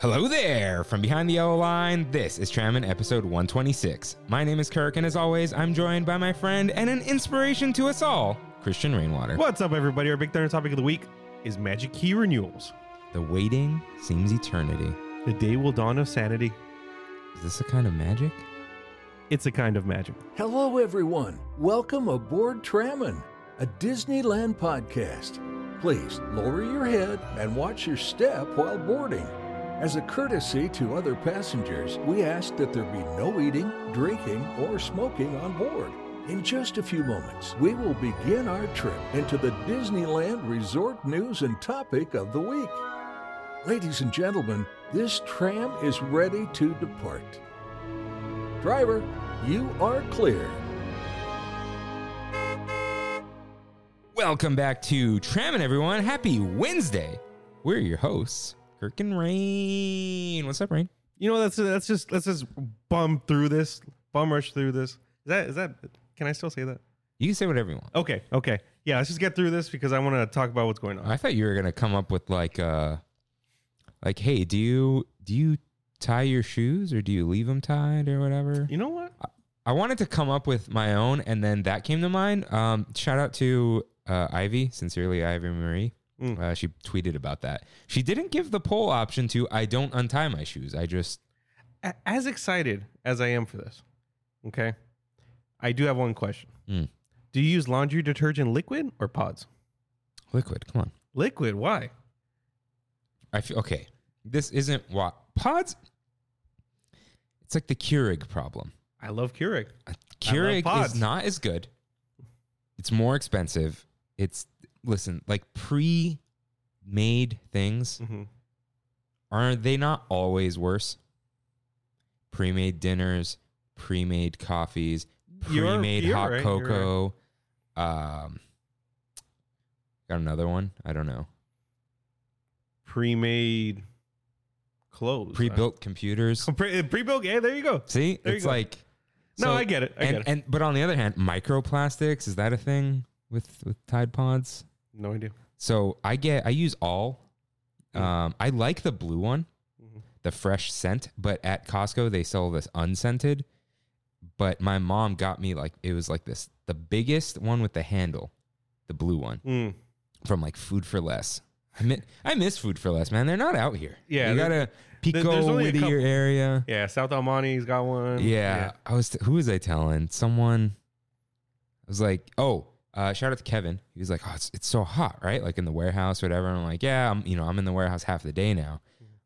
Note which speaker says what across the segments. Speaker 1: Hello there! From behind the yellow line, this is Tramon episode 126. My name is Kirk, and as always, I'm joined by my friend and an inspiration to us all, Christian Rainwater.
Speaker 2: What's up, everybody? Our big thunder topic of the week is magic key renewals.
Speaker 1: The waiting seems eternity.
Speaker 2: The day will dawn of sanity.
Speaker 1: Is this a kind of magic?
Speaker 2: It's a kind of magic.
Speaker 3: Hello, everyone. Welcome aboard Tramon, a Disneyland podcast. Please lower your head and watch your step while boarding. As a courtesy to other passengers, we ask that there be no eating, drinking, or smoking on board. In just a few moments, we will begin our trip into the Disneyland Resort News and Topic of the Week. Ladies and gentlemen, this tram is ready to depart. Driver, you are clear.
Speaker 1: Welcome back to Tramon, everyone. Happy Wednesday. We're your hosts, Kirk and Rain. What's up, Rain?
Speaker 2: You know, that's that's just let's just bum through this, bum rush through this. Is that is that? Can I still say that?
Speaker 1: You can say whatever you want.
Speaker 2: Okay, okay, yeah. Let's just get through this because I want to talk about what's going on.
Speaker 1: I thought you were gonna come up with like, uh, like, hey, do you do you tie your shoes or do you leave them tied or whatever?
Speaker 2: You know what?
Speaker 1: I wanted to come up with my own, and then that came to mind. Um, shout out to uh, Ivy, sincerely, Ivy Marie.
Speaker 2: Mm.
Speaker 1: Uh, she tweeted about that. She didn't give the poll option to "I don't untie my shoes." I just
Speaker 2: A- As excited as I am for this, okay, I do have one question.
Speaker 1: Mm.
Speaker 2: Do you use laundry detergent liquid or pods?
Speaker 1: liquid. Come on,
Speaker 2: Liquid. Why?
Speaker 1: I feel okay. This isn't what pods. It's like the Keurig problem.
Speaker 2: I love Keurig.
Speaker 1: Keurig
Speaker 2: pods.
Speaker 1: is not as good. It's more expensive. It's listen, like pre-made things
Speaker 2: hmm
Speaker 1: are they not always worse? Pre-made dinners, pre-made coffees,
Speaker 2: You're-
Speaker 1: pre-made
Speaker 2: you're
Speaker 1: hot
Speaker 2: right, you're
Speaker 1: cocoa. Um, got another one. I don't know.
Speaker 2: Pre-made clothes.
Speaker 1: Pre-built computers.
Speaker 2: Oh, Pre- eh, Pre-built. Yeah, there you go.
Speaker 1: See,
Speaker 2: There you
Speaker 1: it's
Speaker 2: go.
Speaker 1: like
Speaker 2: No,
Speaker 1: so-
Speaker 2: I get it. I
Speaker 1: and
Speaker 2: get it.
Speaker 1: and but on the other hand, microplastics is that a thing with with Tide Pods?
Speaker 2: no idea.
Speaker 1: So I get I use all.
Speaker 2: Mm.
Speaker 1: Um, I like the blue one,
Speaker 2: Mhm.
Speaker 1: the fresh scent. But at Costco they sell this unscented. But my mom got me like it was like this the biggest one with the handle, the blue one
Speaker 2: Mm.
Speaker 1: from like Food for Less. I miss, I miss Food for Less, man. They're not out here.
Speaker 2: Yeah,
Speaker 1: you
Speaker 2: there-
Speaker 1: gotta
Speaker 2: there- there's
Speaker 1: pico
Speaker 2: only a
Speaker 1: into your
Speaker 2: couple.
Speaker 1: area.
Speaker 2: Yeah, South Almani's got one.
Speaker 1: Yeah, I was. who was I telling? Someone. I was like, oh, uh, shout out to Kevin. He was like, oh, it's, it's so hot, right? Like in the warehouse, whatever. And I'm like, yeah, I'm you know I'm in the warehouse half the day now,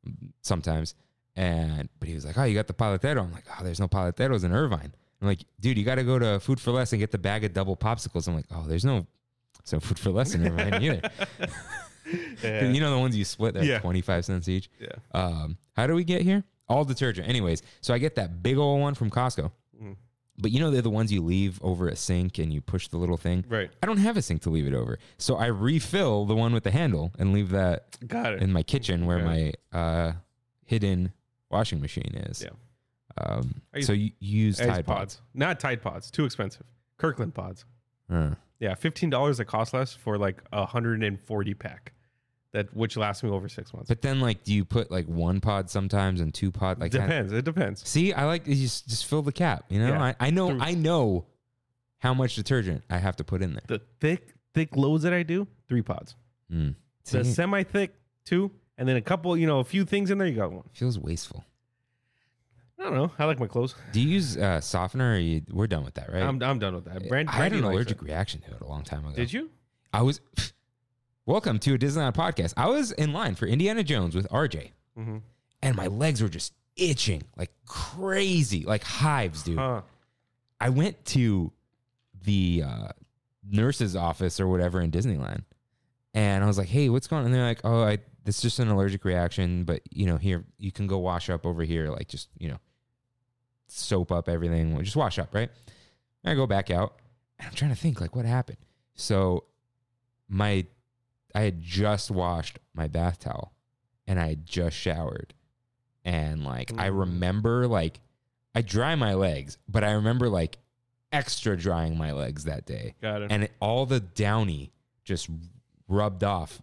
Speaker 2: Mm-hmm.
Speaker 1: sometimes. And but he was like, oh, you got the paletero. I'm like, oh, there's no paleteros in Irvine. I'm like, dude, you got to go to Food for Less and get the bag of double popsicles. I'm like, oh, there's no, so Food for Less in Irvine either.
Speaker 2: Yeah.
Speaker 1: You know the ones you split, they're
Speaker 2: Yeah.
Speaker 1: 25 cents each.
Speaker 2: Yeah.
Speaker 1: Um, how do we get here? All detergent. Anyways, so I get that big old one from Costco.
Speaker 2: Mm.
Speaker 1: But you know they're the ones you leave over a sink and you push the little thing.
Speaker 2: Right.
Speaker 1: I don't have a sink to leave it over. So I refill the one with the handle and leave that
Speaker 2: Got it.
Speaker 1: in my kitchen where
Speaker 2: Okay.
Speaker 1: my uh, hidden washing machine is.
Speaker 2: Yeah.
Speaker 1: Um,
Speaker 2: I use-
Speaker 1: so you you use
Speaker 2: Eggs
Speaker 1: Tide Pods.
Speaker 2: Not Tide Pods. Too expensive. Kirkland Pods.
Speaker 1: Uh,
Speaker 2: Yeah, $15 that cost less for like a 140 pack, that which lasts me over six months.
Speaker 1: but then like do you put like one pod sometimes and two pod like kinda-
Speaker 2: depends. It depends.
Speaker 1: See, I like you just just fill the cap. You know,
Speaker 2: Yeah.
Speaker 1: I, I know
Speaker 2: Through-
Speaker 1: I know how much detergent I have to put in there.
Speaker 2: The thick, thick loads that I do, three pods.
Speaker 1: Mm. See,
Speaker 2: The semi thick, two. And then a couple, you know, a few things in there, you got one.
Speaker 1: feels wasteful.
Speaker 2: I don't know. I like my clothes.
Speaker 1: Do you use uh, softener? Or you, we're done with that, right?
Speaker 2: I'm, I'm done with that. Brand,
Speaker 1: I had
Speaker 2: Brandy
Speaker 1: an
Speaker 2: likes
Speaker 1: allergic
Speaker 2: it.
Speaker 1: reaction to it a long time ago.
Speaker 2: Did you?
Speaker 1: I was. Welcome to a Disneyland podcast. I was in line for Indiana Jones with RJ,
Speaker 2: Mhm.
Speaker 1: and my legs were just itching like crazy, like hives, dude.
Speaker 2: Huh.
Speaker 1: I went to the uh, nurse's office or whatever in Disneyland, and I was like, "Hey, what's going on?" And they're like, "Oh, I, it's just an allergic reaction, but you know, here you can go wash up over here, like just you know, soap up everything, just wash up, right?" And I go back out, and I'm trying to think like what happened. So my I had just washed my bath towel, and I had just showered, and like I
Speaker 2: Mm.
Speaker 1: remember like I dry my legs, but I remember like extra drying my legs that day.
Speaker 2: Got it.
Speaker 1: And it, all the downy just rubbed off.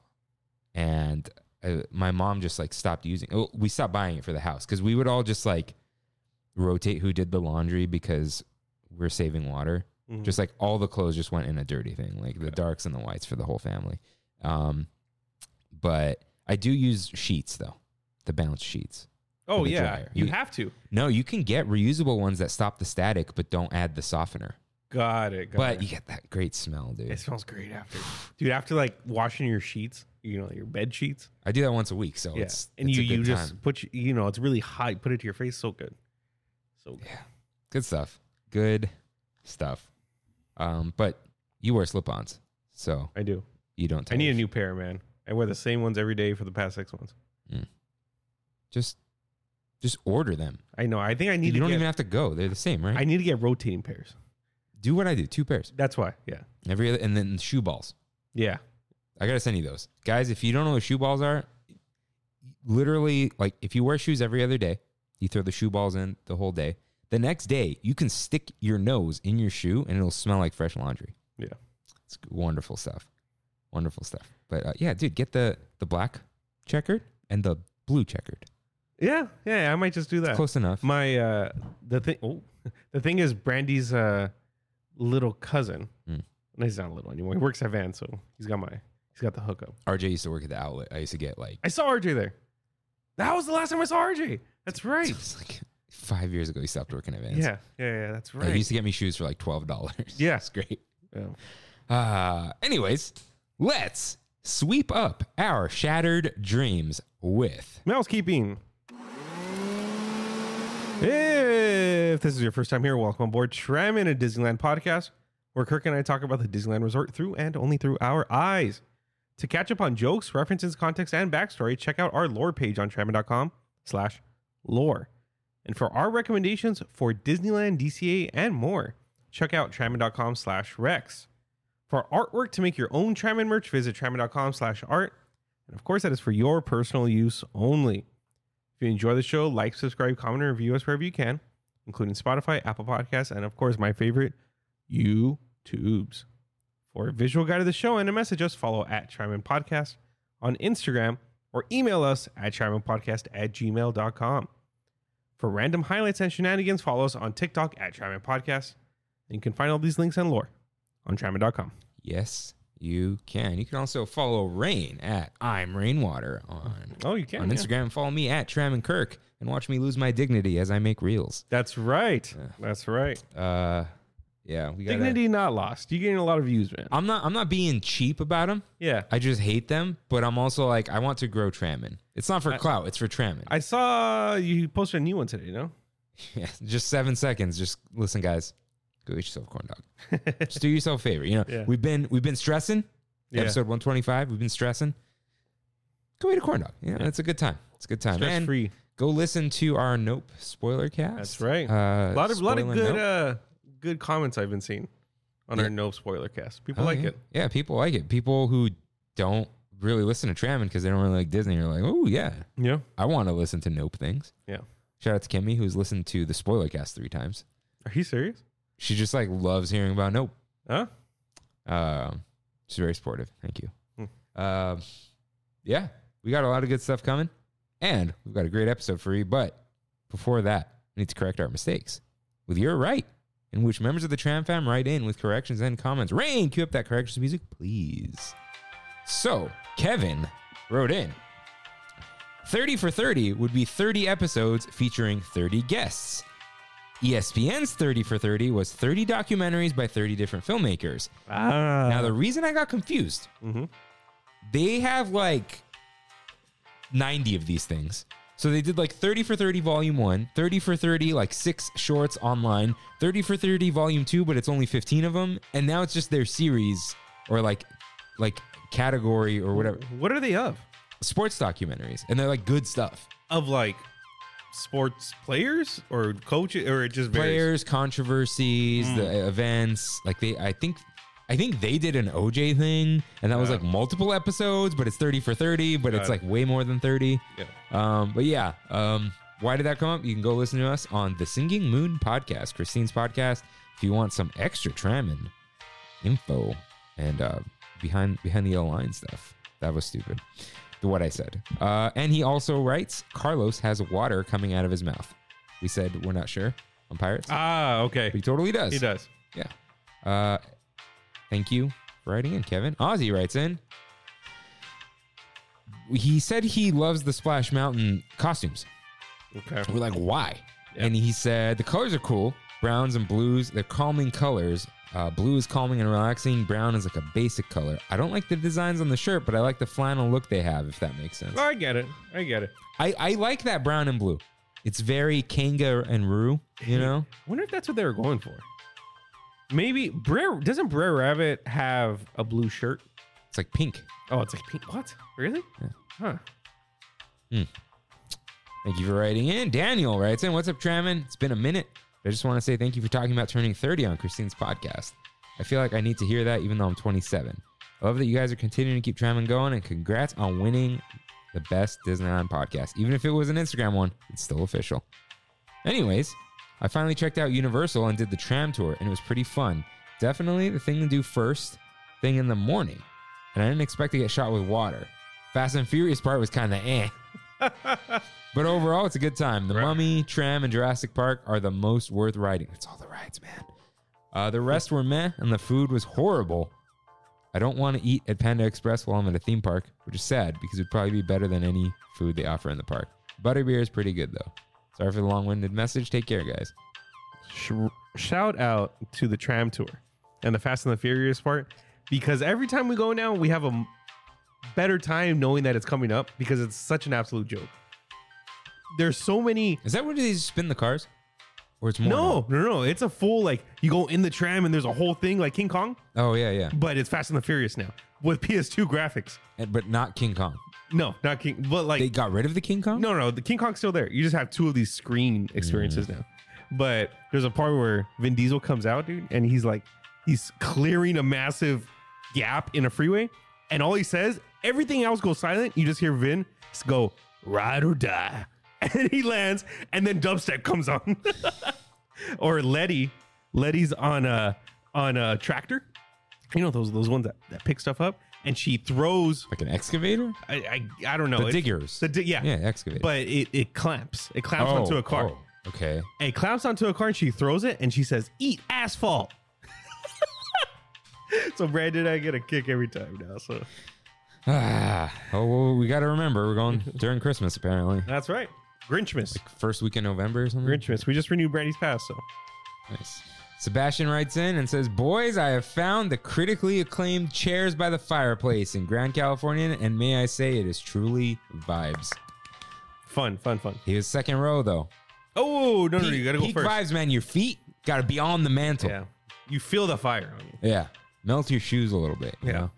Speaker 1: And uh, my mom just like stopped using. Oh, we stopped buying it for the house because we would all just like rotate who did the laundry because we're saving water.
Speaker 2: Mhm.
Speaker 1: Just like all the clothes just went in a dirty thing, like the darks and the whites for the whole family. Um, but I do use sheets though, the bounce sheets.
Speaker 2: oh
Speaker 1: the
Speaker 2: yeah,
Speaker 1: dryer.
Speaker 2: you
Speaker 1: You-
Speaker 2: have to.
Speaker 1: No, you can get reusable ones that stop the static but don't add the softener.
Speaker 2: Got it. Got
Speaker 1: But
Speaker 2: it.
Speaker 1: you get that great smell, dude.
Speaker 2: it smells great after, dude. After like washing your sheets, you know your bed sheets.
Speaker 1: I do that once a week, so
Speaker 2: Yeah.
Speaker 1: Oh, it's
Speaker 2: and
Speaker 1: it's
Speaker 2: you
Speaker 1: a good
Speaker 2: you
Speaker 1: time.
Speaker 2: just put your- you know it's really hot. Put it to your face, so good, so good.
Speaker 1: good stuff, good stuff. Um, but you wear slip-ons, so
Speaker 2: I do.
Speaker 1: you don't.
Speaker 2: I need a
Speaker 1: tell.
Speaker 2: new pair, man. I wear the same ones every day for the past six months.
Speaker 1: Just, just order them.
Speaker 2: I know. I think I need.
Speaker 1: You
Speaker 2: to
Speaker 1: don't
Speaker 2: get,
Speaker 1: even have to go. They're the same, right?
Speaker 2: I need to get rotating pairs.
Speaker 1: do what I do. Two pairs
Speaker 2: That's why. Yeah.
Speaker 1: every other, and then shoe balls.
Speaker 2: Yeah.
Speaker 1: I gotta send you those, guys. If you don't know what shoe balls are, literally, like if you wear shoes every other day, you throw the shoe balls in the whole day. The next day, you can stick your nose in your shoe and it'll smell like fresh laundry.
Speaker 2: Yeah.
Speaker 1: It's wonderful stuff. Wonderful stuff. But uh, yeah, dude, get the the black checkered and the blue checkered.
Speaker 2: Yeah. Yeah. I might just do that.
Speaker 1: Close enough.
Speaker 2: My uh the thing. Oh, the thing is Brandy's uh little cousin.
Speaker 1: Mm.
Speaker 2: No, he's not little anymore. He works at Van, so he's got my he's got the hookup.
Speaker 1: RJ used to work at the outlet. I used to get like
Speaker 2: I saw RJ there. That was the last time I saw RJ. That's right.
Speaker 1: it was like five years ago. He stopped working at Vans.
Speaker 2: Yeah. Yeah. Yeah. That's
Speaker 1: Like, he
Speaker 2: right.
Speaker 1: used to get me shoes for like twelve dollars.
Speaker 2: Yeah.
Speaker 1: it's great.
Speaker 2: Yeah.
Speaker 1: Uh, anyways, let's sweep up our shattered dreams with
Speaker 2: Mousekeeping. If this is your first time here, welcome aboard Tram in a Disneyland podcast, where Kirk and I talk about the Disneyland resort through and only through our eyes. To catch up on jokes, references, context, and backstory, check out our lore page on trammin.com slash lore. And for our recommendations for Disneyland, DCA, and more, check out trammin.com slash rex. For artwork to make your own Trammin merch, visit trammin.com slash art. And of course, that is for your personal use only. If you enjoy the show, like, subscribe, comment, and review us wherever you can, including Spotify, Apple Podcasts, and of course, my favorite, YouTubes. For a visual guide of the show and to message us, follow at Triman Podcast on Instagram or email us at trimanpodcast at gmail.com. For random highlights and shenanigans, follow us on TikTok at Triman Podcast. And you can find all these links and lore on triman.com.
Speaker 1: yes, you can. You can also follow Rain at I'm Rainwater on
Speaker 2: Oh, you can.
Speaker 1: on Instagram. Follow me at Tram and Kirk and watch me lose my dignity as I make reels.
Speaker 2: That's right. That's right.
Speaker 1: Uh, yeah, we got
Speaker 2: Dignity not lost. You're getting a lot of views, man.
Speaker 1: I'm not. I'm not being cheap about them.
Speaker 2: Yeah.
Speaker 1: I just hate them, but I'm also like, I want to grow Tramon. It's not for clout. It's for Tramon.
Speaker 2: I saw you posted a new one today, no?
Speaker 1: Yeah, just seven seconds. Just listen, guys. Go eat yourself a corn dog. just do yourself a favor. You know,
Speaker 2: Yeah.
Speaker 1: we've been we've been stressing.
Speaker 2: Yeah.
Speaker 1: Episode one twenty five. We've been stressing. Go eat a corn dog. You know, it's a good time. It's a good time.
Speaker 2: Stress
Speaker 1: And
Speaker 2: free.
Speaker 1: Go listen to our Nope spoiler cast.
Speaker 2: That's right.
Speaker 1: Uh,
Speaker 2: a lot of lot of
Speaker 1: spoiling
Speaker 2: good
Speaker 1: Nope.
Speaker 2: uh good comments I've been seeing on
Speaker 1: Yeah.
Speaker 2: our no spoiler cast. People
Speaker 1: Oh,
Speaker 2: like
Speaker 1: yeah.
Speaker 2: it.
Speaker 1: Yeah, people like it. People who don't really listen to Tramon because they don't really like Disney are like, oh yeah,
Speaker 2: Yeah.
Speaker 1: I want to listen to Nope things.
Speaker 2: Yeah.
Speaker 1: Shout out to Kimmy who's listened to the spoiler cast three times.
Speaker 2: Are you serious?
Speaker 1: She just like loves hearing about Nope.
Speaker 2: Huh?
Speaker 1: Um, she's very supportive. Thank you.
Speaker 2: Hmm.
Speaker 1: Um, yeah, we got a lot of good stuff coming, and we've got a great episode for you. But before that, we need to correct our mistakes with your right, in which members of the Tram Fam write in with corrections and comments. Rain, cue up that corrections music, please. So Kevin wrote in. 30 for 30 would be 30 episodes featuring 30 guests. E ESPN's 30 for 30 was 30 documentaries by 30 different filmmakers.
Speaker 2: Ah.
Speaker 1: Now the reason I got confused,
Speaker 2: Mhm.
Speaker 1: they have like 90 of these things. So they did like 30 for 30 volume 1, 30 for 30 like 6 shorts online, 30 for 30 volume 2, but it's only 15 of them and now it's just their series or like like category or whatever.
Speaker 2: What are they of?
Speaker 1: Sports documentaries and they're like good stuff.
Speaker 2: Of like sports players or coaches or it just varies.
Speaker 1: Players, controversies,
Speaker 2: Mm.
Speaker 1: the events, like they I think I think they did an OJ thing and that was
Speaker 2: Yeah.
Speaker 1: like multiple episodes, but it's 30 for 30, but it's
Speaker 2: Got
Speaker 1: like way more than 30.
Speaker 2: Yeah.
Speaker 1: Um, but yeah, um, why did that come up? You can go listen to us on the Singing Moon podcast, Christine's podcast. If you want some extra tramming info and uh, behind behind the yellow line stuff, that was stupid. what I said. Uh, and he also writes Carlos has water coming out of his mouth. We said we're not sure on Pirates.
Speaker 2: Ah, okay.
Speaker 1: but he totally does.
Speaker 2: He does.
Speaker 1: Yeah. Uh, thank you for writing in, Kevin. Ozzy writes in. He said he loves the Splash Mountain costumes.
Speaker 2: Okay.
Speaker 1: We're like, why?
Speaker 2: Yeah.
Speaker 1: And he said the colors are cool. Browns and blues, they're calming colors. Uh, blue is calming and relaxing. Brown is like a basic color. I don't like the designs on the shirt, but I like the flannel look they have, if that makes sense.
Speaker 2: Well, I get it. I get it.
Speaker 1: I, I like that brown and blue. It's very Kanga and Rue, you know?
Speaker 2: I wonder if that's what they were going for. Maybe Brer doesn't Brer Rabbit have a blue shirt?
Speaker 1: It's like pink.
Speaker 2: Oh, it's like pink. What? Really? Huh.
Speaker 1: Thank you for writing in. Daniel writes in, What's up, Tramon? It's been a minute. But I just want to say thank you for talking about turning 30 on Christine's podcast. I feel like I need to hear that even though I'm 27. I love that you guys are continuing to keep Tramon going and congrats on winning the best Disneyland podcast. Even if it was an Instagram one, it's still official. Anyways, I finally checked out Universal and did the tram tour, and it was pretty fun. Definitely the thing to do first thing in the morning. And I didn't expect to get shot with water. Fast and Furious part was kind of eh. but overall, it's a good time. The Mummy, Tram, and Jurassic Park are the most worth riding. It's all the rides, man. Uh, the rest were meh, and the food was horrible. I don't want to eat at Panda Express while I'm at a theme park, which is sad because it would probably be better than any food they offer in the park. Butterbeer is pretty good, though. Sorry for the long winded message. Take care, guys.
Speaker 2: Sh- shout out to the tram tour and the Fast and the Furious part because every time we go now, we have a m- better time knowing that it's coming up because it's such an absolute joke. There's so many.
Speaker 1: Is that where they just spin the cars? Or it's more?
Speaker 2: No, no, no. It's a full, like, you go in the tram and there's a whole thing like King Kong,
Speaker 1: Oh, yeah, yeah.
Speaker 2: but it's Fast and the Furious now with PS2 graphics.
Speaker 1: And- But not King Kong.
Speaker 2: No, not King, but like.
Speaker 1: They got rid of the King Kong?
Speaker 2: No, no, the King Kong's still there. You just have two of these screen experiences now. But there's a part where Vin Diesel comes out, dude, and he's like, he's clearing a massive gap in a freeway, and all he says, everything else goes silent. You just hear Vin s- go ride or die, and he lands, and then dubstep comes on, or Letty, Letty's on a on a tractor, you know those those ones that, that pick stuff up, and she throws.
Speaker 1: Like an excavator?
Speaker 2: I I, I don't know
Speaker 1: The
Speaker 2: it-
Speaker 1: diggers.
Speaker 2: Oh, The di- yeah
Speaker 1: yeah, excavator.
Speaker 2: but it, it clamps. It clamps onto a car.
Speaker 1: oh, okay.
Speaker 2: It clamps onto a car and she throws it and she says, Eat asphalt. so Brandon and I get a kick every time now. So
Speaker 1: Ah, oh, well, we got to remember we're going during Christmas, apparently.
Speaker 2: that's right. Grinchmas.
Speaker 1: First week in November or something?
Speaker 2: Grinchmas. We just renewed Brandy's pass, so
Speaker 1: Nice. Sebastian writes in and says, Boys, I have found the critically acclaimed chairs by the fireplace in Grand Californian, and may I say it is truly vibes.
Speaker 2: fun, fun, fun.
Speaker 1: He was second row, though.
Speaker 2: Oh no, no, no,
Speaker 1: peak,
Speaker 2: you gotta go
Speaker 1: peak
Speaker 2: first.
Speaker 1: vibes, man. Your feet got to be on the mantle.
Speaker 2: Yeah. You feel the fire on you.
Speaker 1: Yeah. Melt your shoes a little bit. you
Speaker 2: Yeah.
Speaker 1: know?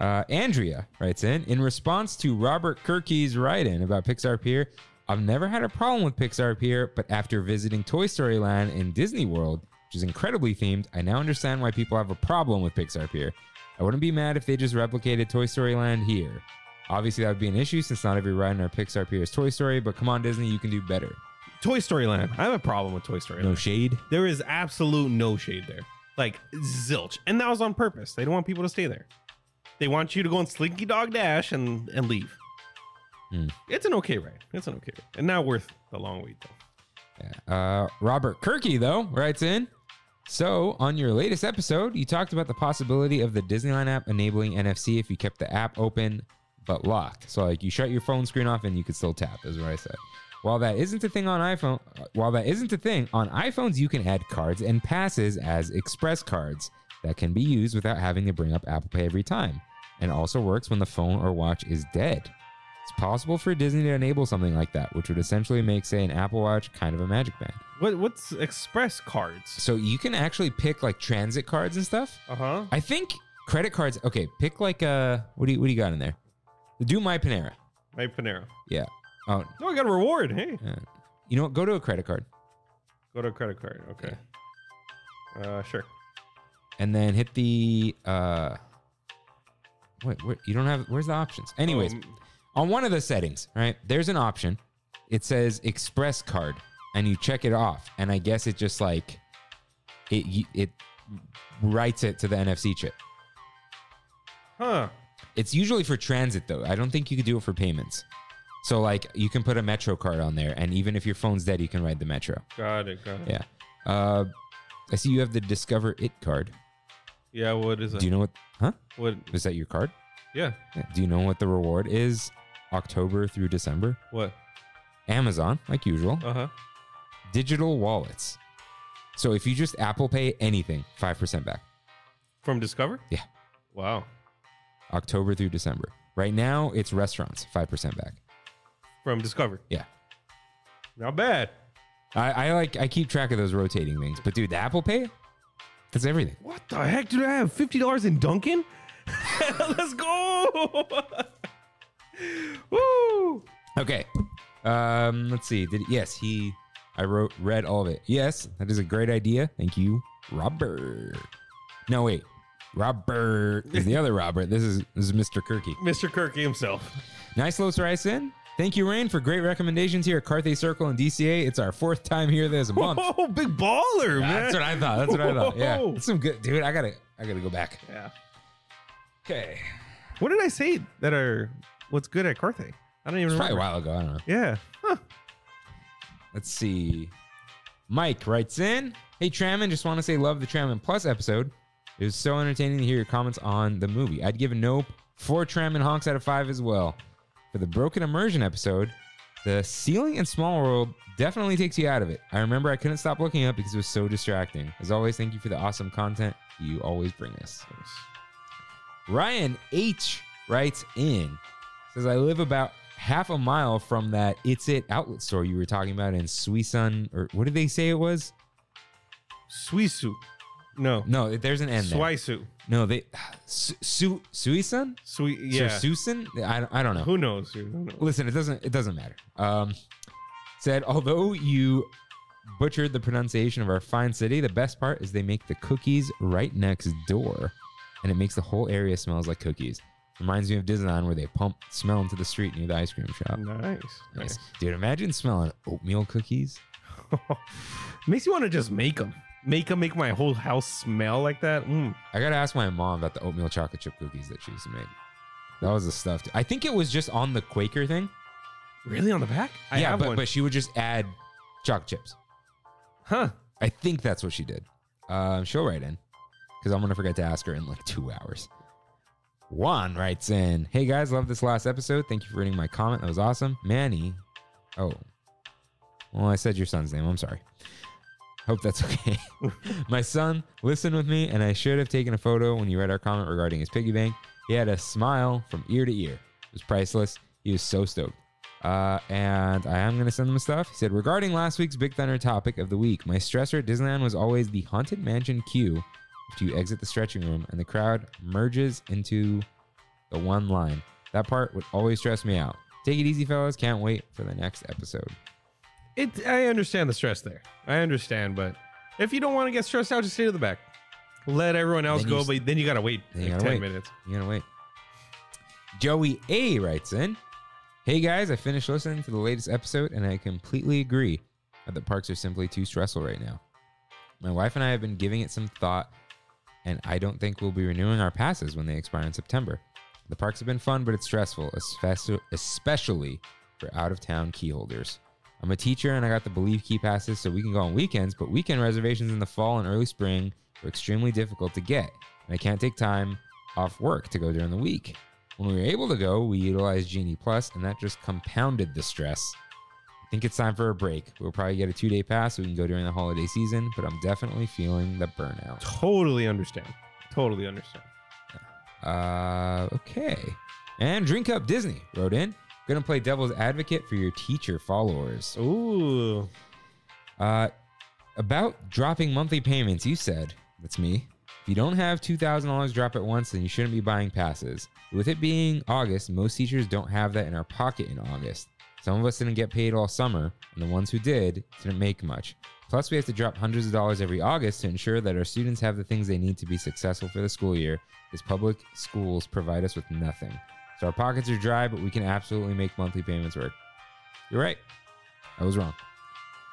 Speaker 1: Uh, Andrea writes in in response to Robert Kirkey's write in about Pixar Pier. I've never had a problem with Pixar Pier, but after visiting Toy Story Land and Disney World, which is incredibly themed, I now understand why people have a problem with Pixar Pier. I wouldn't be mad if they just replicated Toy Story Land here. Obviously, that would be an issue since not every ride in our Pixar Pier is Toy Story, but come on, Disney, you can do better.
Speaker 2: Toy Story Land. I have a problem with Toy Story
Speaker 1: No
Speaker 2: Land.
Speaker 1: shade.
Speaker 2: There is absolute no shade there. Like zilch. And that was on purpose. They don't want people to stay there. They want you to go on Slinky Dog Dash and, and leave.
Speaker 1: Hmm.
Speaker 2: It's an okay ride. It's an okay ride. And not worth the long wait though.
Speaker 1: Uh, Robert Kirky, though, writes in So, on your latest episode, you talked about the possibility of the Disneyland app enabling NFC if you kept the app open but locked. So, like, you shut your phone screen off and you could still tap, is what I said. While that isn't a thing on iPhone, uh, while that isn't a thing on iPhones, you can add cards and passes as express cards that can be used without having to bring up Apple Pay every time, and also works when the phone or watch is dead. It's possible for Disney to enable something like that, which would essentially make, say, an Apple Watch kind of a magic band.
Speaker 2: What what's express cards?
Speaker 1: So you can actually pick like transit cards and stuff.
Speaker 2: Uh-huh.
Speaker 1: I think credit cards. Okay, pick like uh, what do you what do you got in there? Do my Panera.
Speaker 2: My Panera.
Speaker 1: Yeah. Oh,
Speaker 2: No, I got a reward. Hey.
Speaker 1: uh, you know what? Go to a credit card
Speaker 2: Go to a credit card. Okay. Uh sure.
Speaker 1: and then hit the uh. Wait, where, you don't have. Where's the options? Anyways,
Speaker 2: Um,
Speaker 1: on one of the settings, right? There's an option. It says Express Card, and you check it off, and I guess it just like it it writes it to the NFC chip.
Speaker 2: Huh.
Speaker 1: It's usually for transit though. I don't think you could do it for payments. So like you can put a Metro card on there, and even if your phone's dead, you can ride the Metro.
Speaker 2: Got it. Got it.
Speaker 1: Yeah. Uh, I see you have the Discover It card.
Speaker 2: Yeah. What is it?
Speaker 1: Do you know what? Huh?
Speaker 2: what?
Speaker 1: Is that your card?
Speaker 2: Yeah.
Speaker 1: Yeah. Do you know what the reward is? October through December.
Speaker 2: What?
Speaker 1: Amazon, like usual.
Speaker 2: Uh huh.
Speaker 1: Digital wallets. So if you just Apple Pay anything, five percent back.
Speaker 2: From Discover?
Speaker 1: Yeah.
Speaker 2: Wow.
Speaker 1: October through December. Right now, it's restaurants, five percent back.
Speaker 2: From Discover.
Speaker 1: Yeah.
Speaker 2: Not bad.
Speaker 1: I, I like I keep track of those rotating things, but dude, the Apple Pay, that's everything.
Speaker 2: What the heck do I have? Fifty dollars in Dunkin'? Let's go. Woo!
Speaker 1: Okay. Um, let's see. Did yes, he I wrote read all of it. Yes, that is a great idea. Thank you, Robert. No, wait. Robert is the other Robert. This is this is Mr. Kirky.
Speaker 2: Mr. Kirky himself.
Speaker 1: Nice Los Ricin. Thank you, Rain, for great recommendations here at Carthay Circle and DCA. It's our fourth time here this month.
Speaker 2: Oh, big baller, man.
Speaker 1: That's what I thought. That's what I thought. Yeah.
Speaker 2: Whoa.
Speaker 1: That's some good dude. I gotta I gotta go back.
Speaker 2: Yeah.
Speaker 1: Okay.
Speaker 2: What did I say that are what's good at Carthay? I don't even
Speaker 1: It's probably
Speaker 2: remember.
Speaker 1: a while ago. I don't know.
Speaker 2: Yeah. Huh.
Speaker 1: Let's see. Mike writes in Hey, Tramon, just want to say love the Tramon Plus episode. It was so entertaining to hear your comments on the movie. I'd give a nope four Tramon honks out of five as well. For the Broken Immersion episode, the ceiling in Small World definitely takes you out of it. I remember I couldn't stop looking up because it was so distracting. As always, thank you for the awesome content you always bring us. Ryan H writes in, says I live about half a mile from that It's It outlet store you were talking about in Suisun, or what did they say it was?
Speaker 2: Suisu. No.
Speaker 1: No, there's an N there.
Speaker 2: Suisu.
Speaker 1: No, they Su, Su, Suisun
Speaker 2: Sui yeah.
Speaker 1: or Susan? I don't, I don't know.
Speaker 2: Who knows? dude? Who knows?
Speaker 1: Listen, it doesn't it doesn't matter. Um, said although you butchered the pronunciation of our fine city, the best part is they make the cookies right next door, and it makes the whole area smells like cookies. Reminds me of Disneyland where they pump smell into the street near the ice cream shop.
Speaker 2: Nice.
Speaker 1: Nice. Dude, imagine smelling oatmeal cookies.
Speaker 2: Makes you want to just make them. Make them make my whole house smell like that. Mm.
Speaker 1: I gotta ask my mom about the oatmeal chocolate chip cookies that she used to make. That was the stuff. I think it was just on the Quaker thing.
Speaker 2: Really on the back? I
Speaker 1: yeah,
Speaker 2: have
Speaker 1: but,
Speaker 2: one.
Speaker 1: but she would just add chocolate chips.
Speaker 2: huh.
Speaker 1: I think that's what she did. Um, she'll write in because I'm going to forget to ask her in like two hours. Juan writes in Hey guys, love this last episode. Thank you for reading my comment. That was awesome. Manny. Oh. Well, I said your son's name. I'm sorry. Hope that's okay. my son listened with me, and I should have taken a photo when you read our comment regarding his piggy bank. He had a smile from ear to ear. It was priceless. He was so stoked. Uh, and I am going to send him stuff. He said, regarding last week's Big Thunder topic of the week, my stressor at Disneyland was always the Haunted Mansion queue after you exit the stretching room and the crowd merges into the one line. That part would always stress me out. Take it easy, fellas. Can't wait for the next episode.
Speaker 2: It. I understand the stress there. I understand, but if you don't want to get stressed out, just stay to the back. Let everyone else
Speaker 1: Then you
Speaker 2: go,
Speaker 1: s-
Speaker 2: but then you gotta wait
Speaker 1: Then you
Speaker 2: like
Speaker 1: gotta
Speaker 2: ten
Speaker 1: wait.
Speaker 2: minutes.
Speaker 1: You gotta wait. Joey A writes in Hey guys, I finished listening to the latest episode and I completely agree that the parks are simply too stressful right now. My wife and I have been giving it some thought, and I don't think we'll be renewing our passes when they expire in September. The parks have been fun, but it's stressful, espec- especially for out of town key holders. I'm a teacher and I got the Believe Key passes so we can go on weekends, but weekend reservations in the fall and early spring were extremely difficult to get, and I can't take time off work to go during the week. When we were able to go, we utilized Genie Plus, and that just compounded the stress. I think it's time for a break. We'll probably get a two day pass so we can go during the holiday season, but I'm definitely feeling the burnout.
Speaker 2: Totally understand. Totally understand.
Speaker 1: Uh, okay. And Drink Up Disney wrote in. Gonna play devil's advocate for your teacher followers.
Speaker 2: Ooh.
Speaker 1: Uh, about dropping monthly payments, you said, that's me. If you don't have $2,000 drop at once, then you shouldn't be buying passes. With it being August, most teachers don't have that in our pocket in August. Some of us didn't get paid all summer, and the ones who did didn't make much. Plus, we have to drop hundreds of dollars every August to ensure that our students have the things they need to be successful for the school year, because public schools provide us with nothing. So our pockets are dry, but we can absolutely make monthly payments work. You're right. I was wrong.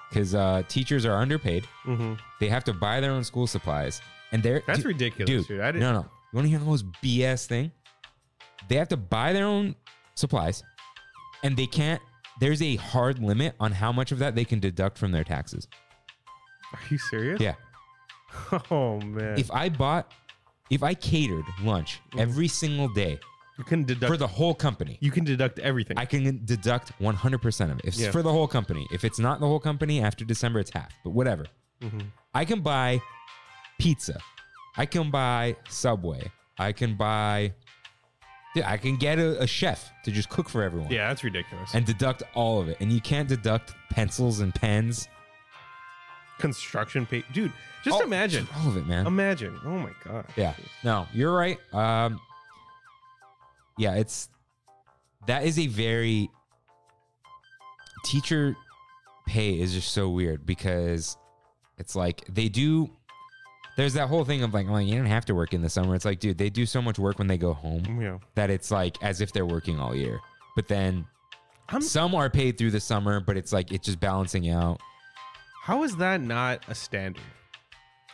Speaker 1: Because uh, teachers are underpaid.
Speaker 2: hmm
Speaker 1: They have to buy their own school supplies, and they're
Speaker 2: That's
Speaker 1: dude,
Speaker 2: ridiculous,
Speaker 1: Dude,
Speaker 2: dude. I didn't.
Speaker 1: no, no. You want to hear the most BS thing? they have to buy their own supplies and they can't there's a hard limit on how much of that they can deduct from their taxes.
Speaker 2: Are you serious?
Speaker 1: Yeah.
Speaker 2: Oh man.
Speaker 1: If I bought if I catered lunch
Speaker 2: Mm-hmm.
Speaker 1: every single day
Speaker 2: you can deduct
Speaker 1: for the whole company,
Speaker 2: you can deduct everything.
Speaker 1: I can deduct 100% of it. If
Speaker 2: Yeah.
Speaker 1: it's for the whole company, if it's not the whole company after December it's half, but whatever.
Speaker 2: Mm-hmm.
Speaker 1: I can buy pizza. I can buy Subway. I can buy Yeah, I can get a, a chef to just cook for everyone.
Speaker 2: yeah, that's ridiculous.
Speaker 1: and deduct all of it. And you can't deduct pencils and pens.
Speaker 2: construction pay dude, just
Speaker 1: All-
Speaker 2: imagine.
Speaker 1: Oh, all of it, man.
Speaker 2: Imagine. Oh my god.
Speaker 1: yeah. No, you're right. Um, yeah, it's that is a very teacher pay is just so weird because it's like they do. There's that whole thing of like, well, you don't have to work in the summer. It's like, dude, they do so much work when they go home
Speaker 2: Mm, Yeah.
Speaker 1: that it's like as if they're working all year. But then
Speaker 2: I'm-
Speaker 1: some are paid through the summer, but it's like it's just balancing out.
Speaker 2: How is that not a standard?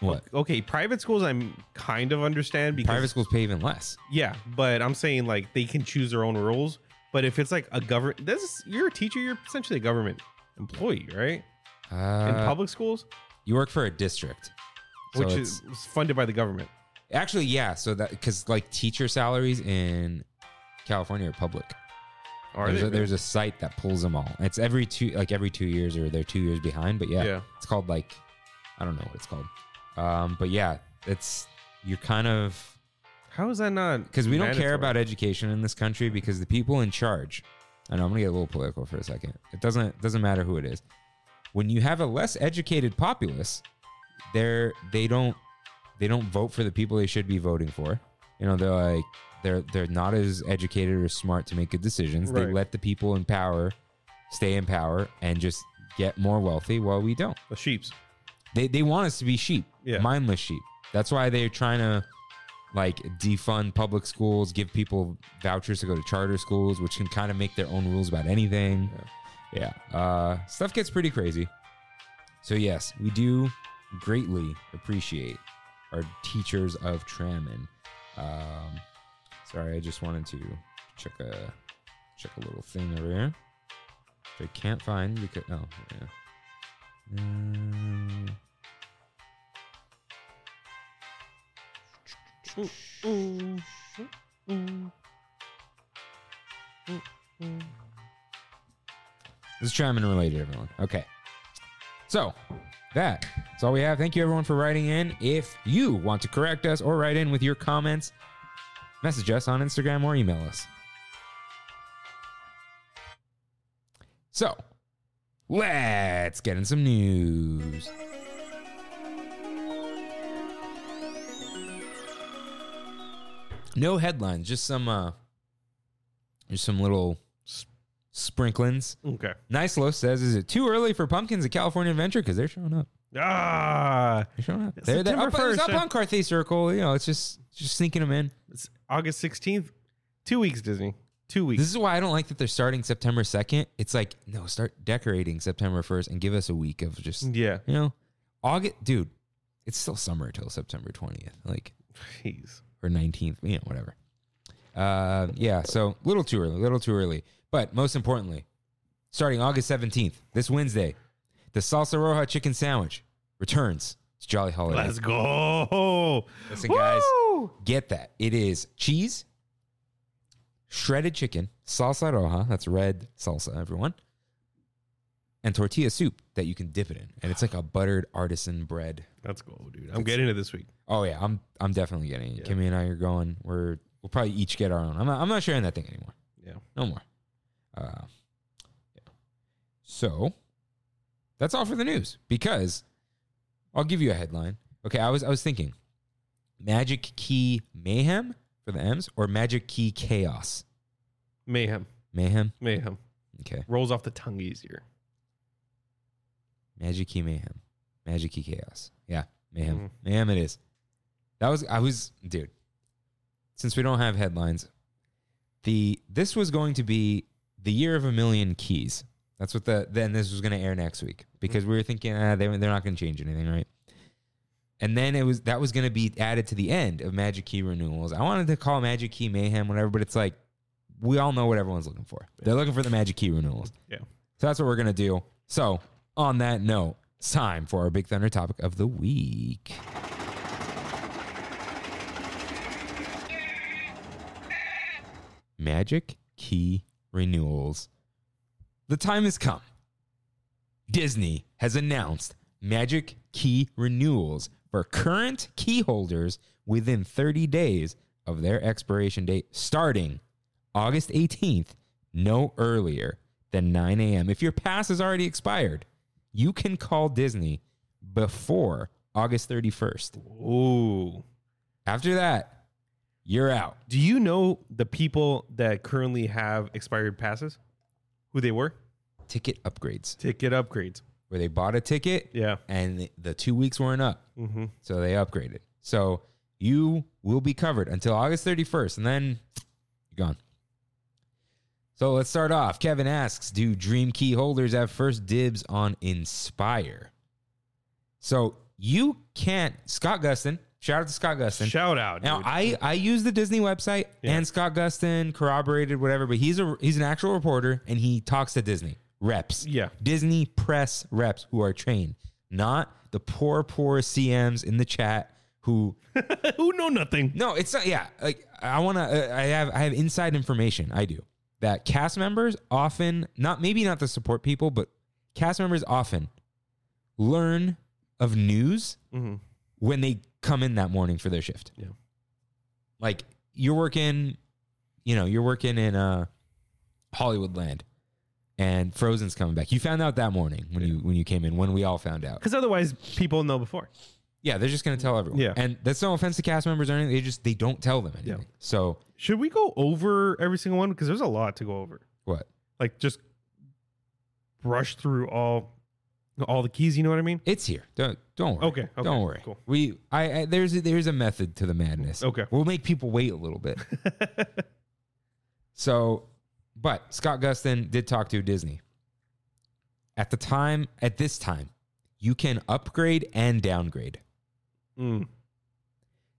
Speaker 1: What?
Speaker 2: Okay, private schools I'm kind of understand because
Speaker 1: private schools pay even less.
Speaker 2: Yeah, but I'm saying like they can choose their own rules. But if it's like a government, this is, you're a teacher, you're essentially a government employee, right? In
Speaker 1: Uh,
Speaker 2: public schools,
Speaker 1: you work for a district, so
Speaker 2: which
Speaker 1: it's-
Speaker 2: is is funded by the government.
Speaker 1: actually yeah. So that because like teacher salaries in California are public.
Speaker 2: Are
Speaker 1: there's,
Speaker 2: they?
Speaker 1: a, there's a site that pulls them all. It's every two like every two years or they're two years behind. But yeah,
Speaker 2: Yeah.
Speaker 1: it's called like I don't know what it's called. Um, but yeah, it's you're kind of
Speaker 2: How is that not?
Speaker 1: because we don't care
Speaker 2: mandatory?
Speaker 1: about education in this country because the people in charge. I know I'm gonna get a little political for a second. It doesn't doesn't matter who it is. When you have a less educated populace, they're they don't they don't vote for the people they should be voting for. You know they're like they're they're not as educated or smart to make good decisions. They
Speaker 2: Right.
Speaker 1: let the people in power stay in power and just get more wealthy while we don't.
Speaker 2: the sheeps.
Speaker 1: They they want us to be sheep,
Speaker 2: Yeah.
Speaker 1: mindless sheep. That's why they're trying to like defund public schools, give people vouchers to go to charter schools, which can kind of make their own rules about anything. Yeah, Uh, stuff gets pretty crazy. So yes, we do greatly appreciate our teachers of Trammon. Um, sorry, I just wanted to check a check a little thing over here, which I can't find because oh yeah. Um, This is Chapman related, everyone. Okay. So that that's all we have. Thank you everyone for writing in. If you want to correct us or write in with your comments, message us on Instagram or email us. So let's get in some news. No headlines, just some uh just some little s- sprinklings.
Speaker 2: Okay.
Speaker 1: Nice Low says, "Is it too early for pumpkins at California Adventure? Because they're showing up.
Speaker 2: Ah,
Speaker 1: They're showing up. They're, they're
Speaker 2: September
Speaker 1: up, it's
Speaker 2: 1st,
Speaker 1: up
Speaker 2: yeah.
Speaker 1: on Carthay Circle. You know, it's just just sneaking them in.
Speaker 2: it's August sixteenth. Two weeks, Disney. Two weeks.
Speaker 1: This is why I don't like that they're starting September second. It's like no, start decorating September first and give us a week of just
Speaker 2: yeah.
Speaker 1: you know, August, dude. It's still summer till September twentieth, like
Speaker 2: Jeez.
Speaker 1: or nineteenth, you know, whatever. Uh, yeah, so little too early, little too early. But most importantly, starting August seventeenth, this Wednesday, the Salsa Roja chicken sandwich returns. It's Jolly Holiday.
Speaker 2: Let's go.
Speaker 1: Oh, Listen, guys.
Speaker 2: Woo!
Speaker 1: Get that. It is cheese, shredded chicken, salsa roja, that's red salsa, everyone, and tortilla soup that you can dip it in. And it's like a buttered artisan bread.
Speaker 2: Let's go, dude. I'm getting it this week.
Speaker 1: Oh yeah, I'm I'm definitely getting it. Kimmy and I are going. We're we'll probably each get our own. I'm not, I'm not sharing that thing anymore.
Speaker 2: Yeah.
Speaker 1: No more. Uh, yeah. So that's all for the news because I'll give you a headline. Okay, I was I was thinking Magic Key Mayhem for the M's or Magic Key Chaos
Speaker 2: Mayhem.
Speaker 1: Mayhem.
Speaker 2: Mayhem.
Speaker 1: Okay,
Speaker 2: Rolls off the tongue easier.
Speaker 1: Magic Key Mayhem, Magic Key Chaos. Yeah, Mayhem, Mayhem. It is. That was I was dude. Since we don't have headlines, the this was going to be the year of a million keys. That's what the then this was going to air next week because we were thinking ah, they they're not going to change anything, right? And then it was that was going to be added to the end of Magic Key renewals. I wanted to call Magic Key Mayhem, whatever, but it's like we all know what everyone's looking for. They're looking for the Magic Key renewals.
Speaker 2: Yeah.
Speaker 1: So that's what we're going to do. So, on that note, it's time for our Big Thunder topic of the week. Magic Key renewals. The time has come. Disney has announced Magic Key renewals for current key holders within 30 days of their expiration date, starting August 18th, no earlier than 9 a.m. If your pass has already expired, you can call Disney before August 31st.
Speaker 2: Ooh.
Speaker 1: After that, you're out.
Speaker 2: Do you know the people that currently have expired passes? Who they were?
Speaker 1: Ticket upgrades,
Speaker 2: Ticket upgrades.
Speaker 1: where they bought a ticket
Speaker 2: Yeah.
Speaker 1: and the two weeks weren't up.
Speaker 2: Mm-hmm.
Speaker 1: So they upgraded. So you will be covered until August 31st, and then you're gone. So let's start off. Kevin asks Do Dream Key holders have first dibs on Inspire? So you can't. Scott Gustin, shout out to Scott Gustin.
Speaker 2: Shout out.
Speaker 1: now
Speaker 2: dude.
Speaker 1: I, I use the Disney website
Speaker 2: Yeah.
Speaker 1: and Scott Gustin corroborated whatever, but he's a he's an actual reporter and he talks to Disney reps.
Speaker 2: yeah.
Speaker 1: Disney press reps who are trained, not the poor, poor CMs in the chat who.
Speaker 2: Who know nothing?
Speaker 1: No, it's not. Yeah, like I want to. Uh, I have I have inside information. I do that cast members often not maybe not the support people, but cast members often learn of news
Speaker 2: Mm-hmm.
Speaker 1: when they come in that morning for their shift.
Speaker 2: Yeah.
Speaker 1: Like you're working, you know, you're working in uh Hollywood land and Frozen's coming back. You found out that morning when you when you came in, when we all found out.
Speaker 2: Because otherwise, people know before.
Speaker 1: Yeah, they're just gonna tell everyone.
Speaker 2: Yeah.
Speaker 1: And that's no offense to cast members or anything. They just they don't tell them anything.
Speaker 2: Yeah.
Speaker 1: So
Speaker 2: Should we go over every single one? Because there's a lot to go over.
Speaker 1: what?
Speaker 2: Like just brush through all all the keys. You know what I mean?
Speaker 1: It's here. Don't don't worry.
Speaker 2: Okay, okay,
Speaker 1: Don't worry.
Speaker 2: cool.
Speaker 1: We I, I there's a, there's a method to the madness.
Speaker 2: Okay.
Speaker 1: We'll make people wait a little bit. So, but Scott Gustin did talk to Disney. At the time, at this time, you can upgrade and downgrade.
Speaker 2: Mm.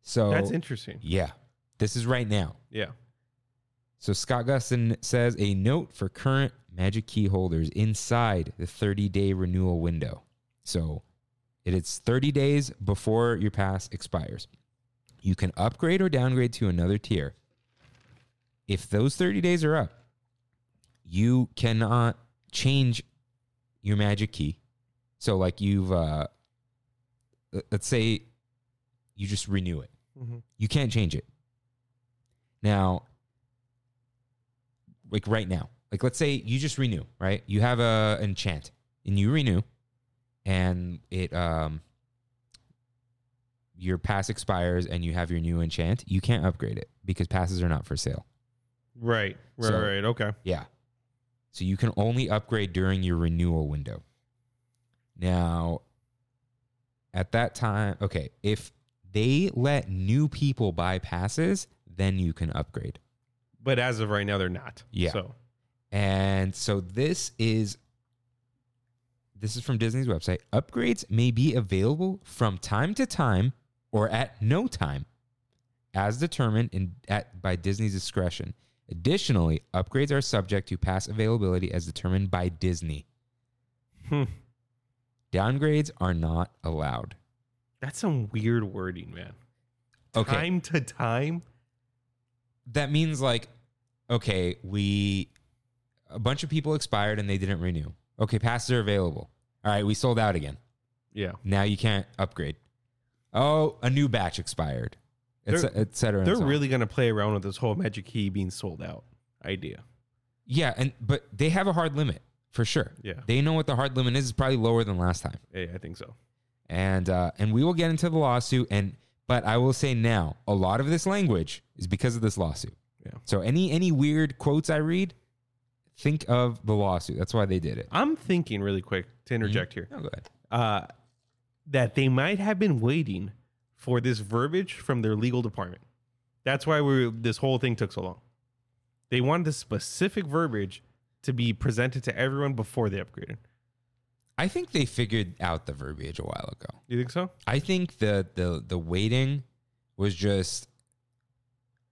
Speaker 1: So
Speaker 2: That's interesting.
Speaker 1: Yeah, this is right now.
Speaker 2: Yeah.
Speaker 1: So Scott Gustin says a note for current Magic Key holders inside the 30-day renewal window. So it is 30 days before your pass expires. You can upgrade or downgrade to another tier. If those 30 days are up, you cannot change your magic key. So like you've uh let- let's say you just renew it.
Speaker 2: Mhm.
Speaker 1: You can't change it. Now like right now. Like let's say you just renew, right? You have a enchant and you renew and it um your pass expires and you have your new enchant, you can't upgrade it because passes are not for sale.
Speaker 2: Right. Right.
Speaker 1: So-
Speaker 2: right. Okay.
Speaker 1: Yeah. So you can only upgrade during your renewal window. Now, at that time, okay, if they let new people buy passes, then you can upgrade.
Speaker 2: But as of right now, they're not.
Speaker 1: Yeah.
Speaker 2: So
Speaker 1: And so this is this is from Disney's website. Upgrades may be available from time to time or at no time as determined in at by Disney's discretion. Additionally, upgrades are subject to pass availability as determined by Disney.
Speaker 2: Hmm.
Speaker 1: Downgrades are not allowed.
Speaker 2: that's some weird wording, man.
Speaker 1: Okay.
Speaker 2: Time to time.
Speaker 1: That means like okay, we a bunch of people expired and they didn't renew. Okay, passes are available. All right, we sold out again.
Speaker 2: Yeah.
Speaker 1: Now you can't upgrade. Oh, a new batch expired, et,
Speaker 2: They're-
Speaker 1: ce- et cetera. and
Speaker 2: They're
Speaker 1: so on.
Speaker 2: really gonna play around with this whole magic key being sold out idea.
Speaker 1: yeah, and but they have a hard limit for sure.
Speaker 2: Yeah.
Speaker 1: they know what the hard limit is. It's probably lower than last time,
Speaker 2: Yeah, I think so.
Speaker 1: and uh, and we will get into the lawsuit. And but I will say now, a lot of this language is because of this lawsuit.
Speaker 2: Yeah.
Speaker 1: So any any weird quotes I read, think of the lawsuit. That's why they did it.
Speaker 2: I'm thinking really quick to interject here.
Speaker 1: No, go ahead.
Speaker 2: uh, that they might have been waiting for this verbiage from their legal department. That's why we this whole thing took so long. They wanted the specific verbiage to be presented to everyone before they upgraded.
Speaker 1: I think they figured out the verbiage a while ago.
Speaker 2: You think so?
Speaker 1: I think the the the waiting was just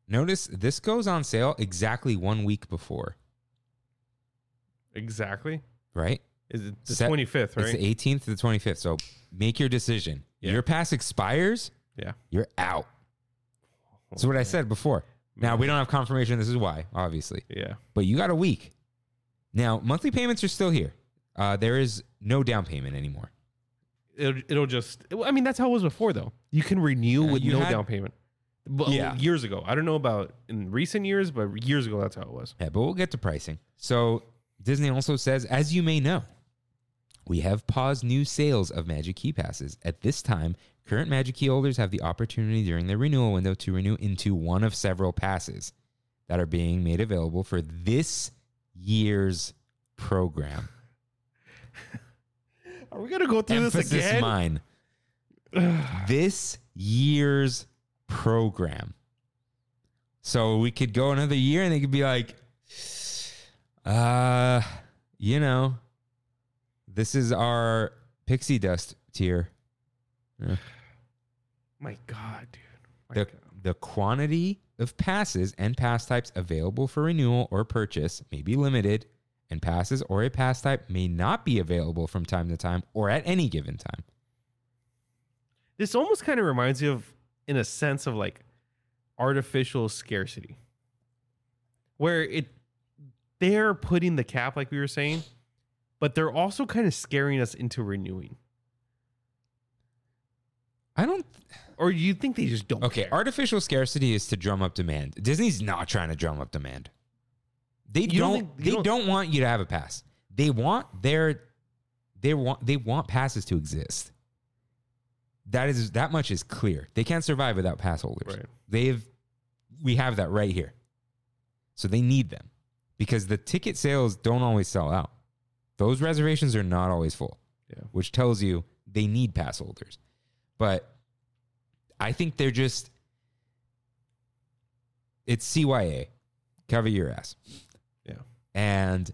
Speaker 1: notice this goes on sale exactly one week before,
Speaker 2: Exactly.
Speaker 1: right?
Speaker 2: Is it the
Speaker 1: Set-
Speaker 2: twenty fifth? Right.
Speaker 1: It's the 18th to the 25th. So make your decision.
Speaker 2: Yeah.
Speaker 1: Your pass expires,
Speaker 2: yeah.
Speaker 1: you're out. That's what I said before. Now we don't have confirmation. This is why, obviously,
Speaker 2: Yeah.
Speaker 1: but you got a week. Now monthly payments are still here. Uh, there is no down payment anymore.
Speaker 2: It'll, it'll just. well, I mean, that's how it was before, though. You can renew
Speaker 1: Yeah,
Speaker 2: with
Speaker 1: you
Speaker 2: no
Speaker 1: had-
Speaker 2: down payment. But
Speaker 1: Yeah.
Speaker 2: Years ago, I don't know about in recent years, but years ago, that's how it was.
Speaker 1: Yeah, but we'll get to pricing. So Disney also says, as you may know, we have paused new sales of Magic Key passes. At this time, current Magic Key holders have the opportunity during their renewal window to renew into one of several passes that are being made available for this year's program.
Speaker 2: Are we gonna go through
Speaker 1: Emphasis
Speaker 2: this again?
Speaker 1: mine. this year's program. So we could go another year and they could be like, uh, you know, this is our pixie dust tier.
Speaker 2: My God, dude. My
Speaker 1: The,
Speaker 2: God.
Speaker 1: the quantity of passes and pass types available for renewal or purchase may be limited, and passes or a pass type may not be available from time to time or at any given time.
Speaker 2: This almost kind of reminds you of, in a sense, of like artificial scarcity, where it they're putting the cap, like we were saying, but they're also kind of scaring us into renewing.
Speaker 1: I don't
Speaker 2: Or you think they just don't?
Speaker 1: Okay,
Speaker 2: care?
Speaker 1: artificial scarcity is to drum up demand. Disney's not trying to drum up demand. They
Speaker 2: You don't
Speaker 1: don't,
Speaker 2: think- you
Speaker 1: they
Speaker 2: don't-
Speaker 1: don't, want you to have a pass. They want their they want they want passes to exist. That is that much is clear. They can't survive without pass holders.
Speaker 2: Right.
Speaker 1: They've we have that right here. So they need them because the ticket sales don't always sell out. Those reservations are not always full.
Speaker 2: Yeah.
Speaker 1: Which tells you they need pass holders. But I think they're just it's CYA. Cover your ass.
Speaker 2: Yeah.
Speaker 1: And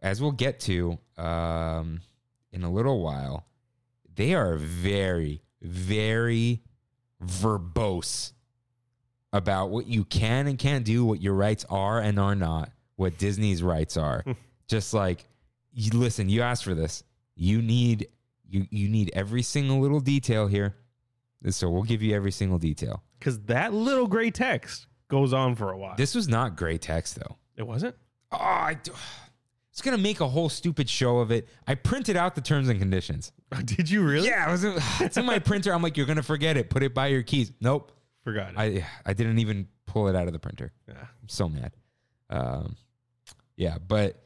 Speaker 1: as we'll get to um, in a little while, they are very, very verbose about what you can and can't do, what your rights are and are not, what Disney's rights are. Just like, you, listen, you asked for this. You need you you need every single little detail here. So we'll give you every single detail.
Speaker 2: Because that little gray text goes on for a while.
Speaker 1: This was not gray text though.
Speaker 2: it wasn't?
Speaker 1: Oh, I do. It's gonna make a whole stupid show of it. I printed out the terms and conditions.
Speaker 2: Did you really?
Speaker 1: Yeah, it was it's in my printer. I'm like, you're gonna forget it. Put it by your keys. Nope.
Speaker 2: Forgot it.
Speaker 1: I I didn't even pull it out of the printer.
Speaker 2: yeah.
Speaker 1: I'm so mad. Um, yeah, but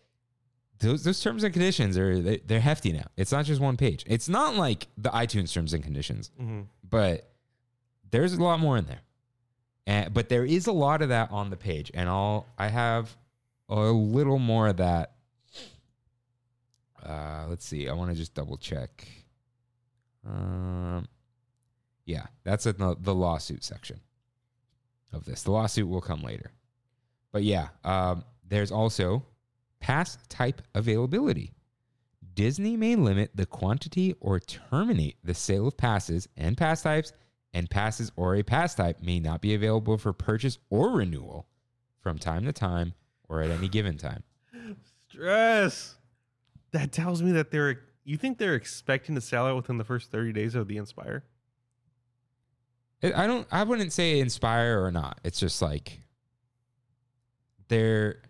Speaker 1: those those terms and conditions are they, they're hefty now. It's not just one page. It's not like the iTunes terms and conditions,
Speaker 2: Mhm.
Speaker 1: but there's a lot more in there. And, but there is a lot of that on the page, and I'll I have a little more of that. Uh, let's see. I want to just double check. Um, yeah, that's at the, the lawsuit section of this. The lawsuit will come later. But yeah, um, there's also pass type availability. Disney may limit the quantity or terminate the sale of passes and pass types, and passes or a pass type may not be available for purchase or renewal from time to time or at any given time.
Speaker 2: Stress. That tells me that they're. You think they're expecting to sell out within the first 30 days of the Inspire?
Speaker 1: It- I don't. I wouldn't say inspire or not. It's just like they're.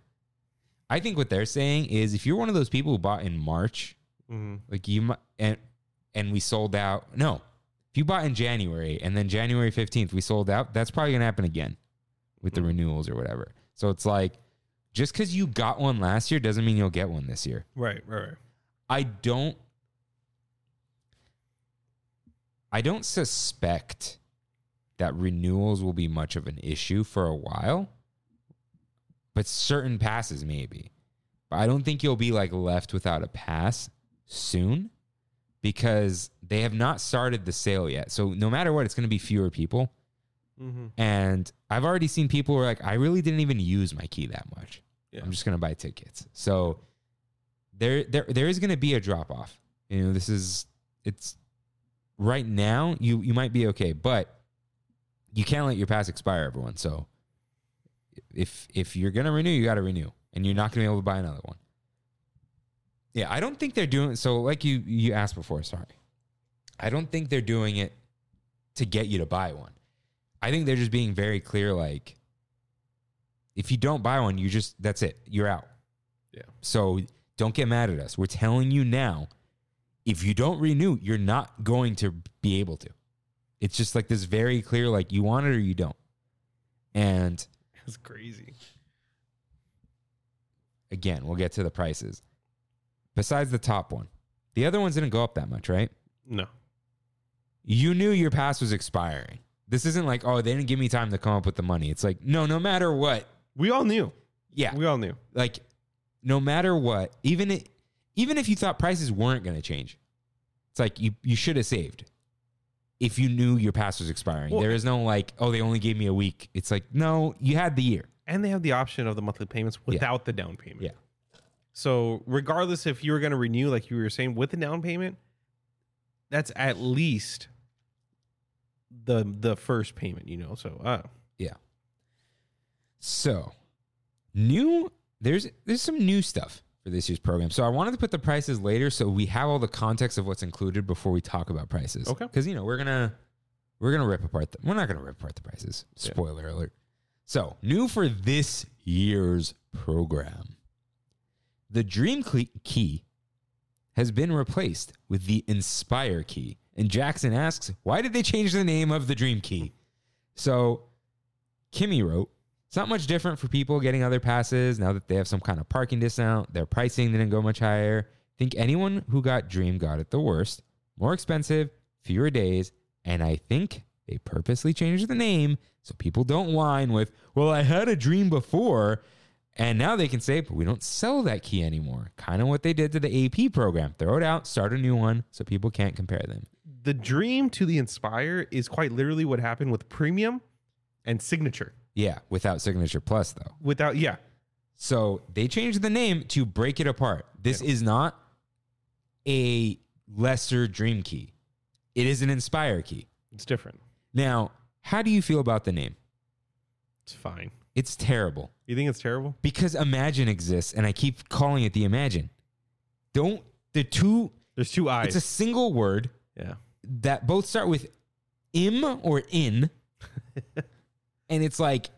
Speaker 1: I think what they're saying is, if you're one of those people who bought in March
Speaker 2: Mm-hmm.
Speaker 1: Like you mu- and and we sold out. No, if you bought in January and then January fifteenth we sold out, that's probably gonna happen again with the renewals or whatever. So it's like just because you got one last year doesn't mean you'll get one this year.
Speaker 2: Right, right, right.
Speaker 1: I don't. I don't suspect that renewals will be much of an issue for a while, but certain passes maybe. But I don't think you'll be like left without a pass soon because they have not started the sale yet. So no matter what, it's going to be fewer people.
Speaker 2: Mm-hmm.
Speaker 1: And I've already seen people who are like, I really didn't even use my key that much.
Speaker 2: Yeah.
Speaker 1: I'm just going to buy tickets. So there there there is going to be a drop off. You know, this is it's right now. You you might be okay, but you can't let your pass expire, everyone. So if if you're going to renew, you got to renew, and you're not going to be able to buy another one. Yeah, I don't think they're doing so. Like you you asked before, sorry. I don't think they're doing it to get you to buy one. I think they're just being very clear. Like, if you don't buy one, you just that's it. You're out.
Speaker 2: Yeah.
Speaker 1: So don't get mad at us. We're telling you now. If you don't renew, you're not going to be able to. It's just like this very clear. Like you want it or you don't. And
Speaker 2: It's crazy.
Speaker 1: again, we'll get to the prices. Besides the top one, the other ones didn't go up that much, right?
Speaker 2: No.
Speaker 1: you knew your pass was expiring. This isn't like, oh, they didn't give me time to come up with the money. It's like, no, no matter what.
Speaker 2: We all knew.
Speaker 1: Yeah.
Speaker 2: We all knew.
Speaker 1: Like, no matter what, even it, even if you thought prices weren't going to change, it's like you, you should have saved if you knew your pass was expiring.
Speaker 2: Well-
Speaker 1: there is no like, oh, they only gave me a week. It's like, no, you had the year.
Speaker 2: And they have the option of the monthly payments without the down payment.
Speaker 1: Yeah.
Speaker 2: So regardless if you were going to renew, like you were saying, with the down payment, that's at least the the first payment, you know. So uh
Speaker 1: So, new there's there's some new stuff for this year's program. So I wanted to put the prices later, so we have all the context of what's included before we talk about prices.
Speaker 2: Okay.
Speaker 1: Because you know we're gonna we're gonna rip apart. The, we're not gonna rip apart the prices.
Speaker 2: Yeah.
Speaker 1: Spoiler alert. So new for this year's program, the Dream Cle- Key has been replaced with the Inspire Key. And Jackson asks, why did they change the name of the Dream Key? So Kimmy wrote, it's not much different for people getting other passes now that they have some kind of parking discount. Their pricing didn't go much higher. Think anyone who got Dream got it the worst. More expensive, fewer days, and I think they purposely changed the name so people don't whine with, well, I had a dream before. And now they can say, but we don't sell that key anymore. Kind of what they did to the AP program. Throw it out, start a new one so people can't compare them.
Speaker 2: the dream to the inspire is quite literally what happened with premium and signature.
Speaker 1: Yeah, without Signature Plus, though.
Speaker 2: Without yeah,
Speaker 1: So they changed the name to break it apart. This is not a lesser dream key. It is an inspire key.
Speaker 2: it's different.
Speaker 1: Now, how do you feel about the name?
Speaker 2: It's fine.
Speaker 1: It's terrible
Speaker 2: You think it's terrible?
Speaker 1: because Imagine exists and I keep calling it the Imagine. Don't the two
Speaker 2: There's two eyes.
Speaker 1: it's a single word
Speaker 2: yeah.
Speaker 1: that both start with im or in. and it's like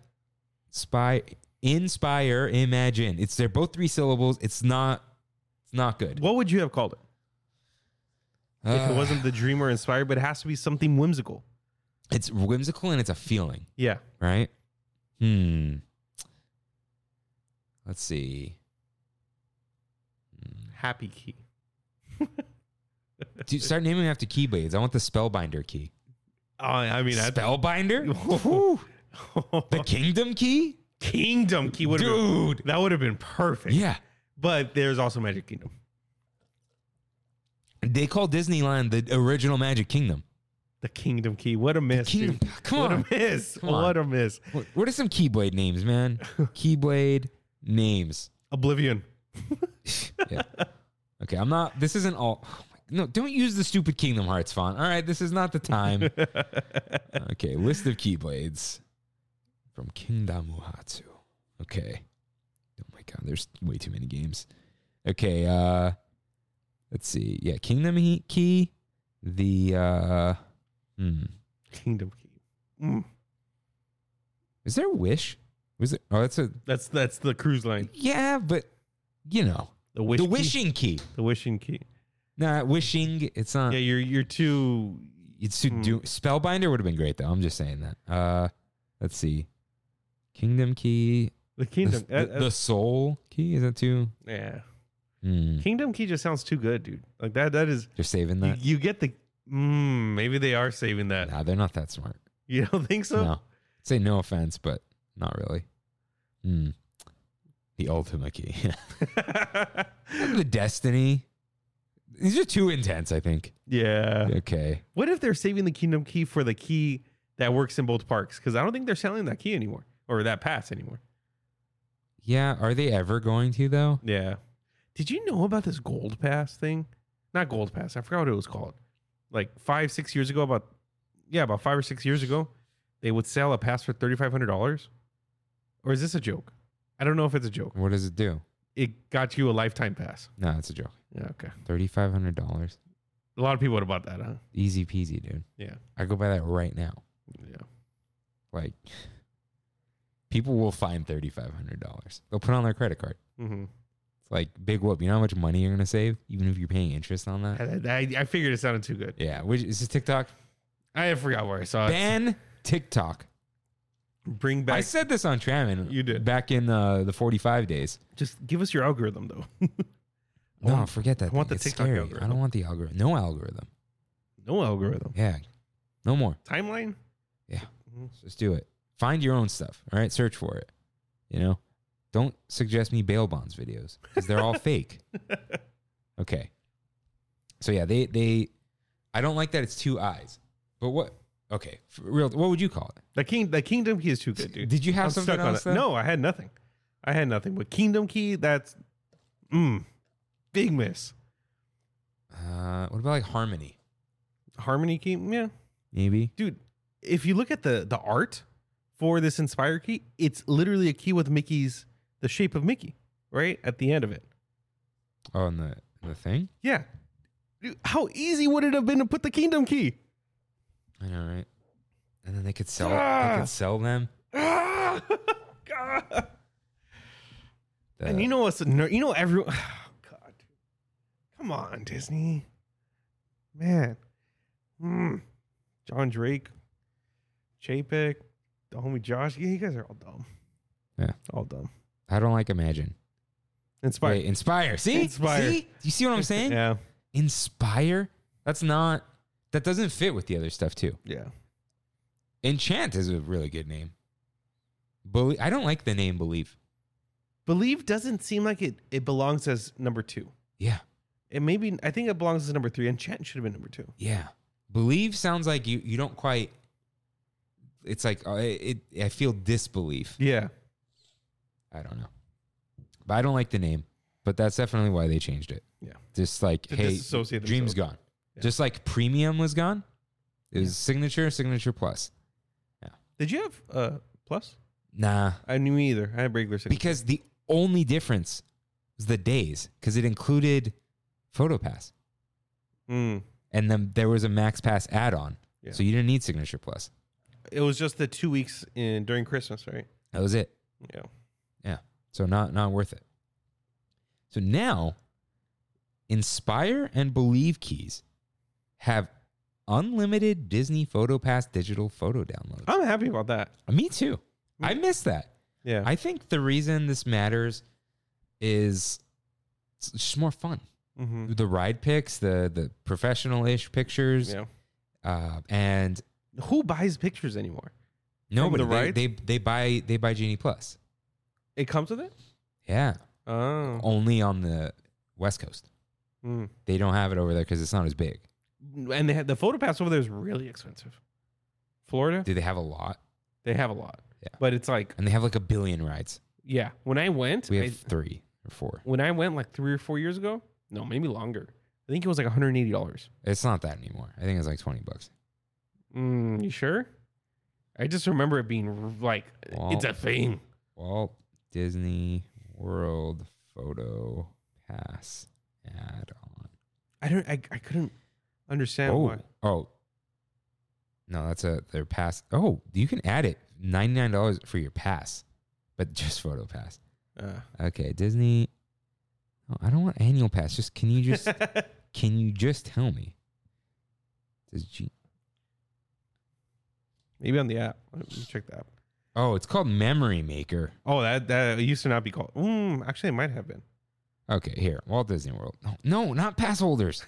Speaker 1: spy inspire imagine. It's they're both three syllables. It's not it's not good.
Speaker 2: What would you have called it? if
Speaker 1: Uh,
Speaker 2: it wasn't the dream or inspired, but it has to be something whimsical.
Speaker 1: It's whimsical and it's a feeling,
Speaker 2: Yeah.
Speaker 1: right? Hmm. Let's see.
Speaker 2: Happy key.
Speaker 1: Dude, start naming after keyblades. I want the spellbinder key.
Speaker 2: Oh, I mean, I,
Speaker 1: Spellbinder?
Speaker 2: Whew.
Speaker 1: the kingdom key?
Speaker 2: kingdom key would have been,
Speaker 1: Dude.
Speaker 2: that would have been perfect.
Speaker 1: Yeah.
Speaker 2: But there's also Magic Kingdom.
Speaker 1: They call Disneyland the original Magic Kingdom.
Speaker 2: The kingdom key. What a miss.
Speaker 1: Kingdom.
Speaker 2: dude.
Speaker 1: Come
Speaker 2: what
Speaker 1: on.
Speaker 2: a miss.
Speaker 1: Come on.
Speaker 2: What a miss.
Speaker 1: What, what are some Keyblade names, man? Keyblade names.
Speaker 2: Oblivion.
Speaker 1: Yeah. Okay, I'm not. This isn't all. No, don't use the stupid Kingdom Hearts font. All right, this is not the time. okay, list of Keyblades from Kingdom Muhatsu. Okay. Oh my god, there's way too many games. Okay, uh let's see. Yeah, Kingdom He- Key, the uh hmm.
Speaker 2: Kingdom key. Mm.
Speaker 1: Is there Wish? Was it Oh, that's a
Speaker 2: That's that's the cruise line.
Speaker 1: Yeah, but you know,
Speaker 2: The wish.
Speaker 1: the
Speaker 2: key.
Speaker 1: wishing key.
Speaker 2: The wishing key.
Speaker 1: Nah, wishing. It's not.
Speaker 2: Yeah, Hmm. you're you're too.
Speaker 1: it's to do. Spellbinder would have been great though. I'm just saying that. Uh, let's see. Kingdom key.
Speaker 2: The
Speaker 1: The-
Speaker 2: kingdom.
Speaker 1: The,
Speaker 2: uh, uh,
Speaker 1: the soul key is that too?
Speaker 2: yeah.
Speaker 1: Hmm.
Speaker 2: Kingdom Key just sounds too good, dude. Like that. That is.
Speaker 1: They're saving
Speaker 2: You,
Speaker 1: that.
Speaker 2: you get the. Mm, maybe they are saving that.
Speaker 1: Nah, they're not that smart.
Speaker 2: You don't think so?
Speaker 1: No. Say no offense, but not really. Hmm. The Ultima key. the Destiny. These are too intense. I think.
Speaker 2: yeah.
Speaker 1: Okay.
Speaker 2: What if they're saving the Kingdom Key for the key that works in both parks? Because I don't think they're selling that key anymore or that pass anymore.
Speaker 1: Yeah. Are they ever going to though?
Speaker 2: Yeah. Did you know about this Gold Pass thing? Not Gold Pass. I forgot what it was called. Like five, six years ago, about yeah, about five or six years ago, they would sell a pass for thirty five hundred dollars. Or is this a joke? I don't know if it's a joke.
Speaker 1: What does it do?
Speaker 2: It got you a lifetime pass.
Speaker 1: No, it's a joke.
Speaker 2: Yeah, okay.
Speaker 1: Thirty five hundred dollars,
Speaker 2: A lot of people would have bought that, huh?
Speaker 1: easy peasy, dude.
Speaker 2: Yeah.
Speaker 1: I go buy that right now.
Speaker 2: Yeah.
Speaker 1: Like, people will find thirty five hundred dollars. They'll put it on their credit card.
Speaker 2: Mm-hmm.
Speaker 1: It's like big whoop. You know how much money you're gonna save, even if you're paying interest on that.
Speaker 2: I, I- I figured it sounded too good.
Speaker 1: Yeah, which is this TikTok.
Speaker 2: I forgot where I saw it.
Speaker 1: Ban TikTok.
Speaker 2: Bring
Speaker 1: I
Speaker 2: back.
Speaker 1: said this on Tramon.
Speaker 2: You did.
Speaker 1: back in uh, the 45 days.
Speaker 2: Just give us your algorithm, though. I
Speaker 1: No,
Speaker 2: want-
Speaker 1: forget that.
Speaker 2: I want
Speaker 1: thing.
Speaker 2: the
Speaker 1: It's
Speaker 2: TikTok
Speaker 1: scary. I
Speaker 2: algorithm.
Speaker 1: don't want the algorithm. No algorithm.
Speaker 2: No algorithm.
Speaker 1: Yeah, no more.
Speaker 2: Timeline?
Speaker 1: Just do it. Find your own stuff. All right, search for it. You know, don't suggest me bail bonds videos because they're all fake. Okay. So yeah, they they. I don't like that it's two eyes. But what? Okay, for real. What would you call it?
Speaker 2: The king, the Kingdom Key is too good, dude.
Speaker 1: Did you have something
Speaker 2: on
Speaker 1: else,
Speaker 2: it.
Speaker 1: though?
Speaker 2: No, I had nothing. I had nothing. But Kingdom Key, that's mm, big miss.
Speaker 1: Uh, what about like harmony?
Speaker 2: Harmony Key, yeah,
Speaker 1: Maybe.
Speaker 2: dude. If you look at the the art for this Inspire Key, it's literally a key with Mickey's the shape of Mickey right at the end of it.
Speaker 1: Oh, and the the thing.
Speaker 2: Yeah, Dude, how easy would it have been to put the Kingdom Key?
Speaker 1: I know, right? And then they could sell. They
Speaker 2: Ah!
Speaker 1: could sell them.
Speaker 2: Ah! God.
Speaker 1: The-
Speaker 2: and you know what's a ner- you know everyone God, come on Disney, man, Mm. John Drake, Chapek, the homie Josh, yeah, you guys are all dumb,
Speaker 1: Yeah.
Speaker 2: all dumb.
Speaker 1: I don't like imagine.
Speaker 2: Inspire,
Speaker 1: Wait, inspire. See,
Speaker 2: Inspire.
Speaker 1: See? You see what I'm saying?
Speaker 2: yeah,
Speaker 1: Inspire. That's not. That doesn't fit with the other stuff too.
Speaker 2: yeah.
Speaker 1: Enchant is a really good name. Believe. I don't like the name believe.
Speaker 2: Believe doesn't seem like it. It belongs as number two.
Speaker 1: Yeah,
Speaker 2: It maybe I think it belongs as number three. And Chant should have been number two.
Speaker 1: yeah. Believe sounds like you. You don't quite. It's like uh, it. I feel disbelief.
Speaker 2: Yeah,
Speaker 1: I don't know. But I don't like the name. But that's definitely why they changed it.
Speaker 2: Yeah.
Speaker 1: Just like,
Speaker 2: To
Speaker 1: hey,
Speaker 2: disassociate
Speaker 1: dream's
Speaker 2: themselves.
Speaker 1: gone.
Speaker 2: Yeah.
Speaker 1: Just like premium was gone. It was signature, signature plus.
Speaker 2: Did you have uh plus?
Speaker 1: Nah.
Speaker 2: I knew either. I had regular six.
Speaker 1: Because the only difference was the days, because it included PhotoPass.
Speaker 2: Mm.
Speaker 1: And then there was a Max Pass add on.
Speaker 2: Yeah.
Speaker 1: So you didn't need signature plus.
Speaker 2: It was just the two weeks in during Christmas, right?
Speaker 1: That was it.
Speaker 2: Yeah.
Speaker 1: Yeah. So not not worth it. So now Inspire and Believe keys have unlimited Disney PhotoPass digital photo downloads.
Speaker 2: I'm happy about that.
Speaker 1: Me too. I miss that.
Speaker 2: Yeah.
Speaker 1: I think the reason this matters is it's just more fun.
Speaker 2: mm-hmm.
Speaker 1: The ride pics, the the professional-ish pictures,
Speaker 2: Yeah.
Speaker 1: uh, and
Speaker 2: Who buys pictures anymore?
Speaker 1: nobody
Speaker 2: the
Speaker 1: they-
Speaker 2: rides?
Speaker 1: they they buy they buy Genie Plus.
Speaker 2: It comes with it?
Speaker 1: Yeah,
Speaker 2: Oh.
Speaker 1: only on the West Coast.
Speaker 2: Mm.
Speaker 1: They don't have it over there because it's not as big.
Speaker 2: And they had the photo pass over there is really expensive. Florida,
Speaker 1: Do they have a lot?
Speaker 2: they have a lot.
Speaker 1: Yeah.
Speaker 2: But it's like,
Speaker 1: And they have like a billion rides.
Speaker 2: yeah. When I went,
Speaker 1: We have
Speaker 2: I,
Speaker 1: three or four.
Speaker 2: when I went like three or four years ago, no, maybe longer. I think it was like $180.
Speaker 1: It's not that anymore. I think it's like twenty bucks.
Speaker 2: Mm, you sure? I just remember it being r- like,
Speaker 1: Well-
Speaker 2: it's a thing.
Speaker 1: Walt Disney World Photo Pass add on.
Speaker 2: I don't, I, I couldn't understand why.
Speaker 1: oh, oh, no, that's a their pass. Oh, you can add it ninety nine dollars for your pass, but just photo pass.
Speaker 2: Uh.
Speaker 1: Okay, Disney. Oh, I don't want annual pass. Just can you just can you just tell me? Does G-
Speaker 2: Maybe on the app. Let me check the app.
Speaker 1: oh, it's called Memory Maker.
Speaker 2: Oh, that that used to not be called. Mm, actually, it might have been.
Speaker 1: Okay, here Walt Disney World. No, no, not pass holders.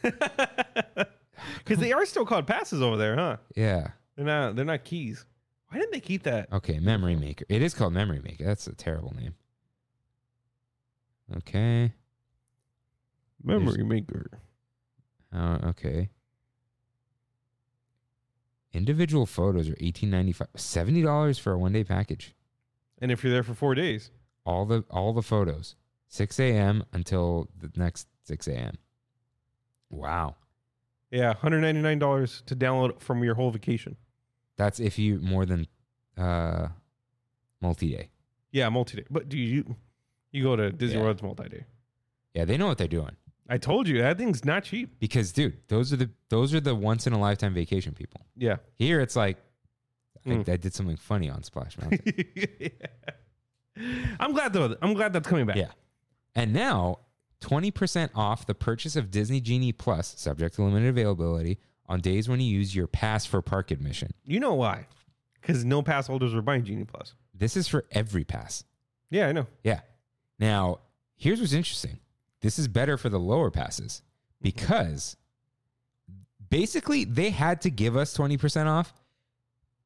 Speaker 2: Because they are still called passes over there, huh?
Speaker 1: yeah.
Speaker 2: They're not. They're not keys. Why didn't they keep that?
Speaker 1: Okay, Memory Maker. It is called Memory Maker. That's a terrible name. Okay. Memory
Speaker 2: maker.
Speaker 1: Uh, okay. Individual photos are eighteen ninety five, seventy dollars for a one day package.
Speaker 2: And if you're there for four days,
Speaker 1: All the all the photos. 6 a.m. until the next 6 a.m. Wow.
Speaker 2: Yeah, hundred ninety nine dollars to download from your whole vacation.
Speaker 1: That's if you more than uh, multi day.
Speaker 2: Yeah, multi day. But do you you go to Disney
Speaker 1: Yeah.
Speaker 2: World's multi day?
Speaker 1: Yeah, they know what they're doing.
Speaker 2: I told you that thing's not cheap.
Speaker 1: Because dude, those are the those are the once in a lifetime vacation people.
Speaker 2: Yeah.
Speaker 1: Here it's like
Speaker 2: Mm.
Speaker 1: I, I did something funny on Splash Mountain.
Speaker 2: I'm glad though. I'm glad that's coming back.
Speaker 1: Yeah. And now, 20% off the purchase of Disney Genie Plus, subject to limited availability, on days when you use your pass for park admission.
Speaker 2: You know why? Because no pass holders were buying Genie Plus.
Speaker 1: This is for every pass.
Speaker 2: Yeah, I know.
Speaker 1: Yeah. Now, here's what's interesting this is better for the lower passes because basically they had to give us 20% off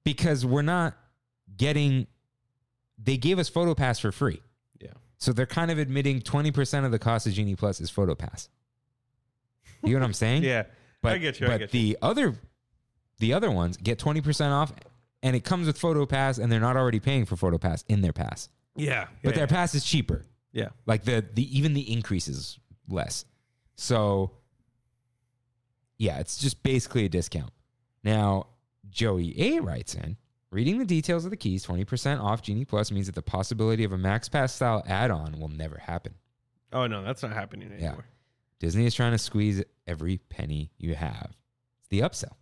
Speaker 1: because we're not getting, they gave us Photo Pass for free.
Speaker 2: Yeah.
Speaker 1: So they're kind of admitting 20% of the cost of Genie Plus is PhotoPass. You know what I'm saying?
Speaker 2: Yeah.
Speaker 1: But,
Speaker 2: I get you.
Speaker 1: But
Speaker 2: I get
Speaker 1: the
Speaker 2: you.
Speaker 1: other the other ones get 20% off and it comes with PhotoPass and they're not already paying for PhotoPass in their pass.
Speaker 2: Yeah.
Speaker 1: But
Speaker 2: yeah,
Speaker 1: their pass is cheaper.
Speaker 2: yeah.
Speaker 1: Like the the even the increase is less. So yeah, it's just basically a discount. Now, Joey A writes in, reading the details of the keys, 20% off Genie Plus means that the possibility of a Max Pass style add-on will never happen.
Speaker 2: Oh no, that's not happening
Speaker 1: Yeah.
Speaker 2: anymore.
Speaker 1: Disney is trying to squeeze every penny you have. It's the upsell.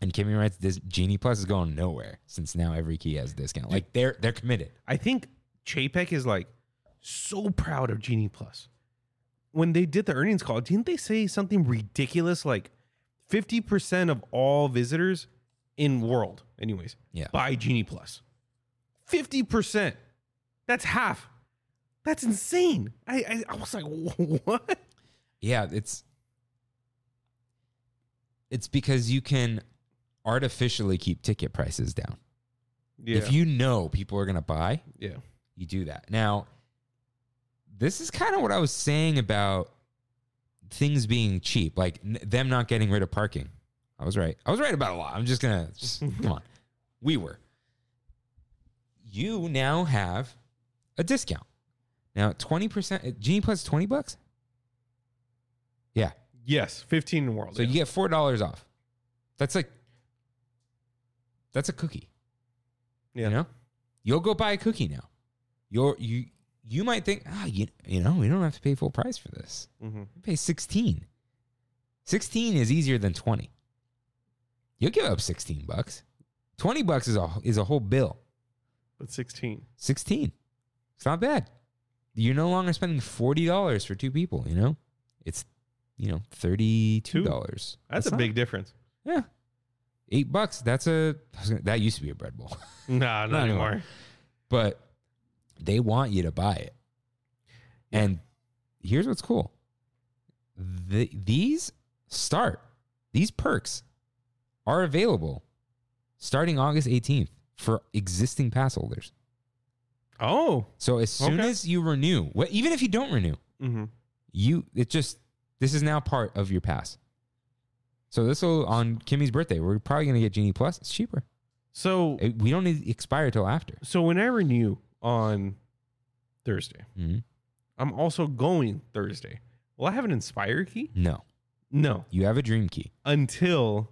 Speaker 1: And Kimmy writes, "This Genie Plus is going nowhere since now every key has a discount. Like they're they're committed.
Speaker 2: I think Chapek is like so proud of Genie Plus. When they did the earnings call, didn't they say something ridiculous like 50% of all visitors in world, anyways,
Speaker 1: Yeah.
Speaker 2: buy Genie Plus? 50%. That's half. That's insane. I, I, I was like, what?
Speaker 1: Yeah, it's it's because you can artificially keep ticket prices down.
Speaker 2: Yeah.
Speaker 1: If you know people are gonna buy,
Speaker 2: yeah.
Speaker 1: you do that. Now, this is kind of what I was saying about things being cheap, like n- them not getting rid of parking. I was right. I was right about a lot. I'm just gonna just come on. We were. You now have a discount. Now twenty percent. eh, Genie Plus twenty bucks. Yeah.
Speaker 2: Yes. 15 in world.
Speaker 1: So
Speaker 2: yeah.
Speaker 1: you get four dollars off. That's like. That's a cookie.
Speaker 2: Yeah.
Speaker 1: You know, you'll go buy a cookie now. You're you you might think ah you you know we don't have to pay full price for this.
Speaker 2: Mhm.
Speaker 1: We pay sixteen. Sixteen is easier than twenty. You'll give up sixteen bucks. Twenty bucks is a is a whole bill.
Speaker 2: But 16.
Speaker 1: Sixteen. It's not bad. You're no longer spending forty dollars for two people. You know, it's you know thirty two dollars.
Speaker 2: That's, a big difference.
Speaker 1: yeah. Eight bucks. That's a that used to be a bread bowl,
Speaker 2: Nah, not,
Speaker 1: Not anymore.
Speaker 2: anymore.
Speaker 1: but they want you to buy it. And here's what's cool. The, these start, these perks are available starting August 18th for existing pass holders.
Speaker 2: Oh.
Speaker 1: So as soon
Speaker 2: Okay.
Speaker 1: as you renew, wh- even if you don't renew,
Speaker 2: Mm-hmm.
Speaker 1: you it just this is now part of your pass. So this will on Kimmy's birthday, we're probably gonna get Genie Plus. It's cheaper.
Speaker 2: So
Speaker 1: It- we don't need to expire till after.
Speaker 2: So when I renew on Thursday,
Speaker 1: Mhm.
Speaker 2: I'm also going Thursday. Will I have an Inspire key?
Speaker 1: No,
Speaker 2: No,
Speaker 1: you have a dream key.
Speaker 2: until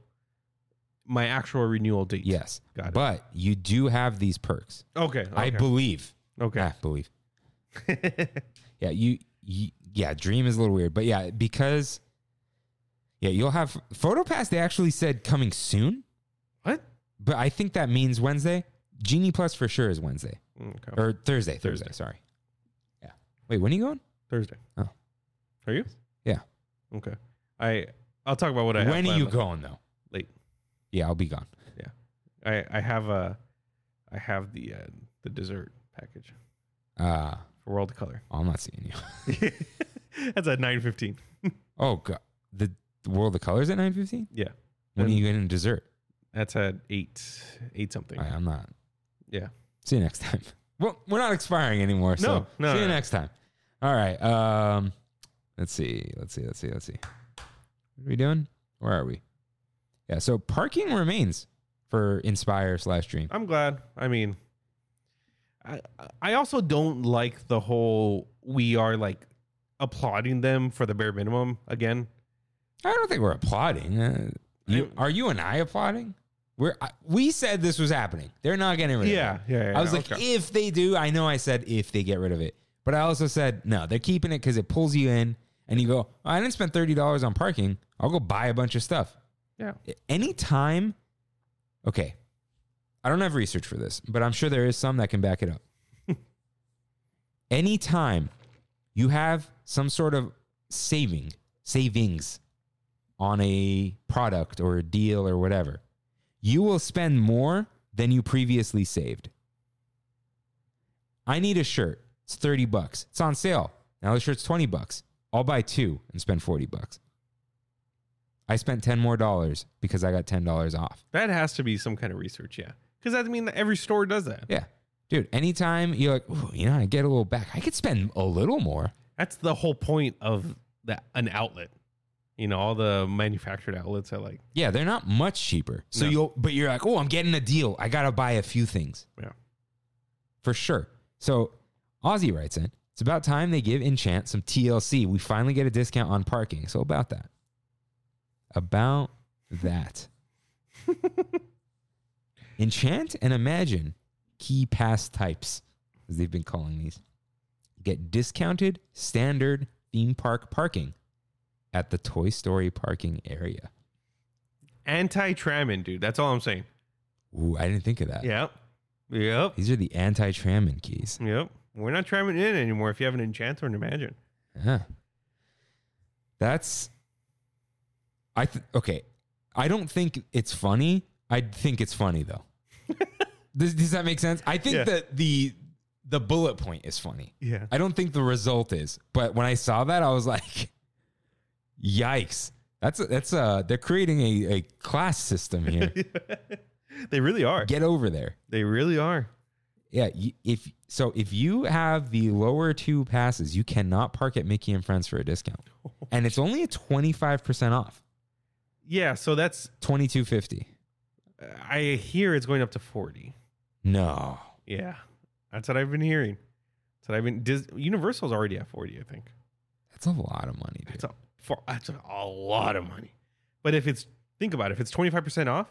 Speaker 2: my actual renewal date.
Speaker 1: Yes.
Speaker 2: Got it.
Speaker 1: But you do have these perks.
Speaker 2: Okay.
Speaker 1: I
Speaker 2: okay,
Speaker 1: believe.
Speaker 2: okay.
Speaker 1: I believe. Yeah, you, you yeah, dream is a little weird, but yeah, because yeah, you'll have PhotoPass they actually said coming soon,
Speaker 2: what?
Speaker 1: but I think that means Wednesday. Genie Plus for sure is Wednesday
Speaker 2: Mm, Okay.
Speaker 1: or Thursday, Thursday,
Speaker 2: Thursday.
Speaker 1: sorry. Yeah. Wait, when are you going?
Speaker 2: Thursday.
Speaker 1: Oh.
Speaker 2: Are you?
Speaker 1: Yeah.
Speaker 2: Okay. I I'll talk about what I have.
Speaker 1: when are
Speaker 2: planned
Speaker 1: you
Speaker 2: la-
Speaker 1: going though?
Speaker 2: Late.
Speaker 1: Yeah, I'll be gone.
Speaker 2: I I have a I have the uh, the dessert package
Speaker 1: Uh,
Speaker 2: for World of Color.
Speaker 1: oh, I'm not seeing you.
Speaker 2: That's at nine fifteen.
Speaker 1: Oh god. The, the World of Colors at 9:15?
Speaker 2: Yeah.
Speaker 1: When are
Speaker 2: And-
Speaker 1: you getting dessert?
Speaker 2: That's at eight eight something.
Speaker 1: All right, I'm not
Speaker 2: Yeah.
Speaker 1: See you next time. Well, we're not expiring anymore. So
Speaker 2: No, no,
Speaker 1: see
Speaker 2: no,
Speaker 1: you
Speaker 2: no.
Speaker 1: next time. All right. Um, let's see. Let's see. Let's see. Let's see. What are we doing? Where are we? Yeah. So parking remains for Inspire slash Dream.
Speaker 2: I'm glad. I mean, I I also don't like the whole we are like applauding them for the bare minimum again.
Speaker 1: I don't think we're applauding. Uh, you, are you and I applauding? We're I, we said this was happening. They're not getting rid
Speaker 2: Yeah,
Speaker 1: of it.
Speaker 2: yeah, yeah,
Speaker 1: I was
Speaker 2: yeah,
Speaker 1: like,
Speaker 2: okay.
Speaker 1: if they do, I know I said if they get rid of it, but I also said no. They're keeping it because it pulls you in, and you go. "Oh, I didn't spend thirty dollars on parking. I'll go buy a bunch of stuff.
Speaker 2: Yeah.
Speaker 1: Anytime. Okay. I don't have research for this, but I'm sure there is some that can back it up. Anytime you have some sort of saving, savings on a product or a deal or whatever, you will spend more than you previously saved. I need a shirt. It's 30 bucks. It's on sale. Now the shirt's 20 bucks. I'll buy two and spend 40 bucks. I spent 10 more dollars because I got $10 off.
Speaker 2: That has to be some kind of research, yeah. Because I mean, every store does that.
Speaker 1: Yeah. Dude, anytime you're like, "Ooh, you know, I get a little back. I could spend a little more.
Speaker 2: That's the whole point of that an outlet. You know, all the manufactured outlets are like,
Speaker 1: Yeah, they're not much cheaper. So
Speaker 2: No.
Speaker 1: you'll but you're like, "Oh, I'm getting a deal. I got to buy a few things."
Speaker 2: yeah,
Speaker 1: for sure. So Ozzy writes in, it's about time they give Enchant some TLC. We finally get a discount on parking. So about that. About that. Enchant and Imagine, key pass types, as they've been calling these, get discounted standard theme park parking at the Toy Story parking area.
Speaker 2: anti tramming, dude. That's all I'm saying.
Speaker 1: Ooh, I didn't think of that.
Speaker 2: Yep, yep,
Speaker 1: These are the anti-trammin keys.
Speaker 2: yep. We're not tramming in anymore. If you have an enchant or an imagine,
Speaker 1: Yeah. Uh-huh. That's I th- okay. I don't think it's funny. I think it's funny though. does, does that make sense? I think
Speaker 2: Yeah.
Speaker 1: that the the bullet point is funny.
Speaker 2: yeah,
Speaker 1: I don't think the result is, but when I saw that, I was like, "Yikes!" That's a, that's uh they're creating a, a class system here.
Speaker 2: they really are.
Speaker 1: Get over there.
Speaker 2: They really are.
Speaker 1: Yeah. y- If so, if you have the lower two passes, you cannot park at Mickey and Friends for a discount, and it's only a twenty five percent off,
Speaker 2: Yeah, so that's uh,
Speaker 1: twenty two fifty.
Speaker 2: I hear it's going up to forty.
Speaker 1: No,
Speaker 2: Yeah, that's what I've been hearing. That's what I've been. Dis, Universal's already at forty, I think.
Speaker 1: that's a lot of money, dude.
Speaker 2: That's a for, that's a, a lot of money. But if it's think about it, if it's twenty five percent off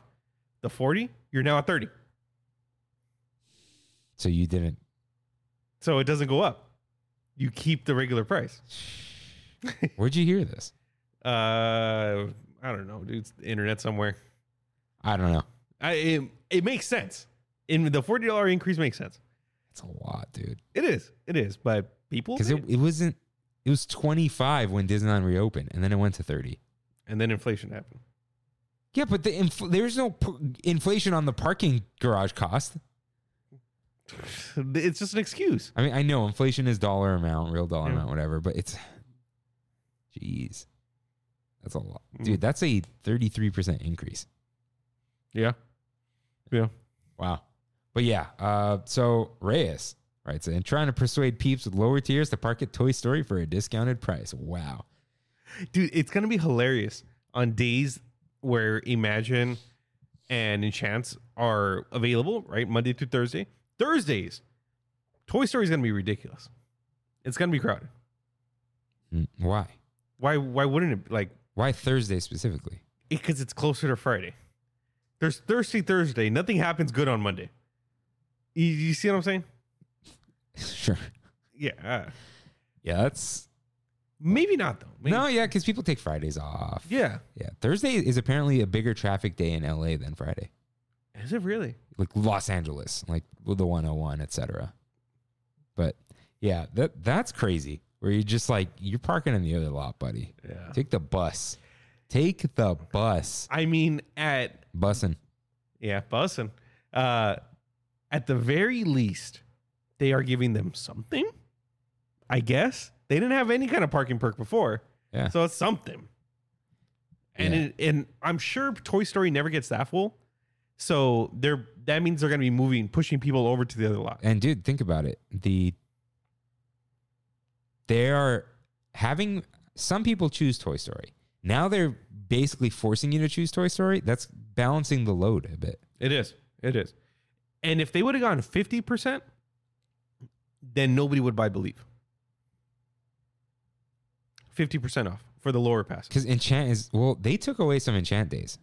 Speaker 2: the forty, you're now at thirty,
Speaker 1: So you didn't.
Speaker 2: so it doesn't go up. You keep the regular price.
Speaker 1: Where'd you hear this?
Speaker 2: Uh, I don't know, dude. It's the internet somewhere.
Speaker 1: I don't know.
Speaker 2: I it, it makes sense. In the forty dollar increase makes sense.
Speaker 1: It's a lot, dude.
Speaker 2: It is. It is. But people
Speaker 1: Because
Speaker 2: did
Speaker 1: it, it wasn't. It was twenty five when Disneyland reopened, and then it went to thirty.
Speaker 2: and then inflation happened.
Speaker 1: Yeah, but the infl- there's no p- inflation on the parking garage cost.
Speaker 2: It's just an excuse.
Speaker 1: I mean, I know inflation is dollar amount, real dollar
Speaker 2: Yeah.
Speaker 1: amount, whatever, but it's, jeez, that's a lot,
Speaker 2: Mhm.
Speaker 1: dude. That's a thirty-three percent increase.
Speaker 2: Yeah. Yeah.
Speaker 1: Wow. But yeah, uh, so Reyes writes in trying to persuade peeps with lower tiers to park at Toy Story for a discounted price. Wow.
Speaker 2: Dude, it's going to be hilarious on days where Imagine and Enchants are available, right? Monday through Thursday. Thursdays, Toy Story is going to be ridiculous. It's going to be crowded.
Speaker 1: Mm, Why?
Speaker 2: Why why wouldn't it be like
Speaker 1: Why Thursday specifically?
Speaker 2: because it's closer to Friday. There's Thursday Thursday, nothing happens good on Monday. You, you see what I'm saying?
Speaker 1: sure.
Speaker 2: Yeah. uh,
Speaker 1: Yeah, that's
Speaker 2: maybe not though. Maybe.
Speaker 1: no, yeah, because people take Fridays off.
Speaker 2: Yeah.
Speaker 1: yeah. Thursday is apparently a bigger traffic day in LA than Friday.
Speaker 2: Is it really?
Speaker 1: like Los Angeles, like with the 101, et cetera. But yeah, that that's crazy. Where you're just like you're parking in the other lot, buddy.
Speaker 2: Yeah.
Speaker 1: Take the bus. Take the bus.
Speaker 2: I mean at
Speaker 1: Bussing.
Speaker 2: Yeah, bussing. Uh, at the very least, they are giving them something. I guess they didn't have any kind of parking perk before,
Speaker 1: Yeah.
Speaker 2: so it's something. And
Speaker 1: Yeah.
Speaker 2: it, and I'm sure Toy Story never gets that full, so they're that means they're going to be moving, pushing people over to the other lot.
Speaker 1: And dude, think about it. The they are having some people choose Toy Story. Now they're basically forcing you to choose Toy Story. That's balancing the load a bit.
Speaker 2: It is, it is. And if they would have gone fifty percent, then nobody would buy Believe. fifty percent off for the lower pass.
Speaker 1: Because enchant is well, they took away some enchant days.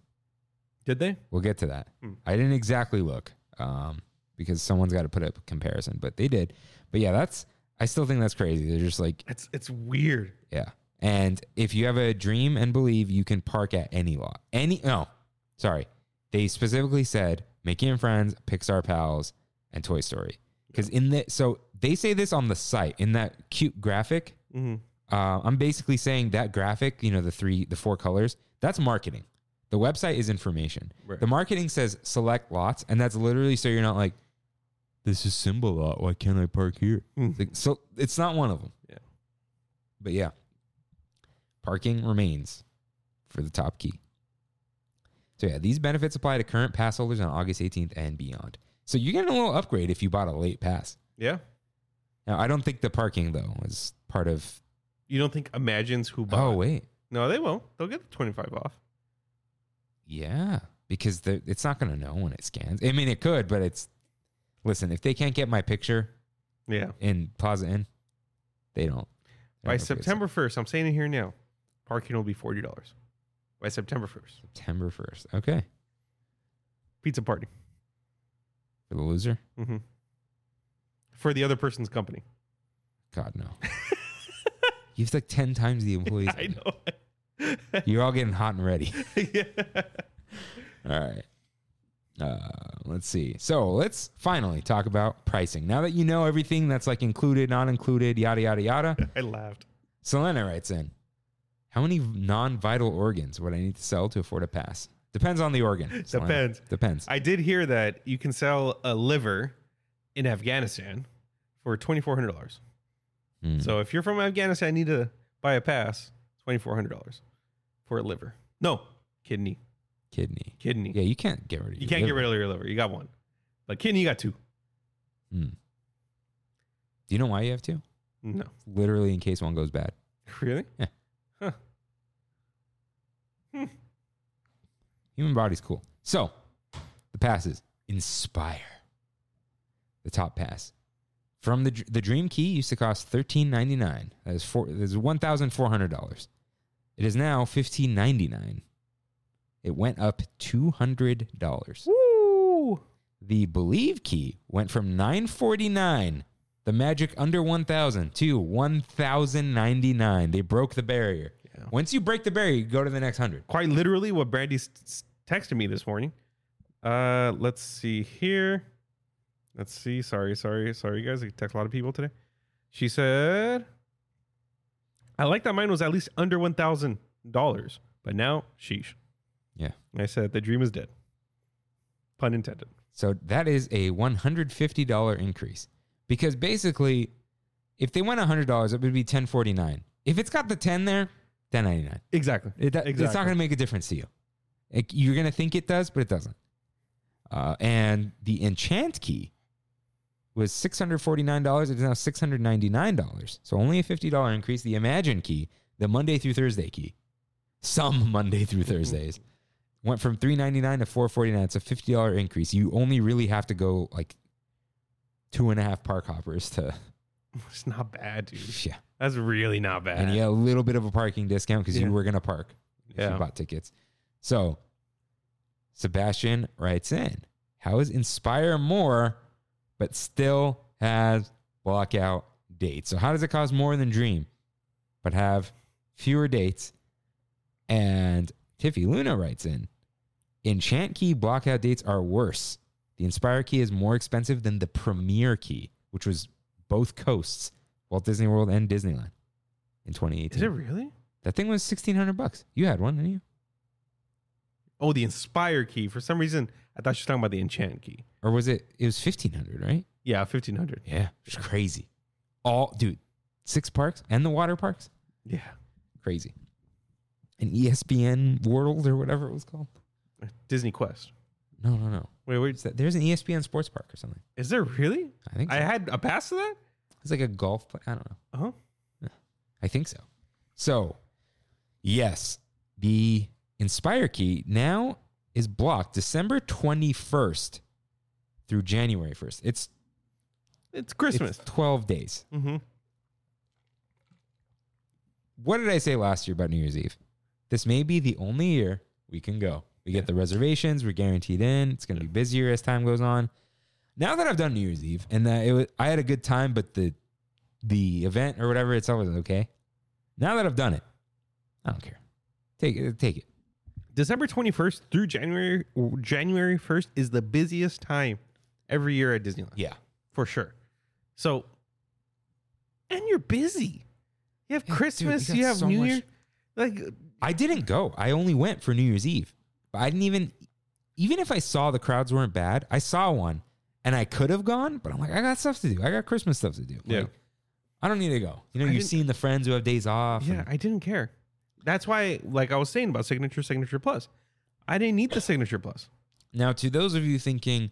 Speaker 2: Did they?
Speaker 1: We'll get to that.
Speaker 2: Hmm.
Speaker 1: I didn't exactly look um, because someone's got to put up a comparison, but they did. But yeah, that's I still think that's crazy. They're just like
Speaker 2: It's it's weird.
Speaker 1: yeah. And if you have a dream and believe, you can park at any lot. Any no, sorry, they specifically said Mickey and Friends, Pixar Pals, and Toy Story. Because in the so they say this on the site in that cute graphic.
Speaker 2: Mm-hmm.
Speaker 1: uh, I'm basically saying that graphic, you know, the three, the four colors, that's marketing. The website is information.
Speaker 2: Right.
Speaker 1: The marketing says select lots, and that's literally so you're not like, this is symbol lot. Why can't I park here?
Speaker 2: Hmm.
Speaker 1: It's like, so it's not one of them.
Speaker 2: Yeah.
Speaker 1: But yeah, parking remains for the top key. So yeah, these benefits apply to current pass holders on August 18th and beyond. So you're getting a little upgrade if you bought a late pass.
Speaker 2: Yeah.
Speaker 1: Now I don't think the parking though is part of.
Speaker 2: You don't think Imagines who bought?
Speaker 1: Oh wait.
Speaker 2: No, they won't. They'll get the twenty five off.
Speaker 1: Yeah, because the, it's not going to know when it scans. I mean, it could, but it's listen. If they can't get my picture
Speaker 2: Yeah.
Speaker 1: in Plaza Inn, they don't. I
Speaker 2: By
Speaker 1: don't know if it's
Speaker 2: September first, I'm saying it here now. Parking will be forty dollars. By September first,
Speaker 1: September first. Okay,
Speaker 2: pizza party
Speaker 1: for the loser.
Speaker 2: hmm for the other person's company.
Speaker 1: God no. you have like ten times the employees.
Speaker 2: I
Speaker 1: on you.
Speaker 2: know.
Speaker 1: You're all getting hot and ready.
Speaker 2: yeah.
Speaker 1: All right. Uh, let's see. So let's finally talk about pricing. Now that you know everything that's like included, not included, yada yada yada.
Speaker 2: I laughed.
Speaker 1: Selena writes in, How many non vital organs would I need to sell to afford a pass? Depends on the organ. Selena.
Speaker 2: Depends.
Speaker 1: Depends.
Speaker 2: I did hear that you can sell a liver in Afghanistan for twenty four hundred dollars.
Speaker 1: Hmm.
Speaker 2: So if you're from Afghanistan, you need to buy a pass, twenty four hundred dollars for a liver. No, kidney,
Speaker 1: Kidney.
Speaker 2: kidney.
Speaker 1: Yeah, you can't get rid of
Speaker 2: you can't get rid of your liver. You got one, but kidney, you got two.
Speaker 1: Hmm. Do you know why you have to?
Speaker 2: No,
Speaker 1: Literally in case one goes bad.
Speaker 2: really?
Speaker 1: Yeah.
Speaker 2: Huh.
Speaker 1: Human body's cool. So the passes inspire. The top pass. From the dr- the Dream Key used to cost thirteen ninety nine. That is four that is one thousand four hundred dollars. It is now fifteen ninety nine. It went up two hundred dollars.
Speaker 2: Woo!
Speaker 1: The Believe Key went from nine forty nine, the magic under one thousand to one thousand ninety nine. They broke the barrier.
Speaker 2: Yeah.
Speaker 1: Once you break the barrier, you go to the next hundred.
Speaker 2: Quite literally, what Brandy s- s- texted me this morning. Uh, let's see here. Let's see. Sorry, sorry, sorry, guys. I text a lot of people today. She said, "I like that mine was at least under one thousand dollars, but now sheesh."
Speaker 1: Yeah.
Speaker 2: And I said, "The dream is dead." Pun intended.
Speaker 1: So that is a $150 increase because basically, if they went $100, it would be 1049. If it's got the 10 there, 1099.
Speaker 2: Exactly.
Speaker 1: It, that, It's not
Speaker 2: Exactly.
Speaker 1: going to make a difference to you. It- you're going to think it does, but it doesn't. Uh, and the enchant key was $649. It is now $699. So only a $50 increase. The imagine key, the Monday through Thursday key, some Monday through Thursdays, went from $399 to $449. It's a $50 increase. You only really have to go like two and a half park hoppers to,
Speaker 2: It's not bad, dude.
Speaker 1: yeah.
Speaker 2: That's really not bad.
Speaker 1: And you had a little bit of a parking discount because
Speaker 2: Yeah.
Speaker 1: you were going to park if
Speaker 2: Yeah.
Speaker 1: you bought tickets. So Sebastian writes in, how is Inspire more, but still has blockout dates? So how does it cost more than Dream, but have fewer dates? And Tiffy Luna writes in, Enchant key blockout dates are worse. The Inspire key is more expensive than the Premier key, which was both coasts, Walt Disney World and Disneyland in 2018.
Speaker 2: Is it really?
Speaker 1: That thing was sixteen hundred bucks. You had one, didn't you?
Speaker 2: Oh, the inspire key. For some reason, I thought she was talking about the enchant key.
Speaker 1: Or was it? It was fifteen hundred, right?
Speaker 2: Yeah, fifteen hundred.
Speaker 1: Yeah, it's crazy. All dude, six parks and the water parks,
Speaker 2: Yeah,
Speaker 1: crazy. An E ESPN World or whatever it was called.
Speaker 2: Disney Quest.
Speaker 1: No, no, no.
Speaker 2: Wait, wait,
Speaker 1: It's that- There's an E ESPN Sports Park or something.
Speaker 2: Is there really?
Speaker 1: I think so. Uh-huh.
Speaker 2: I had a pass to that?
Speaker 1: it's like a golf. Play. I don't know.
Speaker 2: Uh huh.
Speaker 1: I think so. So, yes, the Inspire key now is blocked December twenty first through January first. It's
Speaker 2: It's Mm-hmm.
Speaker 1: it's
Speaker 2: Christmas.
Speaker 1: twelve days.
Speaker 2: mm-hmm.
Speaker 1: what did I say last year about New Year's Eve? This may be the only year we can go. We get the reservations. We're guaranteed in. It's going to be busier as time goes on. Now that I've done New Year's Eve and that it was, I had a good time, but the the event or whatever itself was okay. Now that I've done it, I don't care. Take it. Take it.
Speaker 2: December 21st through January January 1st is the busiest time every year at Disneyland.
Speaker 1: Yeah.
Speaker 2: for sure. So, and you're busy. You have
Speaker 1: Yeah, dude,
Speaker 2: Christmas.
Speaker 1: you got
Speaker 2: you have
Speaker 1: so
Speaker 2: New
Speaker 1: much-
Speaker 2: Year. Like, uh,
Speaker 1: I didn't go. I only went for New Year's Eve. But I didn't even even if I saw the crowds weren't bad, I saw one and I could have gone, but I'm like, I got stuff to do. I got Christmas stuff to do. Like,
Speaker 2: Yeah.
Speaker 1: I don't need to go. You know,
Speaker 2: I
Speaker 1: you've
Speaker 2: didn't-
Speaker 1: seen the friends who have days off.
Speaker 2: yeah,
Speaker 1: and-
Speaker 2: I didn't care. That's why, like I was saying about signature, signature plus, I didn't need the signature plus.
Speaker 1: Now, to those of you thinking,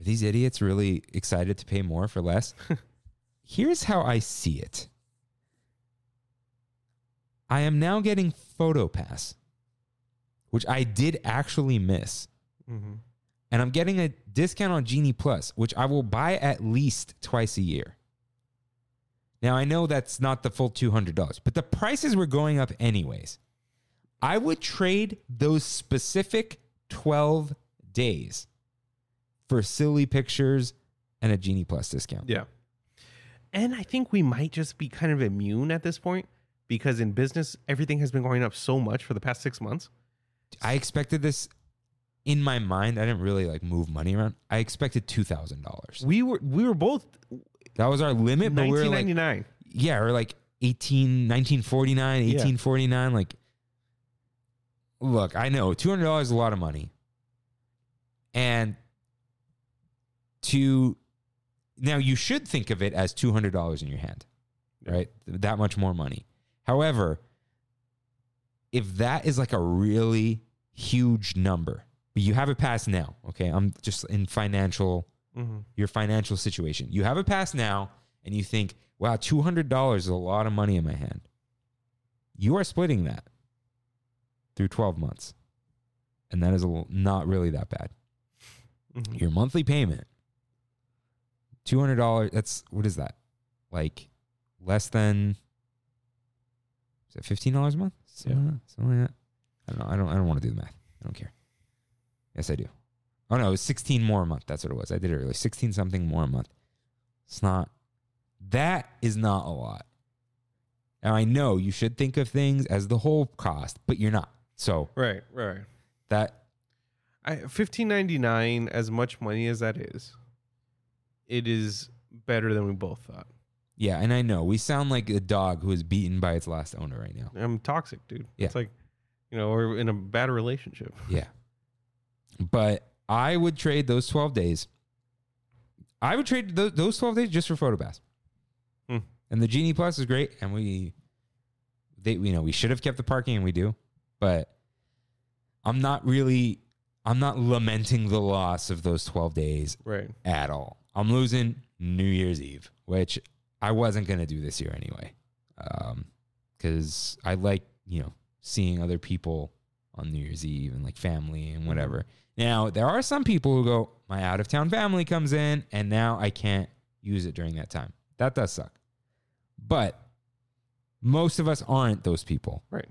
Speaker 1: are these idiots really excited to pay more for less? Here's how I see it. I am now getting PhotoPass, which I did actually miss. Mm-hmm. and I'm getting a discount on Genie Plus, which I will buy at least twice a year. Now I know that's not the full two hundred dollars, but the prices were going up anyways. I would trade those specific twelve days for silly pictures and a Genie Plus discount.
Speaker 2: Yeah, and I think we might just be kind of immune at this point because in business everything has been going up so much for the past six months.
Speaker 1: I expected this in my mind. I didn't really like move money around. I expected two thousand dollars.
Speaker 2: We were we were both
Speaker 1: That was our limit, but we were
Speaker 2: nineteen
Speaker 1: like
Speaker 2: ninety nine.
Speaker 1: yeah, or like 18, 1949,
Speaker 2: Yeah.
Speaker 1: 1849. Like, look, I know $200 is a lot of money. And to now you should think of it as $200 in your hand,
Speaker 2: Yeah.
Speaker 1: right? That much more money. However, if that is like a really huge number, but you have it passed now, okay? I'm just in financial
Speaker 2: Mm-hmm,
Speaker 1: your financial situation. You have a pass now and you think, wow, $200 is a lot of money in my hand. You are splitting that through 12 months. And that is a l- not really that bad.
Speaker 2: Mhm.
Speaker 1: Your monthly payment, $200, that's what is that? Like less than is that $15 a month? Something, like that, something like that. I don't know. I don't I don't want to do the math. I don't care. Yes, I do. Oh no, it was 16 more a month. That's what it was. I did it early. 16 something more a month. It's not that is not a lot. Now I know you should think of things as the whole cost, but you're not. So
Speaker 2: Right, right.
Speaker 1: that
Speaker 2: I fifteen ninety nine. As much money as that is, it is better than we both thought.
Speaker 1: yeah, and I know we sound like a dog who is beaten by its last owner right now.
Speaker 2: I'm toxic, dude.
Speaker 1: Yeah.
Speaker 2: It's like, you know, we're in a bad relationship.
Speaker 1: Yeah. But I would trade those 12 days. I would trade those, those 12 days just for PhotoPass.
Speaker 2: Hmm.
Speaker 1: And the Genie Plus is great. And we, they, you know, we should have kept the parking and we do. But I'm not really, I'm not lamenting the loss of those 12 days
Speaker 2: Right.
Speaker 1: at all. I'm losing New Year's Eve, which I wasn't going to do this year anyway. Um, cause I like, you know, seeing other people on New Year's Eve and like family and whatever. Now, there are some people who go, my out of town family comes in and now I can't use it during that time. That does suck. But most of us aren't those people.
Speaker 2: Right.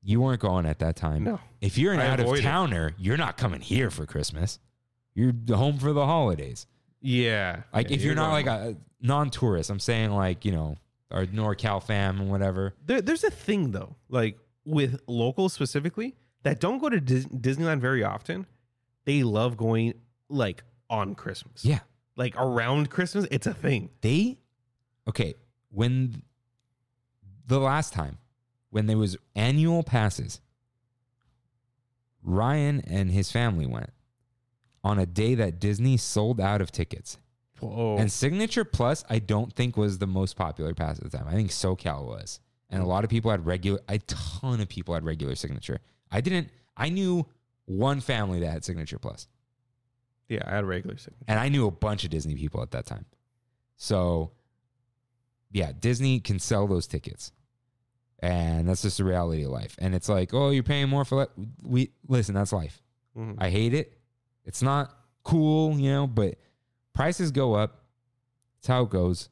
Speaker 1: You weren't going at that time.
Speaker 2: No.
Speaker 1: If you're an
Speaker 2: I
Speaker 1: out of
Speaker 2: avoid it.
Speaker 1: towner, you're not coming here for Christmas. You're home for the holidays.
Speaker 2: Yeah.
Speaker 1: Like
Speaker 2: Yeah,
Speaker 1: if you're, not
Speaker 2: going-
Speaker 1: like a non-tourist, I'm saying like you know or NorCal fam and whatever.
Speaker 2: there, there's a thing though, like with locals specifically that don't go to Dis- Disneyland very often. They love going like on Christmas.
Speaker 1: Yeah,
Speaker 2: Like around Christmas, it's a thing.
Speaker 1: they okay when the last time when there was annual passes, Ryan and his family went on a day that Disney sold out of tickets.
Speaker 2: Whoa.
Speaker 1: And Signature Plus, I don't think was the most popular pass at the time. I think SoCal was. And a lot of people had regular, a ton of people had regular Signature. I didn't, I knew one family that had Signature Plus,
Speaker 2: yeah, I had a regular signature.
Speaker 1: and I knew a bunch of Disney people at that time. So, yeah, Disney can sell those tickets. And that's just the reality of life. And it's like, oh, you're paying more for that. We listen, that's life.
Speaker 2: Mhm.
Speaker 1: I hate it. It's not cool, you know, but prices go up. It's how it goes.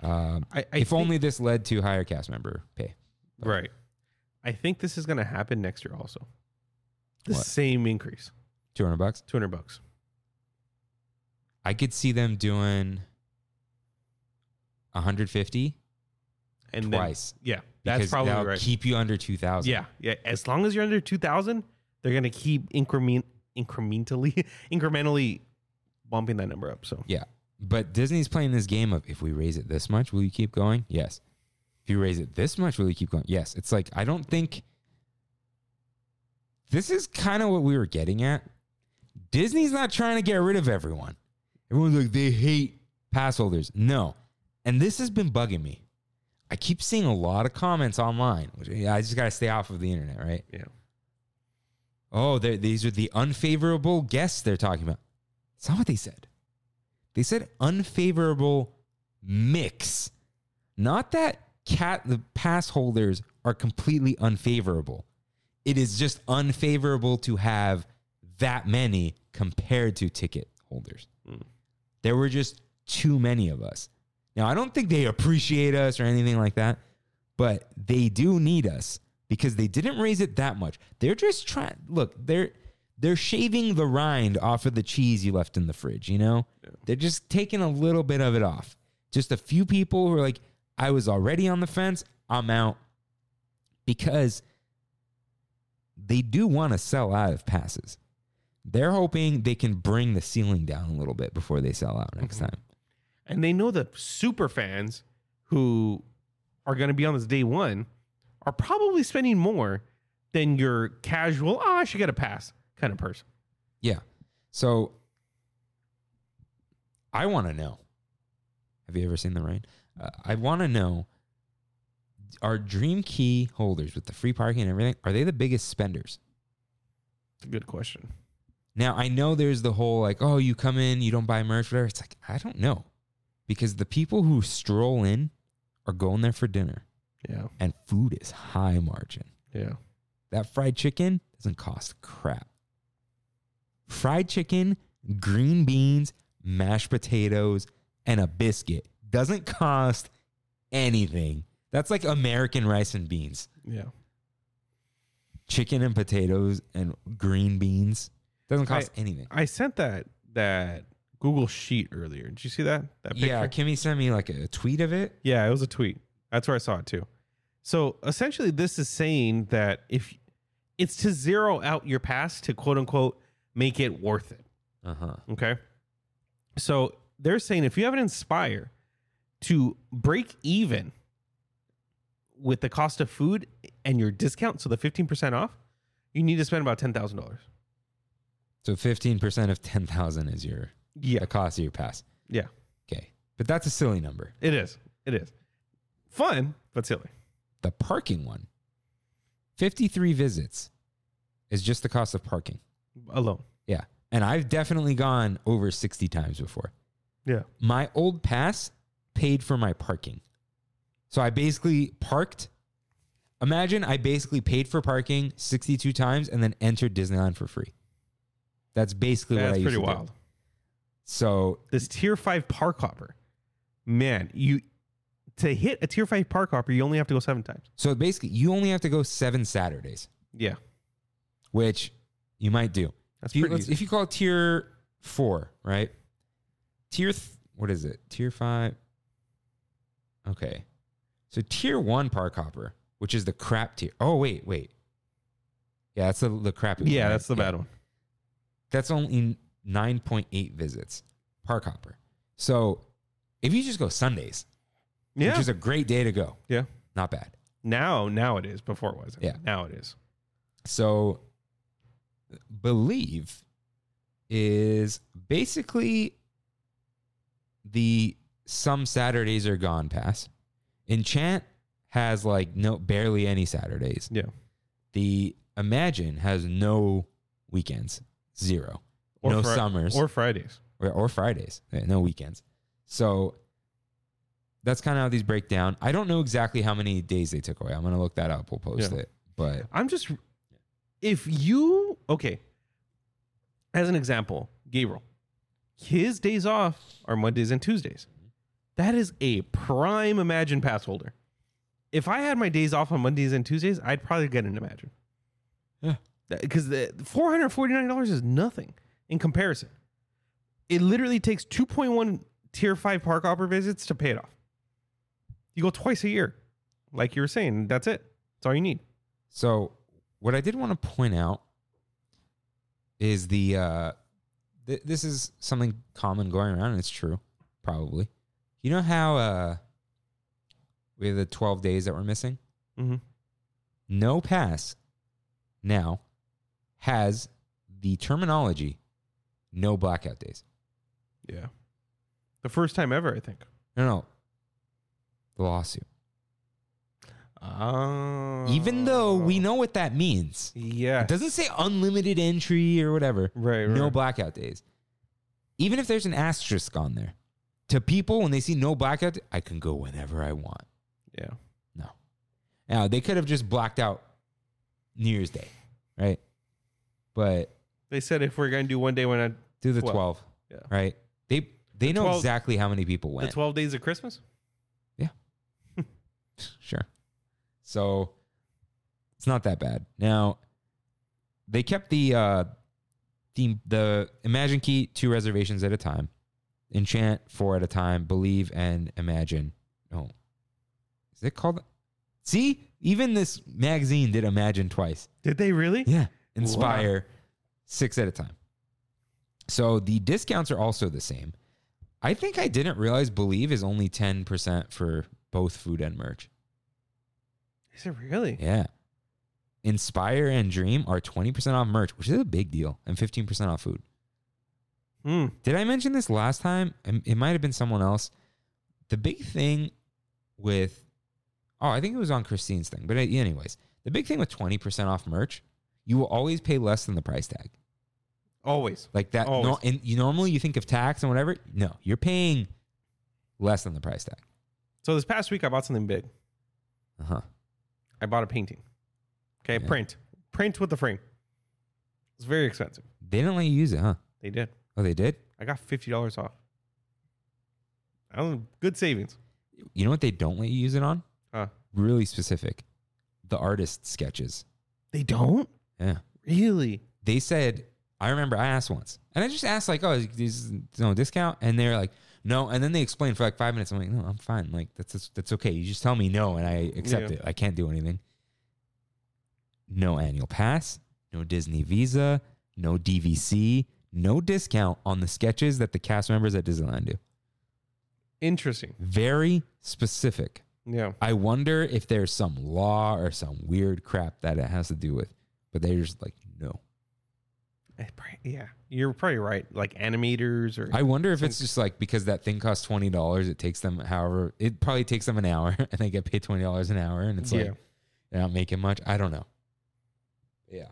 Speaker 1: Um,
Speaker 2: I, I
Speaker 1: if
Speaker 2: think-
Speaker 1: only this led to higher cast member pay. But
Speaker 2: Right. I think this is going to happen next year also. The
Speaker 1: What?
Speaker 2: same increase,
Speaker 1: 200 bucks.
Speaker 2: 200 bucks.
Speaker 1: I could see them doing 150
Speaker 2: And then-
Speaker 1: twice.
Speaker 2: yeah, that's
Speaker 1: because
Speaker 2: probably
Speaker 1: that'll
Speaker 2: right.
Speaker 1: keep you under 2000.
Speaker 2: yeah, yeah. As long as you're under 2,000, they're going to keep increment incrementally incrementally bumping that number up. So
Speaker 1: Yeah. But Disney's playing this game of if we raise it this much, will you keep going? Yes. If you raise it this much, will you keep going? Yes. It's like I don't think this is kind of what we were getting at. Disney's not trying to get rid of everyone. Everyone's like they hate pass holders. No. And this has been bugging me. I keep seeing a lot of comments online, which yeah, I just got to stay off of the internet, right?
Speaker 2: Yeah.
Speaker 1: Oh, they're- these are the unfavorable guests they're talking about. It's not what they said. They said unfavorable mix. Not that cat the pass holders are completely unfavorable. It is just unfavorable to have that many compared to ticket holders. There were just too many of us. Now, I don't think they appreciate us or anything like that, but they do need us because they didn't raise it that much. They're just trying look, they're they're shaving the rind off of the cheese you left in the fridge, you know? They're just taking a little bit of it off. Just a few people who are like, I was already on the fence, I'm out. Because they do want to sell out of passes. They're hoping they can bring the ceiling down a little bit before they sell out next time.
Speaker 2: and they know the super fans who are going to be on this day one are probably spending more than your casual oh i should get a pass kind of person
Speaker 1: Yeah. So I want to know. Have you ever seen the rain? Uh, I want to know are Dream Key holders with the free parking and everything, are they the biggest spenders?
Speaker 2: it's a good question
Speaker 1: Now, I know there's the whole like, oh, you come in, you don't buy merch, whatever. It's like, I don't know. Because the people who stroll in are going there for dinner,
Speaker 2: yeah
Speaker 1: and food is high margin.
Speaker 2: yeah
Speaker 1: That fried chicken doesn't cost crap. Fried chicken, green beans, mashed potatoes, and a biscuit doesn't cost anything. That's like American rice and beans.
Speaker 2: yeah
Speaker 1: Chicken and potatoes and green beans doesn't
Speaker 2: I-
Speaker 1: cost anything.
Speaker 2: i sent that that google sheet earlier did you see that that picture
Speaker 1: Yeah, Kimmy sent me like a tweet of it.
Speaker 2: Yeah, it was a tweet. That's where I saw it too. So essentially, this is saying that if it's to zero out your pass to quote unquote make it worth it.
Speaker 1: Uh huh.
Speaker 2: Okay. So they're saying if you have an Inspire to break even with the cost of food and your discount, so the 15% off, you need to spend about $10,000.
Speaker 1: So fifteen percent of ten thousand is your
Speaker 2: Yeah.
Speaker 1: the cost of your pass.
Speaker 2: Yeah.
Speaker 1: Okay, but that's a silly number.
Speaker 2: It is. It is. Fun, but silly.
Speaker 1: The parking one, fifty three visits, is just the cost of parking.
Speaker 2: Alone.
Speaker 1: Yeah. And I've definitely gone over 60 times before.
Speaker 2: Yeah.
Speaker 1: My old pass paid for my parking. So I basically parked. Imagine I basically paid for parking 62 times and then entered Disneyland for free. That's basically what I
Speaker 2: That's
Speaker 1: used to
Speaker 2: pretty
Speaker 1: do.
Speaker 2: wild.
Speaker 1: So
Speaker 2: this tier five park hopper. Man, you to hit a tier five park hopper, you only have to go seven times.
Speaker 1: so basically you only have to go 7 Saturdays,
Speaker 2: Yeah,
Speaker 1: which you might do.
Speaker 2: that's
Speaker 1: If you,
Speaker 2: pretty.
Speaker 1: let's-
Speaker 2: easy.
Speaker 1: if you call tier four, right? Tier th- what is it? Tier five. Okay, so tier one park hopper, which is the crap tier. Oh wait, wait. Yeah, that's the the crappy. one,
Speaker 2: yeah,
Speaker 1: right?
Speaker 2: that's the bad one.
Speaker 1: That's only nine point eight visits. Park hopper. So if you just go Sundays,
Speaker 2: Yeah,
Speaker 1: which is a great day to go,
Speaker 2: yeah.
Speaker 1: not bad.
Speaker 2: Now, now it is. Before it wasn't.
Speaker 1: Yeah.
Speaker 2: now it is.
Speaker 1: So believe is basically the some Saturdays are gone pass. Enchant has like no barely any Saturdays.
Speaker 2: Yeah,
Speaker 1: The Imagine has no weekends. Zero. no
Speaker 2: Fri-
Speaker 1: summers
Speaker 2: or Fridays.
Speaker 1: or, or Fridays, eh, no weekends. So that's kind of how these break down. I don't know exactly how many days they took away. I'm going to look that up. We'll post
Speaker 2: Yeah.
Speaker 1: it. But
Speaker 2: I'm just if you okay. As an example, Gabriel, his days off are Mondays and Tuesdays. That is a prime Imagine pass holder. if I had my days off on Mondays and Tuesdays, I'd probably get an Imagine.
Speaker 1: Yeah.
Speaker 2: Because the four hundred forty nine dollars is nothing in comparison. It literally takes two point one tier five park hopper visits to pay it off. You go twice a year, like you were saying. That's it. That's all you need.
Speaker 1: So what I did want to point out is the uh th- this is something common going around and it's true probably. You know how uh we have the 12 days that we're missing?
Speaker 2: Mm-hmm.
Speaker 1: No pass now has the terminology no blackout days.
Speaker 2: Yeah. The first time ever, I think.
Speaker 1: No, no. The lawsuit.
Speaker 2: Oh.
Speaker 1: Even though we know what that means.
Speaker 2: Yeah.
Speaker 1: It doesn't say unlimited entry or whatever.
Speaker 2: Right, right.
Speaker 1: no blackout days. Even if there's an asterisk on there, to people when they see no blackout, I can go whenever I want.
Speaker 2: yeah.
Speaker 1: No. Now they could have just blacked out New Year's Day, right? But
Speaker 2: They said if we're gonna do one day when I
Speaker 1: do the 12,
Speaker 2: Twelve. Yeah.
Speaker 1: right? They they know
Speaker 2: 12
Speaker 1: exactly how many people
Speaker 2: the
Speaker 1: went.
Speaker 2: twelve days of Christmas.
Speaker 1: Sure. So it's not that bad. Now they kept the uh the the Imagine Key two reservations at a time. Enchant four at a time, believe and imagine. Oh. Is it called See? Even this magazine did imagine twice.
Speaker 2: Did they really?
Speaker 1: Yeah. Inspire six at a time. So the discounts are also the same. I think I didn't realize Believe is only 10% for both food and merch.
Speaker 2: Is it really?
Speaker 1: Yeah. Inspire and Dream are 20% off merch, which is a big deal, and 15% off food.
Speaker 2: Hmm.
Speaker 1: Did I mention this last time? Um, It might have been someone else. The big thing with, oh, I think it was on Christine's thing, but uh, anyways, the big thing with 20% off merch, you will always pay less than the price tag.
Speaker 2: Always.
Speaker 1: Like that, no,
Speaker 2: Always.
Speaker 1: and you normally you think of tax and whatever. No, you're paying less than the price tag.
Speaker 2: So this past week I bought something big.
Speaker 1: Uh huh.
Speaker 2: I bought a painting. Okay,
Speaker 1: Yeah.
Speaker 2: print. Print with the frame. It's very expensive.
Speaker 1: They didn't let you use it, huh?
Speaker 2: They did.
Speaker 1: Oh, they did.
Speaker 2: I got fifty dollars off. I don't good savings.
Speaker 1: You know what they don't let you use it on?
Speaker 2: Huh.
Speaker 1: Really specific. The artist sketches.
Speaker 2: They don't?
Speaker 1: Yeah.
Speaker 2: Really?
Speaker 1: They said, I remember I asked once, and I just asked, like, oh, there's no discount? And they're like, no. And then they explained for like five minutes. I'm like, no, I'm fine. Like, that's, that's, that's okay. You just tell me no, and I accept
Speaker 2: Yeah.
Speaker 1: it. I can't do anything. No annual pass, no Disney Visa, no DVC, no discount on the sketches that the cast members at Disneyland do.
Speaker 2: Interesting.
Speaker 1: Very specific.
Speaker 2: Yeah.
Speaker 1: I wonder if there's some law or some weird crap that it has to do with, but they're just like, no.
Speaker 2: I Eh, pr- Yeah. You're probably right. Like animators or
Speaker 1: I wonder if it's just like because that thing costs twenty dollars, it takes them however it probably takes them an hour, and they get paid twenty dollars an hour, and it's
Speaker 2: Yeah.
Speaker 1: like they're not making much. I don't know. Yeah.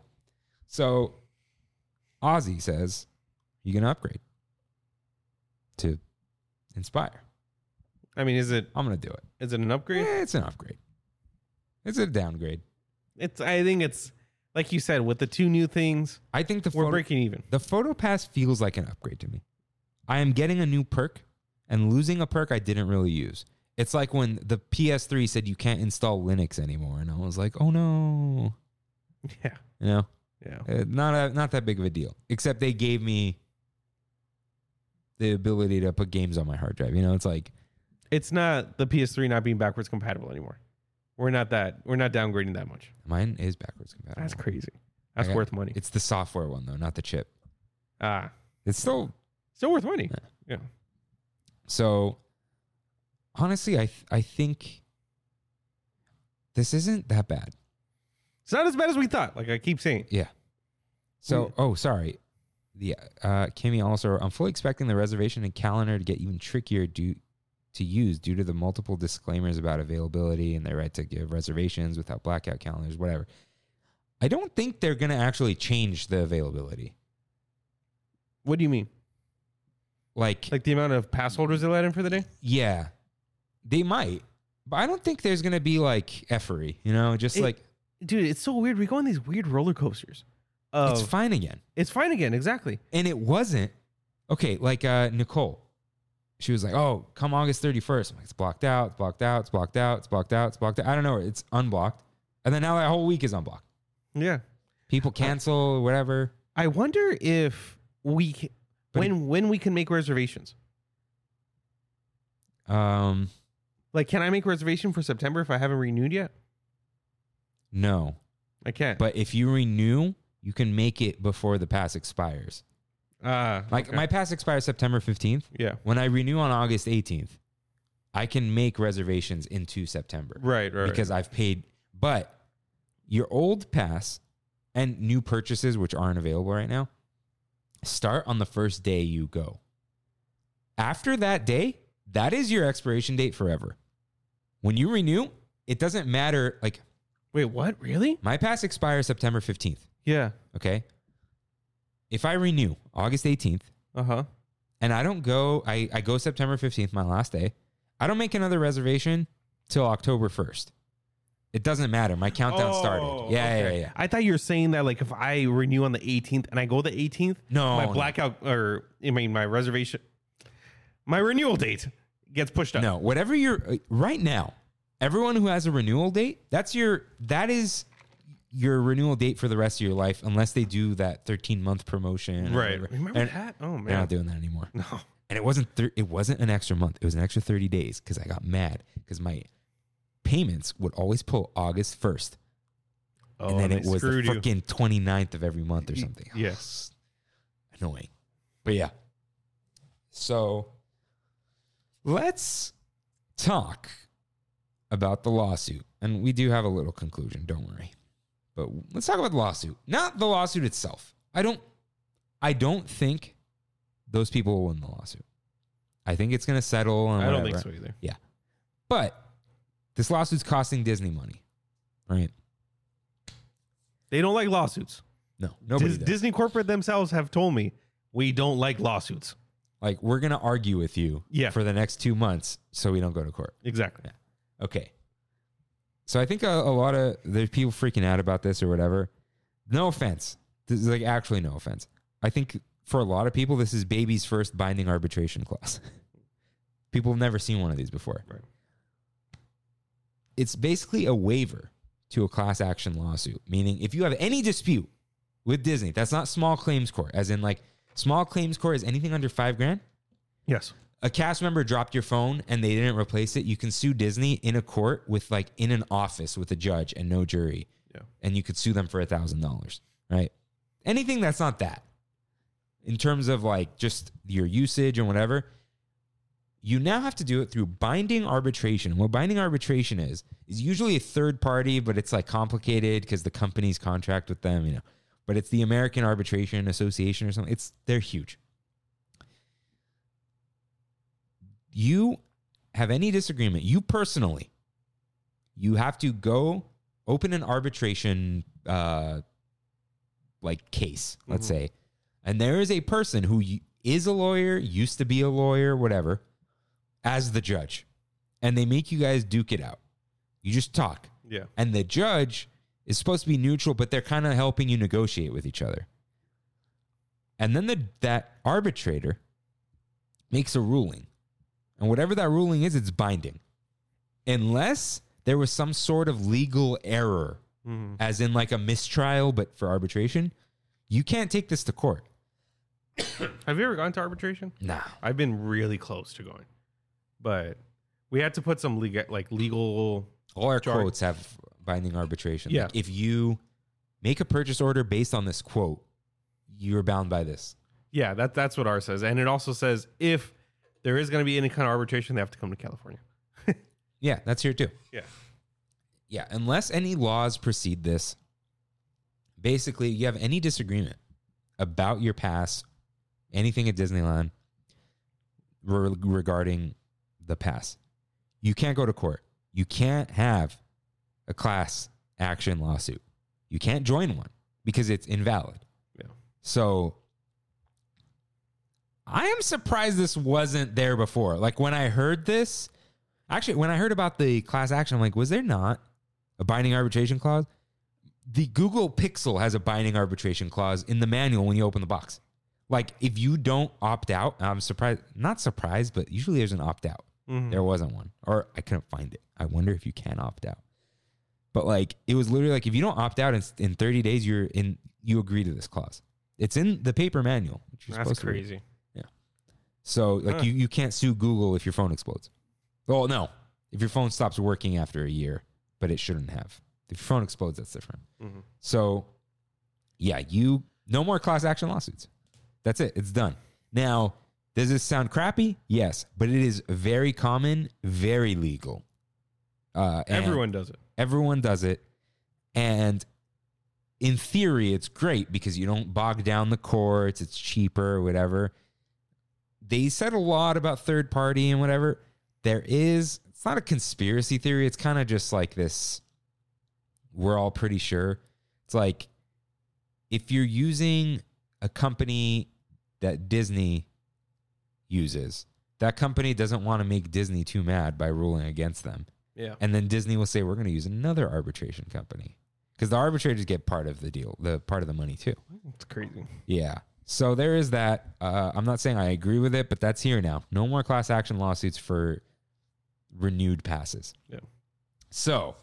Speaker 1: So, Ozzy says you can upgrade to Inspire.
Speaker 2: I mean, is it
Speaker 1: I'm gonna do it.
Speaker 2: is it an upgrade?
Speaker 1: Eh, it's an upgrade. It's a downgrade.
Speaker 2: It's I think it's like you said with the two new things,
Speaker 1: I think the
Speaker 2: we're
Speaker 1: photo-
Speaker 2: breaking even.
Speaker 1: The photo pass feels like an upgrade to me. I am getting a new perk and losing a perk I didn't really use. It's like when the PS3 said you can't install Linux anymore, and I was like, oh no,
Speaker 2: Yeah.
Speaker 1: you know,
Speaker 2: Yeah.
Speaker 1: eh, not a, not that big of a deal. Except they gave me the ability to put games on my hard drive. You know, it's like
Speaker 2: It's not the PS3 not being backwards compatible anymore. We're not that we're not downgrading that much.
Speaker 1: mine is backwards compatible.
Speaker 2: That's crazy. That's
Speaker 1: I got-
Speaker 2: worth money.
Speaker 1: It's the software one though, not the chip.
Speaker 2: Ah.
Speaker 1: It's still
Speaker 2: Still worth money. Yeah.
Speaker 1: So honestly, I th- I think this isn't that bad.
Speaker 2: It's not as bad as we thought, like I keep saying.
Speaker 1: Yeah. So,
Speaker 2: Yeah.
Speaker 1: oh, sorry. The uh, Kimmy also, I'm fully expecting the reservation and calendar to get even trickier due to use due to the multiple disclaimers about availability and their right to give reservations without blackout calendars, whatever. I don't think they're going to actually change the availability.
Speaker 2: What do you mean?
Speaker 1: Like,
Speaker 2: Like the amount of pass holders they let in for the day?
Speaker 1: yeah, they might, but I don't think there's going to be like effery, you know, just
Speaker 2: It-
Speaker 1: like
Speaker 2: Dude, it's so weird. We go on these weird roller coasters. Of,
Speaker 1: it's fine again.
Speaker 2: It's fine again, exactly.
Speaker 1: And it wasn't okay. Like uh, Nicole, she was like, "Oh, come August 31st." I'm like, "It's blocked out. It's blocked out. It's blocked out. It's blocked out. It's blocked out." I don't know. It's unblocked, and then now that whole week is unblocked.
Speaker 2: Yeah.
Speaker 1: People cancel, whatever.
Speaker 2: I wonder if we ca-
Speaker 1: But
Speaker 2: when when we can make reservations.
Speaker 1: Um,
Speaker 2: Like, can I make reservation for September if I haven't renewed yet?
Speaker 1: no.
Speaker 2: I can't.
Speaker 1: But if you renew, you can make it before the pass expires.
Speaker 2: uh,
Speaker 1: Like
Speaker 2: okay.
Speaker 1: my pass expires September 15th.
Speaker 2: yeah,
Speaker 1: When I renew on August 18th, I can make reservations into September.
Speaker 2: right, right,
Speaker 1: because I've paid. But your old pass and new purchases, which aren't available right now, start on the first day you go. After that day, that is your expiration date forever. When you renew, it doesn't matter. Like
Speaker 2: Wait, what? Really?
Speaker 1: my pass expires September 15th.
Speaker 2: Yeah.
Speaker 1: Okay. If I renew August 18th
Speaker 2: Uh huh.
Speaker 1: and I don't go, I, I go September 15th, my last day. I don't make another reservation till October 1st. It doesn't matter. My countdown
Speaker 2: Oh,
Speaker 1: started. Yeah, yeah, yeah, yeah.
Speaker 2: I thought you were saying that like if I renew on the 18th and I go the 18th,
Speaker 1: No,
Speaker 2: my
Speaker 1: Oh, no.
Speaker 2: blackout or I mean my reservation, my renewal date gets pushed up.
Speaker 1: No, whatever you're uh, right now, everyone who has a renewal date, that's your that is your renewal date for the rest of your life, unless they do that 13 month promotion. or
Speaker 2: Right.
Speaker 1: whatever.
Speaker 2: Remember
Speaker 1: And
Speaker 2: that? Oh
Speaker 1: They're
Speaker 2: man.
Speaker 1: not doing that anymore.
Speaker 2: No.
Speaker 1: And it wasn't thir- it wasn't an extra month. It was an extra 30 days because I got mad because my payments would always pull August 1st.
Speaker 2: Oh,
Speaker 1: and then
Speaker 2: they
Speaker 1: it was the
Speaker 2: screwed you.
Speaker 1: freaking 29th of every month or
Speaker 2: Y-
Speaker 1: something.
Speaker 2: yes.
Speaker 1: Annoying. But yeah. So let's talk about the lawsuit. And we do have a little conclusion, don't worry. But let's talk about the lawsuit. Not the lawsuit itself. I don't I don't think those people will win the lawsuit. I think it's gonna settle and
Speaker 2: I don't think
Speaker 1: whatever.
Speaker 2: so either.
Speaker 1: But this lawsuit's costing Disney money. Right?
Speaker 2: They don't like lawsuits.
Speaker 1: No. Nobody
Speaker 2: Dis-
Speaker 1: does.
Speaker 2: Disney corporate themselves have told me we don't like lawsuits.
Speaker 1: Like we're gonna argue with you
Speaker 2: Yeah.
Speaker 1: for the next two months so we don't go to court.
Speaker 2: Exactly.
Speaker 1: Okay. So I think a, a lot of there's people freaking out about this or whatever. No offense. This is like actually no offense. I think for a lot of people, this is baby's first binding arbitration clause. people have never seen one of these before.
Speaker 2: Right.
Speaker 1: It's basically a waiver to a class action lawsuit, meaning if you have any dispute with Disney, that's not small claims court, as in like small claims court is anything under five grand
Speaker 2: Yes.
Speaker 1: a cast member dropped your phone and they didn't replace it, you can sue Disney in a court with like in an office with a judge and no jury.
Speaker 2: Yeah.
Speaker 1: And you could sue them for a thousand dollars, right? Anything that's not that in terms of like just your usage and whatever, you now have to do it through binding arbitration. What binding arbitration is, is usually a third party, but it's like complicated because the company's contract with them, you know. But it's the American Arbitration Association or something. It's they're huge. you have any disagreement, you personally, you have to go open an arbitration uh like case, let's
Speaker 2: Mhm.
Speaker 1: say. And there is a person who y- is a lawyer, used to be a lawyer, whatever, as the judge. And they make you guys duke it out. You just talk.
Speaker 2: Yeah.
Speaker 1: And the judge is supposed to be neutral, but they're kind of helping you negotiate with each other. And then the, that arbitrator makes a ruling. And whatever that ruling is, it's binding. Unless there was some sort of legal error,
Speaker 2: Mhm.
Speaker 1: as in like a mistrial, but for arbitration, you can't take this to court.
Speaker 2: Have you ever gone to arbitration?
Speaker 1: Nah.
Speaker 2: I've been really close to going, but we had to put some legal, like legal.
Speaker 1: All our
Speaker 2: Sorry.
Speaker 1: quotes have binding arbitration.
Speaker 2: Yeah.
Speaker 1: Like if you make a purchase order based on this quote, you're bound by this.
Speaker 2: Yeah, that that's what ours says, and it also says if there is going to be any kind of arbitration, they have to come to California.
Speaker 1: Yeah, that's here too.
Speaker 2: Yeah.
Speaker 1: Yeah, unless any laws precede this, basically, you have any disagreement about your pass, anything at Disneyland re- regarding the pass, you can't go to court. You can't have a class action lawsuit. You can't join one because it's invalid.
Speaker 2: Yeah.
Speaker 1: So I am surprised this wasn't there before. Like when I heard this, actually, when I heard about the class action, I'm like, was there not a binding arbitration clause? The Google Pixel has a binding arbitration clause in the manual when you open the box. Like if you don't opt out, I'm surprised. Not surprised, but usually there's an opt out.
Speaker 2: Mhm.
Speaker 1: There wasn't one, or I couldn't find it. I wonder if you can opt out. But like, it was literally like, if you don't opt out in, in 30 days, you're in. You agree to this clause. It's in the paper manual. Which you're
Speaker 2: That's
Speaker 1: supposed to read.
Speaker 2: crazy.
Speaker 1: So like,
Speaker 2: Huh.
Speaker 1: you you can't sue Google if your phone explodes. Well, no, if your phone stops working after a year, but it shouldn't have. If your phone explodes, that's different.
Speaker 2: Mhm.
Speaker 1: So, yeah, you no more class action lawsuits. That's it. It's done. Now, does this sound crappy? Yes, but it is very common, very legal. Uh, and
Speaker 2: Everyone does it.
Speaker 1: everyone does it, and in theory, it's great because you don't bog down the courts. It's cheaper, or whatever. They said a lot about third party and whatever. There is. It's not a conspiracy theory. It's kind of just like this. We're all pretty sure. It's like if you're using a company that Disney uses, that company doesn't want to make Disney too mad by ruling against them.
Speaker 2: Yeah.
Speaker 1: And then Disney will say, we're going to use another arbitration company because the arbitrators get part of the deal, the part of the money too.
Speaker 2: It's crazy.
Speaker 1: Yeah. So there is that. Uh, I'm not saying I agree with it, but that's here now. No more class action lawsuits for renewed passes.
Speaker 2: Yeah.
Speaker 1: So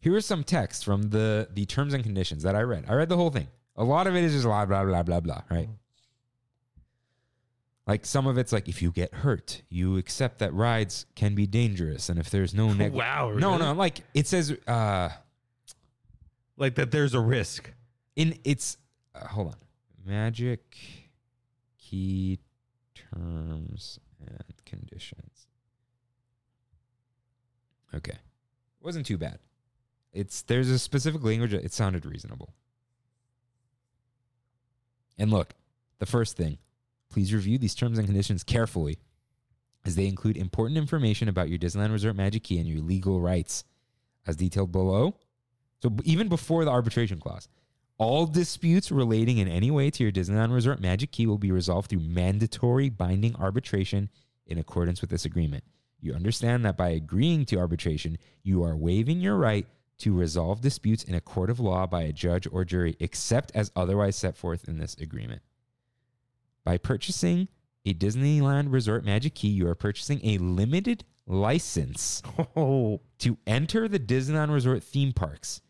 Speaker 1: here are some texts from the the terms and conditions that I read. I read the whole thing. A lot of it is just blah blah blah blah blah, right? Like some of it's like if you get hurt, you accept that rides can be dangerous, and if there's no neg-
Speaker 2: Wow,
Speaker 1: no
Speaker 2: Oh, really?
Speaker 1: no like it says uh
Speaker 2: Like that there's a risk.
Speaker 1: in it's uh, hold on magic key terms and conditions okay wasn't too bad it's there's a specific language that- it sounded reasonable and look the first thing please review these terms and conditions carefully as they include important information about your disneyland resort magic key and your legal rights as detailed below so b- even before the arbitration clause all disputes relating in any way to your Disneyland Resort Magic Key will be resolved through mandatory binding arbitration in accordance with this agreement. You understand that by agreeing to arbitration, you are waiving your right to resolve disputes in a court of law by a judge or jury, except as otherwise set forth in this agreement. By purchasing a Disneyland Resort Magic Key, you are purchasing a limited license
Speaker 2: Oh,
Speaker 1: to enter the Disneyland Resort theme parks.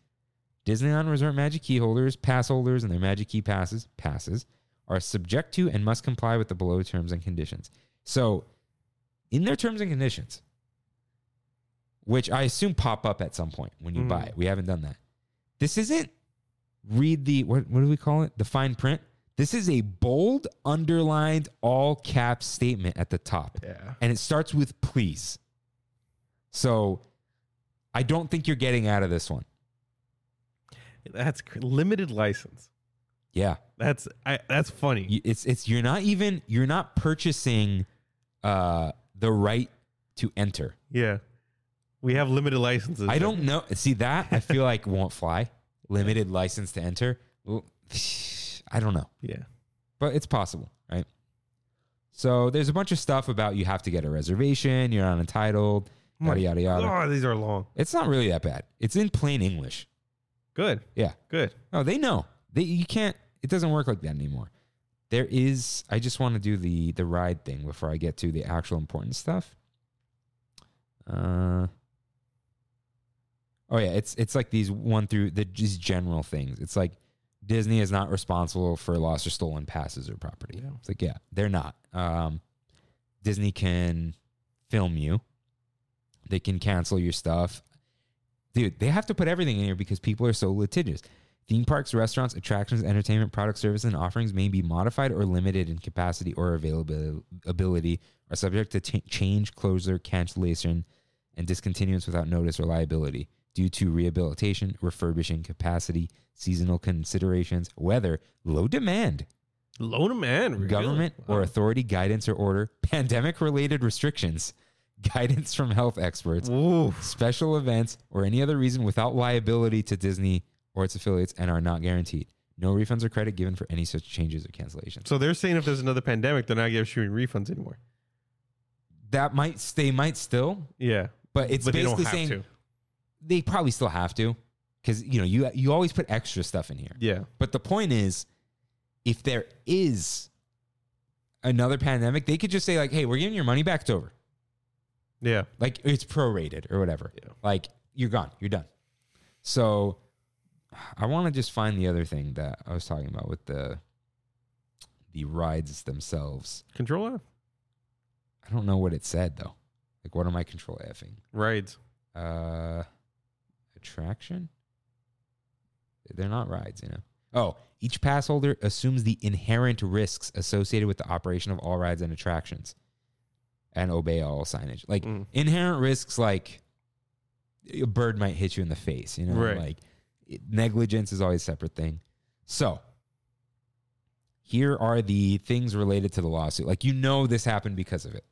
Speaker 1: Disneyland Resort Magic Key holders, pass holders, and their Magic Key passes passes are subject to and must comply with the below terms and conditions. So, in their terms and conditions, which I assume pop up at some point when you
Speaker 2: Mhm.
Speaker 1: buy it, we haven't done that. This isn't read the what what do we call it? The fine print. This is a bold, underlined, all caps statement at the top
Speaker 2: yeah.
Speaker 1: and it starts with please. So I don't think you're getting out of this one.
Speaker 2: That's cr- limited license.
Speaker 1: Yeah.
Speaker 2: That's I, that's funny.
Speaker 1: You- It's it's you're not even you're not purchasing uh the right to enter.
Speaker 2: yeah. We have limited licenses.
Speaker 1: I don't know. See that? I feel like won't fly. Limited license to enter. Well, I don't know.
Speaker 2: Yeah.
Speaker 1: but it's possible, right? So there's a bunch of stuff about you have to get a reservation, you're not entitled,
Speaker 2: My
Speaker 1: yada yada yada.
Speaker 2: Oh, these are long.
Speaker 1: It's not really that bad. It's in plain English.
Speaker 2: Good.
Speaker 1: Yeah.
Speaker 2: Good.
Speaker 1: No, they know. They you can't. It doesn't work like that anymore. There is. I just want to do the the ride thing before I get to the actual important stuff. Uh. Oh yeah, it's it's like these one through the these general things. It's like Disney is not responsible for lost or stolen passes or property.
Speaker 2: Yeah.
Speaker 1: It's like yeah, they're not. Um, Disney can film you. They can cancel your stuff. Dude, they have to put everything in here because people are so litigious. Theme parks, restaurants, attractions, entertainment, products, services, and offerings may be modified or limited in capacity or availability, are subject to cha- change, closure, cancellation, and discontinuance without notice or liability due to rehabilitation, refurbishing, capacity, seasonal considerations, weather, low demand,
Speaker 2: Loan a man. really?
Speaker 1: government or authority guidance or order, pandemic related restrictions, guidance from health experts,
Speaker 2: Ooh.
Speaker 1: special events, or any other reason without liability to Disney or its affiliates and are not guaranteed. No refunds or credit given for any such changes or cancellations.
Speaker 2: So they're saying if there's another pandemic, they're not issuing refunds anymore.
Speaker 1: That might they might still,
Speaker 2: Yeah.
Speaker 1: but it's
Speaker 2: but they don't
Speaker 1: basically
Speaker 2: have
Speaker 1: saying
Speaker 2: to.
Speaker 1: they probably still have to because you know you you always put extra stuff in here.
Speaker 2: Yeah.
Speaker 1: But the point is, if there is another pandemic, they could just say like, "Hey, we're giving your money back. It's over.
Speaker 2: Yeah.
Speaker 1: Like it's prorated or whatever.
Speaker 2: Yeah.
Speaker 1: Like you're gone. You're done." So, I want to just find the other thing that I was talking about with the the rides themselves.
Speaker 2: Control F.
Speaker 1: I don't know what it said though. Like, what am I control effing?
Speaker 2: Rides.
Speaker 1: Uh, attraction? They're not rides, you know. Oh, each pass holder assumes the inherent risks associated with the operation of all rides and attractions and obey all signage. Like
Speaker 2: Mm.
Speaker 1: inherent risks, like a bird might hit you in the face, you know,
Speaker 2: Right.
Speaker 1: like it- negligence is always a separate thing. So here are the things related to the lawsuit. Like, you know, this happened because of it.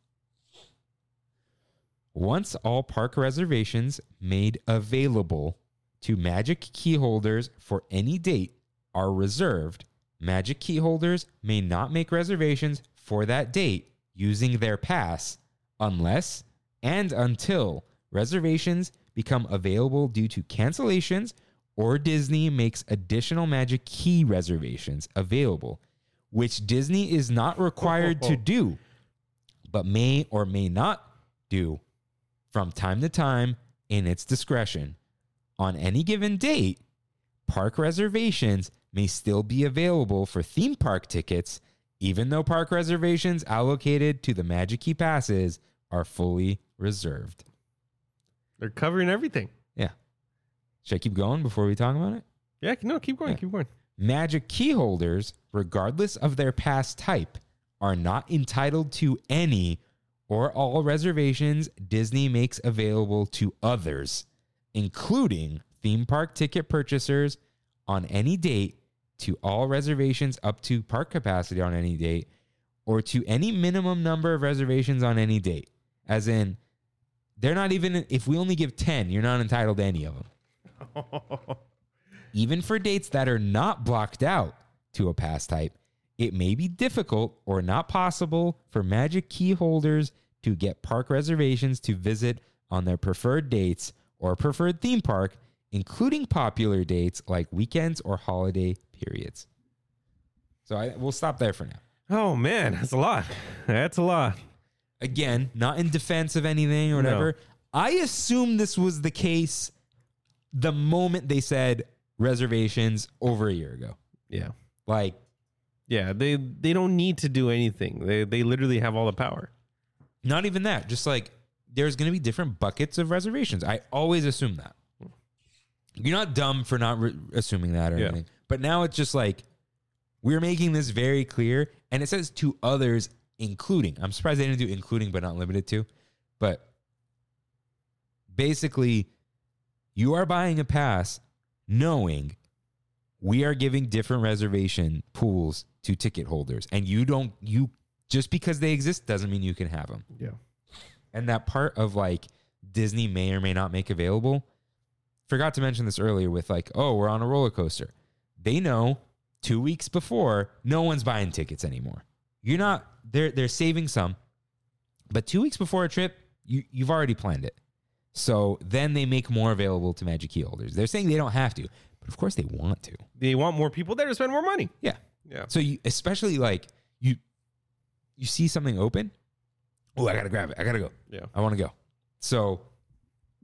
Speaker 1: Once all park reservations made available to magic key holders for any date are reserved, magic key holders may not make reservations for that date using their pass unless and until reservations become available due to cancellations or Disney makes additional magic key reservations available, which Disney is not required to do but may or may not do from time to time in its discretion. On any given date, park reservations may still be available for theme park tickets, even though park reservations allocated to the Magic Key passes are fully reserved.
Speaker 2: They're covering everything.
Speaker 1: Yeah. Should I keep going before we talk about it?
Speaker 2: Yeah. No, keep going.
Speaker 1: Yeah.
Speaker 2: Keep going.
Speaker 1: Magic key holders, regardless of their pass type, are not entitled to any or all reservations Disney makes available to others, including theme park ticket purchasers on any date to all reservations up to park capacity on any date or to any minimum number of reservations on any date. As in, they're not even, if we only give 10, you're not entitled to any of them even for dates that are not blocked out to a pass type, it may be difficult or not possible for Magic Key holders to get park reservations to visit on their preferred dates or preferred theme park, including popular dates like weekends or holiday periods. So I, we'll stop there for now.
Speaker 2: Oh man, that's a lot. That's a lot.
Speaker 1: Again, not in defense of anything or
Speaker 2: No.
Speaker 1: whatever. I assume this was the case the moment they said reservations over a year ago.
Speaker 2: Yeah.
Speaker 1: Like,
Speaker 2: Yeah. They they don't need to do anything. They they literally have all the power.
Speaker 1: Not even that. Just like there's going to be different buckets of reservations. I always assume that. You're not dumb for not re- assuming that or
Speaker 2: Yeah.
Speaker 1: anything. But now it's just like we're making this very clear, and it says to others, including. I'm surprised they didn't do including, but not limited to. But basically, you are buying a pass knowing we are giving different reservation pools to ticket holders, and you don't you just because they exist doesn't mean you can have them
Speaker 2: Yeah.
Speaker 1: and that part of like Disney may or may not make available. Forgot to mention this earlier with like, oh, we're on a roller coaster. They know two weeks before, no one's buying tickets anymore. You're not they're they're saving some, but two weeks before a trip, you you've already planned it. So then they make more available to Magic Key holders. They're saying they don't have to, but of course they want to.
Speaker 2: They want more people there to spend more money.
Speaker 1: Yeah.
Speaker 2: Yeah.
Speaker 1: So you especially like you you see something open. Oh, I gotta grab it. I gotta go.
Speaker 2: Yeah.
Speaker 1: I want to go. So,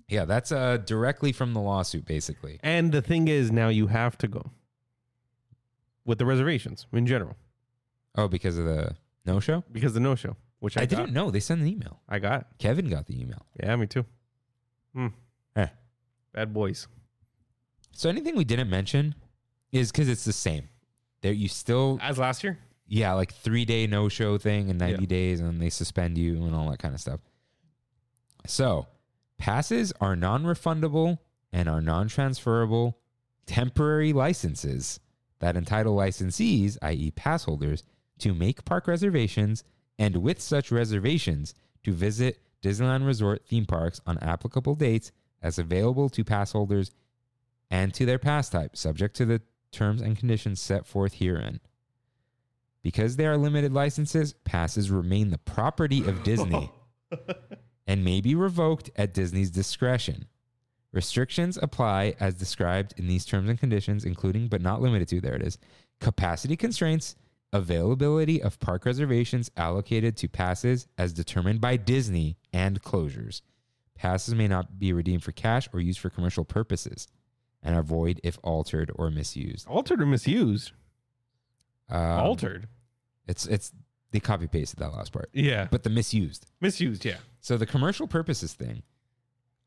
Speaker 1: yeah, that's uh, directly from the lawsuit, basically.
Speaker 2: And the thing is, now you have to go with the reservations in general
Speaker 1: Oh, because of the no show?
Speaker 2: because the no show, which I,
Speaker 1: I
Speaker 2: got.
Speaker 1: didn't know. They sent an email.
Speaker 2: I got.
Speaker 1: Kevin got the email.
Speaker 2: Yeah, me too. Hmm.
Speaker 1: Eh.
Speaker 2: Bad boys.
Speaker 1: So, anything we didn't mention is because it's the same. There, you still,
Speaker 2: As last year.
Speaker 1: yeah, like three day no show thing and 90
Speaker 2: Yeah.
Speaker 1: days, and they suspend you and all that kind of stuff. So, passes are non refundable and are non transferable temporary licenses that entitle licensees, i.e., pass holders, to make park reservations and with such reservations to visit Disneyland Resort theme parks on applicable dates as available to pass holders and to their pass type, subject to the terms and conditions set forth herein. Because they are limited licenses, passes remain the property of Disney and may be revoked at Disney's discretion. Restrictions apply as described in these terms and conditions, including but not limited to, there it is, capacity constraints availability of park reservations allocated to passes as determined by Disney and closures. Passes may not be redeemed for cash or used for commercial purposes and are void if altered or misused.
Speaker 2: Altered or misused?
Speaker 1: Um,
Speaker 2: Altered.
Speaker 1: It's it's they copy pasted that last part,
Speaker 2: Yeah.
Speaker 1: but the misused.
Speaker 2: misused, yeah.
Speaker 1: So the commercial purposes thing,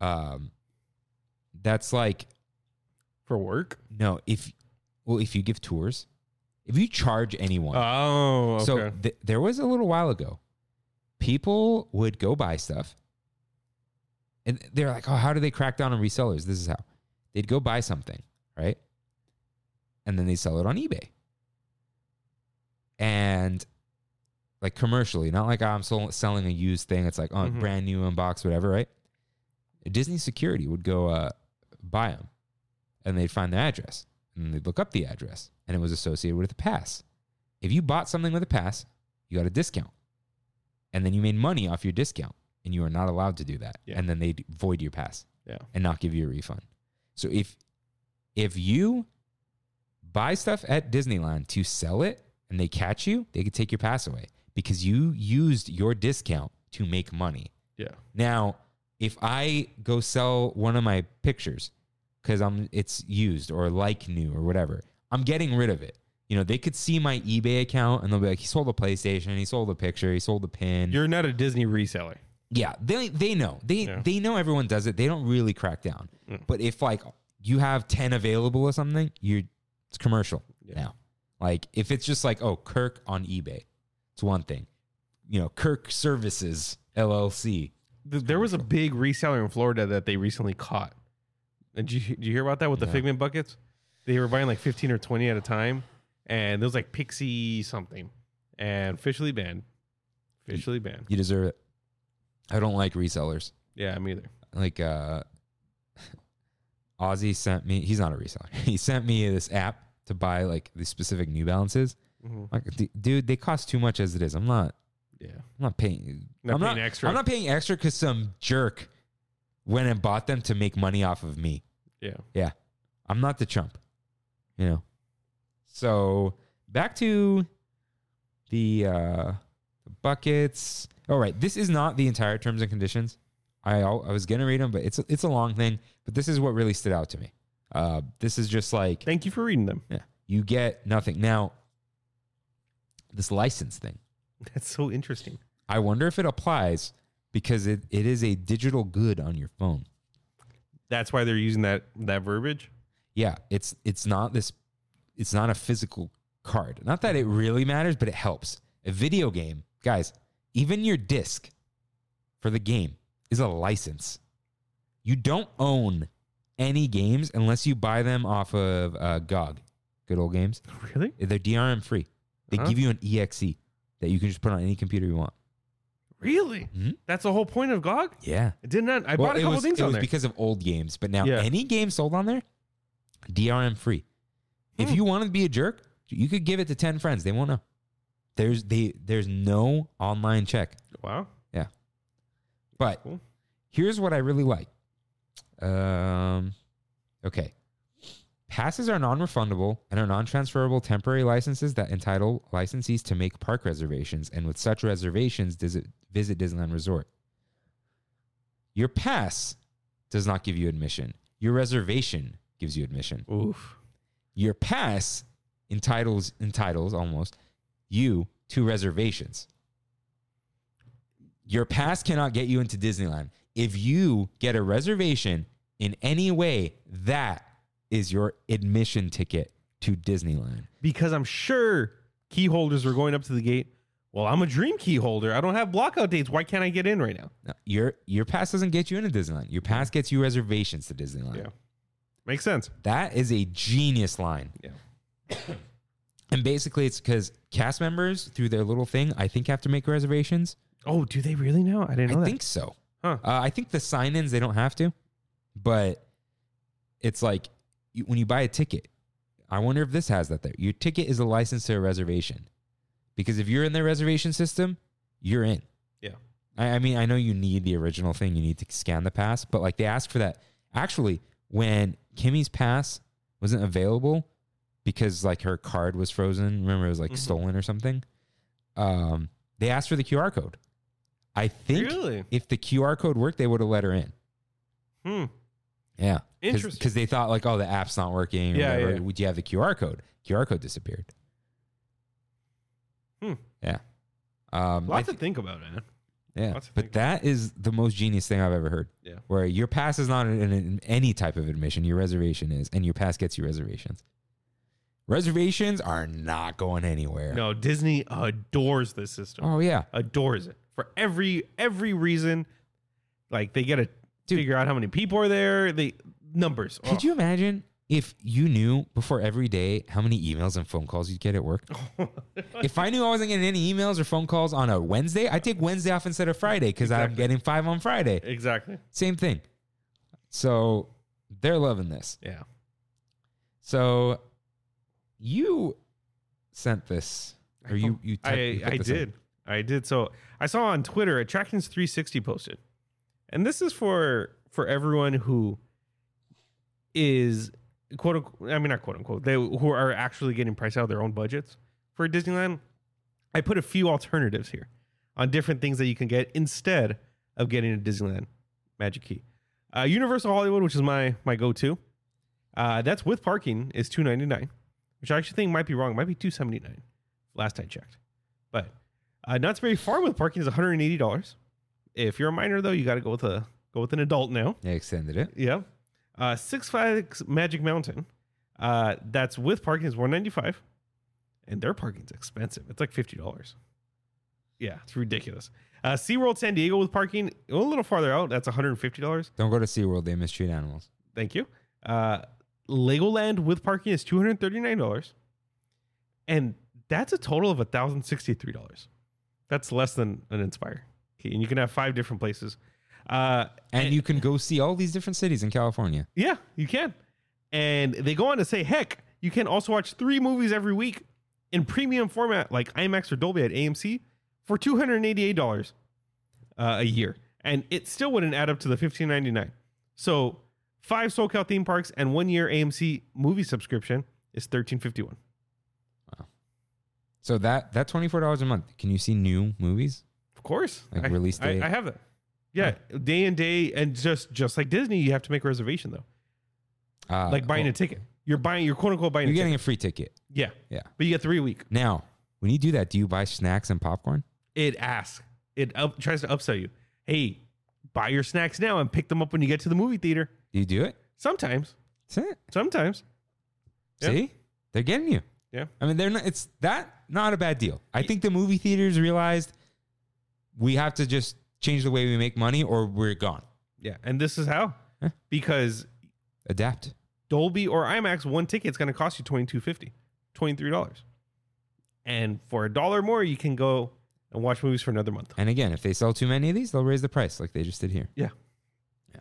Speaker 1: um, that's like
Speaker 2: For work.
Speaker 1: no if well if you give tours, if you charge anyone.
Speaker 2: Oh, okay.
Speaker 1: So th- there was a little while ago, people would go buy stuff, and they're like, "Oh, how do they crack down on resellers?" This is how they'd go buy something, right, and then they sell it on eBay, and like commercially, not like "Oh, I'm sol- selling a used thing. It's like oh,
Speaker 2: Mhm.
Speaker 1: brand new unbox, whatever, right? Disney security would go uh, buy them, and they'd find the address, and they'd look up the address, and it was associated with a pass. If you bought something with a pass, you got a discount, and then you made money off your discount, and you are not allowed to do that.
Speaker 2: Yeah.
Speaker 1: And then they would void your pass
Speaker 2: Yeah.
Speaker 1: and not give you a refund. So if if you buy stuff at Disneyland to sell it and they catch you, they could take your pass away because you used your discount to make money.
Speaker 2: Yeah.
Speaker 1: Now, if I go sell one of my pictures because I'm it's used or like new or whatever, I'm getting rid of it. You know, they could see my eBay account and they'll be like, he sold a PlayStation, he sold a picture, he sold a pin.
Speaker 2: You're not a Disney reseller.
Speaker 1: yeah, they they know they
Speaker 2: Yeah.
Speaker 1: they know everyone does it. They don't really crack down.
Speaker 2: Mm.
Speaker 1: But if like you have ten available or something, you're it's commercial
Speaker 2: Yeah.
Speaker 1: now. Like if it's just like oh Kirk on eBay, it's one thing. You know, Kirk Services LLC.
Speaker 2: Th- There was a big reseller in Florida that they recently caught. Did you, did you hear about that with the
Speaker 1: No.
Speaker 2: figment buckets? They were buying like 15 or 20 at a time, and there was like Pixie something, and officially banned. Officially banned.
Speaker 1: You deserve it. I don't like resellers.
Speaker 2: Yeah, me either.
Speaker 1: Like uh Ozzy sent me he's not a reseller. He sent me this app to buy like the specific New Balances.
Speaker 2: Mhm.
Speaker 1: Like d- dude, they cost too much as it is. I'm not
Speaker 2: Yeah.
Speaker 1: I'm not paying
Speaker 2: Not
Speaker 1: I'm
Speaker 2: paying
Speaker 1: not,
Speaker 2: extra.
Speaker 1: I'm not paying extra cuz some jerk went and bought them to make money off of me.
Speaker 2: Yeah.
Speaker 1: I'm not the chump. You know. So back to the uh buckets. All right, this is not the entire terms and conditions. I al- I was gonna read them, but it's it's a long thing. But this is what really stood out to me. Uh, this is just like
Speaker 2: Thank you for reading them.
Speaker 1: yeah, you get nothing now. This license thing.
Speaker 2: That's so interesting.
Speaker 1: I wonder if it applies because it, it is a digital good on your phone.
Speaker 2: That's why they're using that that verbiage.
Speaker 1: yeah, it's it's not this it's not a physical card. Not that it really matters, but it helps. A video game, guys, even your disc for the game is a license. You don't own any games unless you buy them off of uh, GOG, good old games.
Speaker 2: Really?
Speaker 1: They're DRM free. They
Speaker 2: Huh?
Speaker 1: give you an EXE that you can just put on any computer you want.
Speaker 2: Really?
Speaker 1: Mhm.
Speaker 2: That's the whole point of GOG.
Speaker 1: Yeah.
Speaker 2: I did not. I
Speaker 1: Well,
Speaker 2: bought a
Speaker 1: it
Speaker 2: couple
Speaker 1: was,
Speaker 2: things
Speaker 1: it
Speaker 2: on
Speaker 1: was
Speaker 2: there.
Speaker 1: because of old games, but now
Speaker 2: Yeah.
Speaker 1: any game sold on there, DRM free. If
Speaker 2: Hmm.
Speaker 1: you wanted to be a jerk, you could give it to ten friends. They won't know. There's they there's no online check.
Speaker 2: wow.
Speaker 1: But
Speaker 2: Cool.
Speaker 1: here's what I really like. Um, okay. Passes are non refundable and are non transferable temporary licenses that entitle licensees to make park reservations, and with such reservations, does it visit Disneyland Resort. Your pass does not give you admission, your reservation gives you admission.
Speaker 2: Oof.
Speaker 1: Your pass entitles, entitles almost you to reservations. Your pass cannot get you into Disneyland. If you get a reservation in any way, that is your admission ticket to Disneyland.
Speaker 2: Because I'm sure key holders were going up to the gate. Well, I'm a dream key holder. I don't have blockout dates. Why can't I get in right now?
Speaker 1: Now, your your pass doesn't get you into Disneyland. Your pass gets you reservations to Disneyland.
Speaker 2: Yeah. Makes sense.
Speaker 1: That is a genius line.
Speaker 2: Yeah.
Speaker 1: And basically it's because cast members through their little thing, I think have to make reservations.
Speaker 2: Oh, do they really now? I didn't know
Speaker 1: I
Speaker 2: that.
Speaker 1: think so.
Speaker 2: Huh.
Speaker 1: Uh, I think the sign-ins they don't have to, but it's like you, when you buy a ticket. I wonder if this has that there. Your ticket is a license to a reservation, because if you're in their reservation system, you're in.
Speaker 2: Yeah.
Speaker 1: I, I mean, I know you need the original thing. You need to scan the pass, but like they ask for that. Actually, when Kimmy's pass wasn't available, because like her card was frozen. Remember, it was like
Speaker 2: Mhm.
Speaker 1: stolen or something. Um, they asked for the QR code. I think
Speaker 2: Really?
Speaker 1: if the QR code worked, they would have let her in.
Speaker 2: Hmm.
Speaker 1: Yeah,
Speaker 2: Interesting.
Speaker 1: Because they thought like, oh, the app's not working. Or
Speaker 2: Yeah,
Speaker 1: whatever.
Speaker 2: yeah.
Speaker 1: Would you have the QR code? QR code disappeared.
Speaker 2: Hmm.
Speaker 1: Yeah. Um, I
Speaker 2: Lots
Speaker 1: thi-
Speaker 2: to think about, man.
Speaker 1: yeah,
Speaker 2: lots to
Speaker 1: but
Speaker 2: think
Speaker 1: that is the most genius thing I've ever heard.
Speaker 2: Yeah.
Speaker 1: Where your pass is not in, in any type of admission, your reservation is, and your pass gets you reservations. Reservations are not going anywhere.
Speaker 2: No, Disney adores this system.
Speaker 1: Oh yeah,
Speaker 2: Adores it for every every reason. Like they get to
Speaker 1: Dude.
Speaker 2: figure out how many people are there. They numbers. Oh,
Speaker 1: could you imagine if you knew before every day how many emails and phone calls you'd get at work?
Speaker 2: you?
Speaker 1: if I knew I wasn't getting any emails or phone calls on a Wednesday, I'd take Wednesday off instead of Friday because I'm
Speaker 2: Exactly.
Speaker 1: getting five on Friday.
Speaker 2: exactly.
Speaker 1: Same thing. So they're loving this.
Speaker 2: Yeah.
Speaker 1: So you sent this, or you you? typed- you
Speaker 2: I,
Speaker 1: put
Speaker 2: I
Speaker 1: this in.
Speaker 2: did. I did. So I saw on Twitter Attractions 360 posted. And this is for for everyone who is quote unquote I mean not quote unquote, they who are actually getting priced out of their own budgets for Disneyland. I put a few alternatives here on different things that you can get instead of getting a Disneyland Magic Key. Uh, Universal Hollywood, which is my my go-to. Uh, that's with parking is 299, which I actually think might be wrong. It might be 279 last I checked. But uh, Knott's Berry Farm with parking is one hundred and eighty dollars. If you're a minor though, you got to go with a go with an adult now.
Speaker 1: They extended it.
Speaker 2: Yeah. Uh, Six Flags Magic Mountain, uh, that's with parking is one ninety five, and their parking's expensive. It's like fifty dollars. Yeah, it's ridiculous. Uh, SeaWorld San Diego with parking a little farther out. That's one hundred and fifty dollars.
Speaker 1: Don't go to SeaWorld. They mistreat animals.
Speaker 2: Thank you. Uh, Legoland with parking is two hundred thirty nine dollars, and that's a total of thousand sixty three dollars. That's less than an Inspire, okay, and you can have five different places. Uh,
Speaker 1: And you can go see all these different cities in California.
Speaker 2: yeah, you can. And they go on to say, heck, you can also watch three movies every week in premium format like IMAX or Dolby at AMC for two hundred and eighty eight dollars uh, a year, and it still wouldn't add up to the fifteen ninety nine. So five SoCal theme parks and one year AMC movie subscription is thirteen fifty one.
Speaker 1: So that that twenty four dollars a month. Can you see new movies?
Speaker 2: Of course,
Speaker 1: Like
Speaker 2: I,
Speaker 1: release
Speaker 2: I-
Speaker 1: date?
Speaker 2: I, have that. Yeah, day and day, and just just like Disney, you have to make a reservation though,
Speaker 1: Uh,
Speaker 2: like buying a ticket. You're buying, you're quote unquote buying.
Speaker 1: You're
Speaker 2: a
Speaker 1: getting a free ticket.
Speaker 2: ticket. yeah,
Speaker 1: Yeah.
Speaker 2: but you get three a week.
Speaker 1: Now, when you do that, do you buy snacks and popcorn?
Speaker 2: it asks it up, tries to upsell you hey buy your snacks now and pick them up when you get to the movie theater
Speaker 1: Do you do it?
Speaker 2: sometimes
Speaker 1: That's it.
Speaker 2: sometimes Yeah.
Speaker 1: See, they're getting you.
Speaker 2: Yeah.
Speaker 1: I mean, they're not. It's that not a bad deal. I think the movie theaters realized we have to just change the way we make money, or we're gone.
Speaker 2: yeah and this is how
Speaker 1: Huh.
Speaker 2: because
Speaker 1: Adapt.
Speaker 2: dolby or imax one ticket's going to cost you 22.50 $23 and for a dollar more you can go and watch movies for another month
Speaker 1: And again, if they sell too many of these, they'll raise the price, like they just did here.
Speaker 2: Yeah.
Speaker 1: yeah.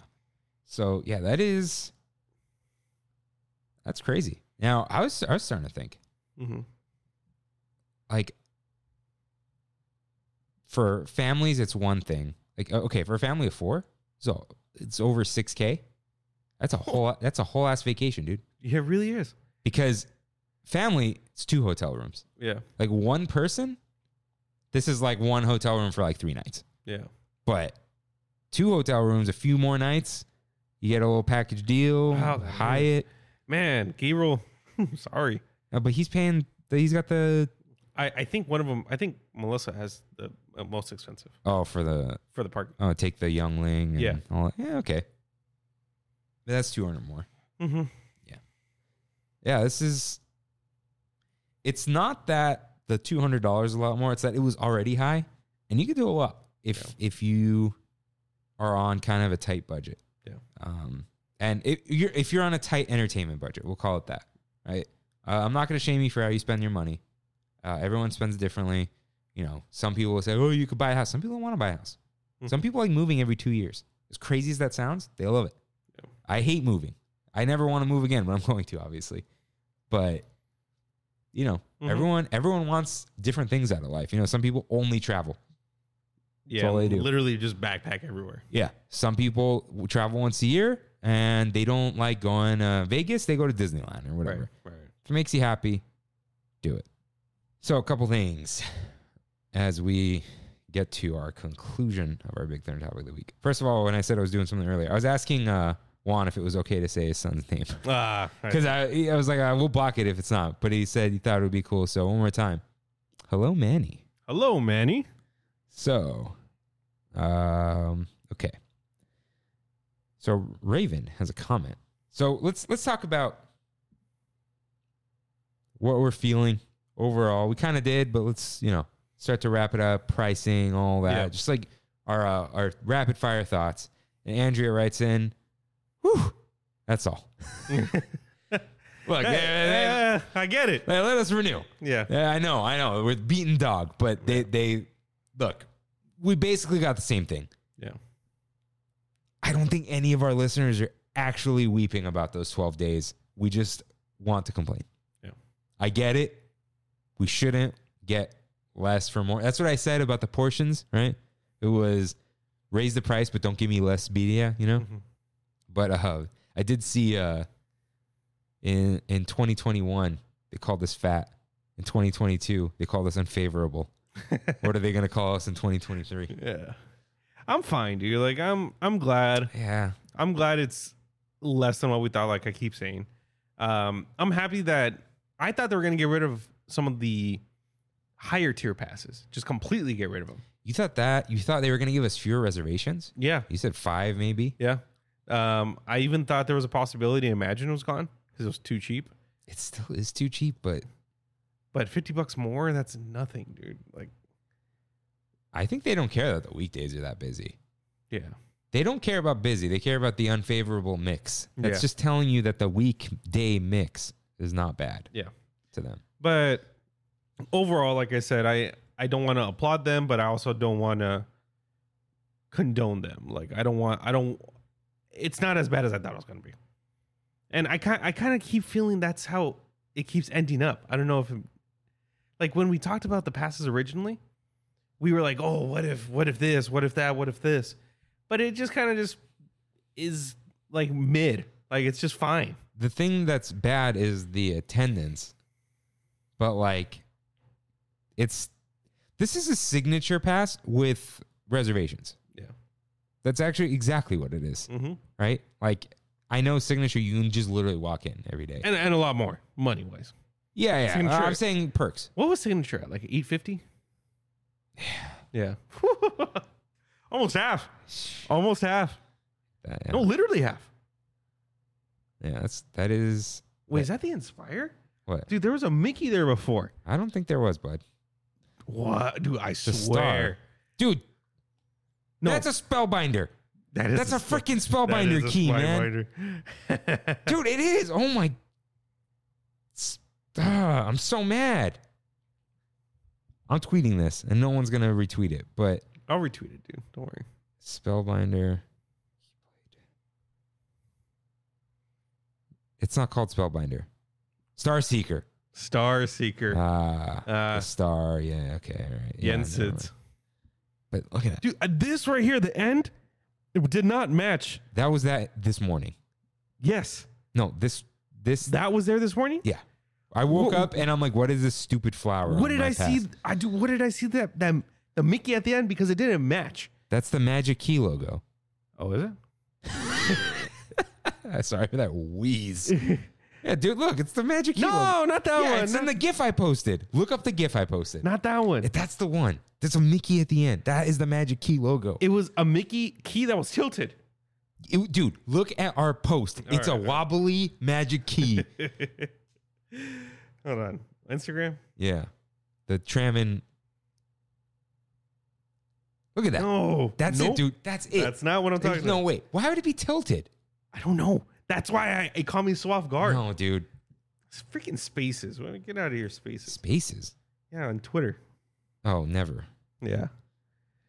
Speaker 1: So yeah, that is that's crazy. Now I was I was starting to think
Speaker 2: mm-hmm.
Speaker 1: like for families it's one thing like o- okay for a family of four so it's over 6k that's a whole that's a whole ass vacation dude
Speaker 2: yeah it really is
Speaker 1: because family it's two hotel rooms
Speaker 2: yeah
Speaker 1: like one person this is like one hotel room for like three nights
Speaker 2: yeah
Speaker 1: but two hotel rooms a few more nights you get a little package deal
Speaker 2: Wow, that
Speaker 1: hyatt
Speaker 2: man gabriel sorry
Speaker 1: Uh, but he's paying he's got the
Speaker 2: I, I think one of them i think melissa has the uh, most expensive
Speaker 1: oh for the
Speaker 2: for the park
Speaker 1: Oh, take the youngling. And
Speaker 2: Yeah.
Speaker 1: All that. Yeah. Okay. But that's two hundred more.
Speaker 2: mm-hmm.
Speaker 1: Yeah. This is. It's not that the two hundred dollars a lot more. It's that it was already high, and you could do a lot if if you are on kind of a tight budget.
Speaker 2: Yeah.
Speaker 1: Um, and if you're if you're on a tight entertainment budget, we'll call it that. Right. Uh, I'm not going to shame you for how you spend your money. Uh, everyone spends differently. You know, some people will say, "Oh, you could buy a house." Some people don't want to buy a house. Some people like moving every two years. As crazy as that sounds, they love it. I hate moving. I never want to move again, but I'm going to obviously. But you know,
Speaker 2: Mhm.
Speaker 1: everyone everyone wants different things out of life. You know, some people only travel.
Speaker 2: yeah
Speaker 1: all they do.
Speaker 2: literally just backpack everywhere
Speaker 1: Yeah, some people w- travel once a year and they don't like going to Vegas. They go to Disneyland or whatever.
Speaker 2: Right, right.
Speaker 1: If it makes you happy, do it. So, a couple things as we get to our conclusion of our Big Thunder topic of the week. First of all, when I said I was doing something earlier, I was asking uh, Juan if it was okay to say his son's name
Speaker 2: Ah,
Speaker 1: because I, I was like, I will block it if it's not. But he said he thought it would be cool. So, one more time. Hello, Manny.
Speaker 2: hello, Manny.
Speaker 1: So, um, okay. So Raven has a comment. So let's let's talk about what we're feeling overall. We kind of did, but let's you know start to wrap it up. Pricing, all that,
Speaker 2: Yeah.
Speaker 1: just like our uh, our rapid fire thoughts. And Andrea writes in, "Whew, that's all." Look,
Speaker 2: Hey,
Speaker 1: eh, eh,
Speaker 2: eh, I get it.
Speaker 1: eh, let us renew.
Speaker 2: Yeah,
Speaker 1: Yeah, I know, I know. We're beaten dog, but they they look. We basically got the same thing.
Speaker 2: yeah.
Speaker 1: I don't think any of our listeners are actually weeping about those twelve days. We just want to complain.
Speaker 2: Yeah.
Speaker 1: I get it. We shouldn't get less for more. That's what I said about the portions, right? It was raise the price, but don't give me less media. You know.
Speaker 2: Mhm.
Speaker 1: But uh, I did see uh, in in 2021 they called this fat. In 2022 they called us unfavorable. what are they going to call us in 2023?
Speaker 2: Yeah. I'm fine, dude. Like I'm I'm glad.
Speaker 1: Yeah,
Speaker 2: I'm glad it's less than what we thought, like I keep saying. Um, I'm happy that I thought they were gonna get rid of some of the higher tier passes. Just completely get rid of them.
Speaker 1: you thought that you thought they were going to give us fewer reservations.
Speaker 2: Yeah.
Speaker 1: You said five, maybe.
Speaker 2: Yeah. Um, I even thought there was a possibility Imagine was gone because it was too cheap.
Speaker 1: It still is too cheap, but
Speaker 2: But fifty bucks more, that's nothing, dude. Like,
Speaker 1: I think they don't care that the weekdays are that busy.
Speaker 2: yeah.
Speaker 1: They don't care about busy. They care about the unfavorable mix. That's
Speaker 2: Yeah.
Speaker 1: just telling you that the weekday mix is not bad
Speaker 2: Yeah.
Speaker 1: to them.
Speaker 2: But overall, like I said, I I don't want to applaud them, but I also don't want to condone them. Like I don't want I don't. It's not as bad as I thought it was going to be, and I kind I kind of keep feeling that's how it keeps ending up. I don't know if, it, like when we talked about the passes originally, we were like, oh, what if what if this, what if that, what if this, but it just kind of just is like mid, like it's just fine.
Speaker 1: the thing that's bad is the attendance. But like it's this is a signature pass with reservations.
Speaker 2: Yeah.
Speaker 1: That's actually exactly what it is,
Speaker 2: Mm-hmm.
Speaker 1: right? Like I know signature you can just literally walk in every day.
Speaker 2: And and a lot more money wise.
Speaker 1: yeah, yeah.
Speaker 2: Signature.
Speaker 1: I'm saying perks.
Speaker 2: What was signature at? Like eight fifty? Yeah. Almost half. Almost half.
Speaker 1: That-
Speaker 2: No, literally half.
Speaker 1: Yeah, that's that is
Speaker 2: Wait, is that the Inspire?
Speaker 1: what?
Speaker 2: Dude, there was a Mickey there before.
Speaker 1: I don't think there was, bud.
Speaker 2: What? Dude, I
Speaker 1: The
Speaker 2: swear.
Speaker 1: star. Dude,
Speaker 2: No,
Speaker 1: that's a spellbinder.
Speaker 2: that is
Speaker 1: That's a
Speaker 2: star.
Speaker 1: freaking
Speaker 2: That
Speaker 1: spellbinder
Speaker 2: is a
Speaker 1: key, man.
Speaker 2: spellbinder.
Speaker 1: dude it is oh my S- ah, i'm so mad i'm tweeting this and no one's gonna retweet it but
Speaker 2: I'll retweet it, dude. Don't worry.
Speaker 1: spellbinder it's not called spellbinder star seeker
Speaker 2: Star Seeker.
Speaker 1: ah
Speaker 2: Uh,
Speaker 1: the star yeah okay all right. Yeah,
Speaker 2: Jensitz.
Speaker 1: never mind. but look at that
Speaker 2: Dude, uh, this right here, the end, it did not match.
Speaker 1: that was that this morning
Speaker 2: Yes.
Speaker 1: no this this
Speaker 2: That was there this morning?
Speaker 1: yeah i woke
Speaker 2: Wh-
Speaker 1: up and i'm like what is this stupid flower
Speaker 2: What
Speaker 1: on
Speaker 2: did
Speaker 1: my
Speaker 2: I see?
Speaker 1: pass?
Speaker 2: I do. What did I see that that the Mickey at the end because it didn't match.
Speaker 1: that's the magic key logo
Speaker 2: Oh, is it?
Speaker 1: Uh, Sorry for that wheeze. yeah, dude, look, it's the magic key.
Speaker 2: No,
Speaker 1: logo.
Speaker 2: not that
Speaker 1: yeah,
Speaker 2: one.
Speaker 1: It's
Speaker 2: not,
Speaker 1: in the GIF I posted. Look up the GIF I posted.
Speaker 2: not that one.
Speaker 1: That's the one. There's a Mickey at the end. That is the magic key logo.
Speaker 2: It was a Mickey key that was tilted.
Speaker 1: It- dude, look at our post. it's a
Speaker 2: right,
Speaker 1: wobbly magic key.
Speaker 2: Hold on, Instagram.
Speaker 1: yeah, the Tramon. Look at that.
Speaker 2: No,
Speaker 1: That's
Speaker 2: Nope.
Speaker 1: it, dude. That's it.
Speaker 2: That's not what I'm
Speaker 1: There's
Speaker 2: talking
Speaker 1: no
Speaker 2: about.
Speaker 1: way. Why would it be tilted?
Speaker 2: I don't know. That's why I it caught me so off guard.
Speaker 1: No, dude.
Speaker 2: It's freaking spaces. Well, Get out of here, spaces.
Speaker 1: Spaces.
Speaker 2: Yeah, on Twitter.
Speaker 1: Oh, never,
Speaker 2: Yeah,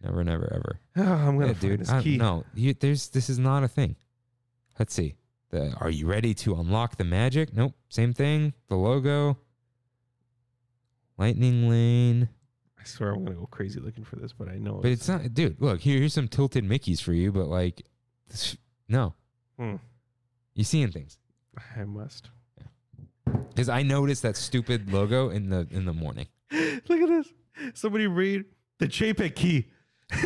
Speaker 1: never, never, ever.
Speaker 2: I'm
Speaker 1: Yeah,
Speaker 2: gonna find
Speaker 1: dude.
Speaker 2: this
Speaker 1: I-
Speaker 2: key.
Speaker 1: no, you, there's this is not a thing. Let's see. The, are you ready to unlock the magic? Nope. Same thing. The logo. Lightning lane.
Speaker 2: I swear I'm gonna go crazy looking for this, but I know.
Speaker 1: But it's not, dude. Look, here, here's some tilted Mickey's for you. But like, this, no,
Speaker 2: Hmm.
Speaker 1: you seeing things.
Speaker 2: I must.
Speaker 1: because I noticed that stupid logo in the in the morning.
Speaker 2: Look at this. Somebody read the JPEG key.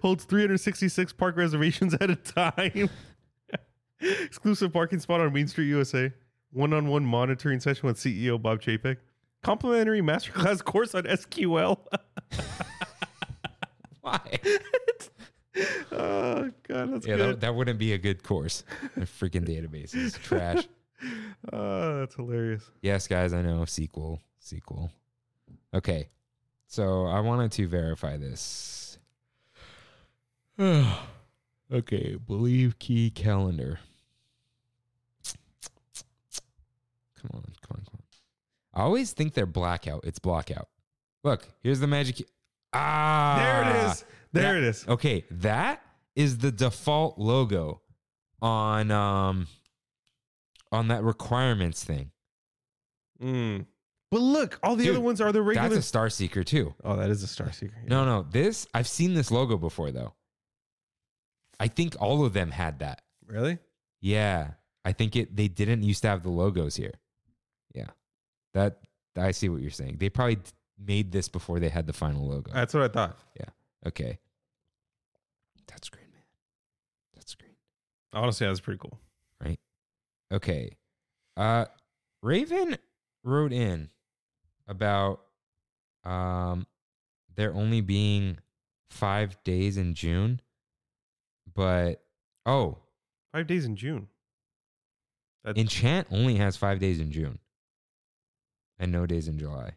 Speaker 2: Holds 366 park reservations at a time. Exclusive parking spot on Main Street, USA. One on one monitoring session with CEO Bob Chapek. Complimentary masterclass course on SQL.
Speaker 1: Why?
Speaker 2: oh, God, that's
Speaker 1: Yeah, that,
Speaker 2: good.
Speaker 1: that wouldn't be a good course. The freaking database is trash.
Speaker 2: oh, that's hilarious.
Speaker 1: Yes, guys, I know. Sequel, sequel. Okay, so I wanted to verify this. okay, believe key calendar. Come on, come on, come on. I always think they're blackout. It's blackout. Look, here's the magic. key- Ah,
Speaker 2: There it is. There
Speaker 1: that-
Speaker 2: it is.
Speaker 1: Okay, that is the default logo on um on that requirements thing.
Speaker 2: Mm. But look, all the
Speaker 1: Dude,
Speaker 2: other ones are the regular.
Speaker 1: That's a star seeker too.
Speaker 2: oh, that is a Star Seeker.
Speaker 1: No, no, this I've seen this logo before though. I think all of them had that.
Speaker 2: Really?
Speaker 1: Yeah, I think it. They didn't used to have the logos here. Yeah, that I see what you're saying. They probably d- made this before they had the final logo.
Speaker 2: That's what I thought.
Speaker 1: okay, that's green, man. That's green.
Speaker 2: Honestly, that's pretty cool.
Speaker 1: Okay. Uh Raven wrote in about um there only being 5 days in June, but oh,
Speaker 2: Five days in June. That's,
Speaker 1: Enchant only has 5 days in June and no days in July.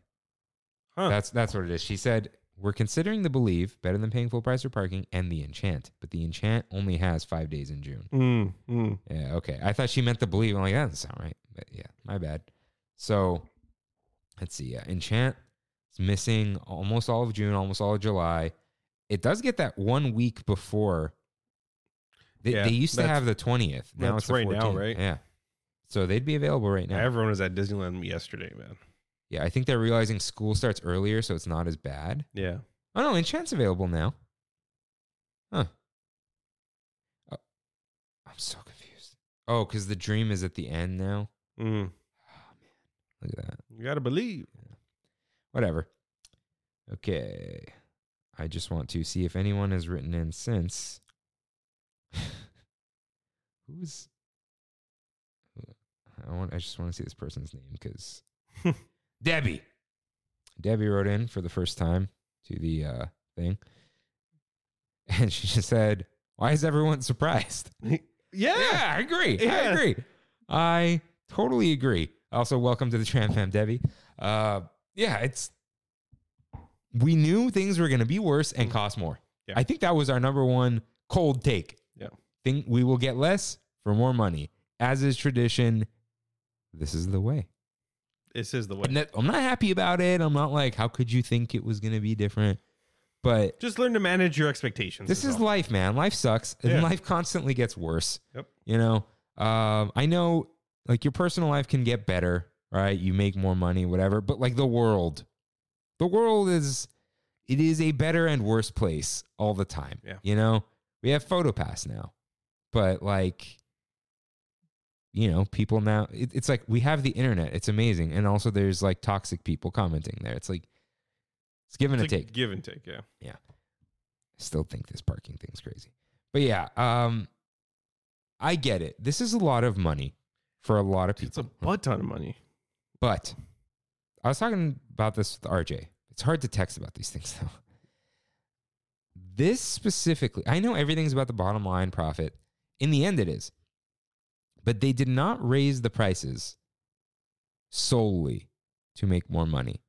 Speaker 2: huh.
Speaker 1: That's that's what it is. She said, "We're considering the Believe better than paying full price for parking and the Enchant, but the Enchant only has 5 days in June."
Speaker 2: Mm, mm.
Speaker 1: Yeah, okay. I thought she meant the believe. I'm like, that doesn't sound right. But yeah, my bad. So let's see. Yeah, Enchant is missing almost all of June, almost all of July. It does get that one week before. They,
Speaker 2: Yeah,
Speaker 1: they used to
Speaker 2: that's-
Speaker 1: have the 20th. Now
Speaker 2: that's
Speaker 1: it's the
Speaker 2: right now,
Speaker 1: 14th.
Speaker 2: right?
Speaker 1: Yeah. So they'd be available right now.
Speaker 2: Everyone was at Disneyland yesterday, man.
Speaker 1: Yeah, I think they're realizing school starts earlier, so it's not as bad.
Speaker 2: Yeah.
Speaker 1: Oh no, Enchant's available now. Huh. Oh, I'm so confused. Oh, because the dream is at the end now.
Speaker 2: Mm.
Speaker 1: Oh man, look at that.
Speaker 2: You gotta believe.
Speaker 1: Whatever. Okay. I just want to see if anyone has written in since. Who's? I want. I just want to see this person's name because Debbie. Debbie wrote in for the first time to the uh, thing, and she just said, "Why is everyone surprised?"
Speaker 2: Yeah.
Speaker 1: Yeah, I agree. I
Speaker 2: Yeah.
Speaker 1: agree. I totally agree. Also, welcome to the Tram Fam, Debbie. Uh, yeah, it's we knew things were going to be worse and cost more.
Speaker 2: Mm. Yeah.
Speaker 1: I think that was our number one cold take.
Speaker 2: Yeah.
Speaker 1: think we will get less for more money, as is tradition. This is the way.
Speaker 2: This is the
Speaker 1: I'm
Speaker 2: way.
Speaker 1: not, I'm not happy about it. I'm not like, how could you think it was going to be different? But
Speaker 2: Just learn to manage your expectations.
Speaker 1: this is
Speaker 2: all.
Speaker 1: life, man. Life sucks, and
Speaker 2: Yeah.
Speaker 1: life constantly gets worse.
Speaker 2: Yep.
Speaker 1: You know, um, I know, like your personal life can get better, right? You make more money, whatever. But like the world, the world is, it is a better and worse place all the time.
Speaker 2: Yeah.
Speaker 1: You know, we have PhotoPass now, but like, you know, people now. It, it's like we have the internet. It's amazing, and also there's like toxic people commenting there. It's like it's give and
Speaker 2: It's
Speaker 1: a
Speaker 2: like
Speaker 1: take
Speaker 2: Give and take. Yeah.
Speaker 1: still think this parking thing's crazy. But yeah, um I get it. This is a lot of money for a lot of people.
Speaker 2: It's a butt ton of money.
Speaker 1: But I was talking about this with RJ. It's hard to text about these things though. This specifically, I know everything's about the bottom line profit. In the end, it is. But they did not raise the prices solely to make more money.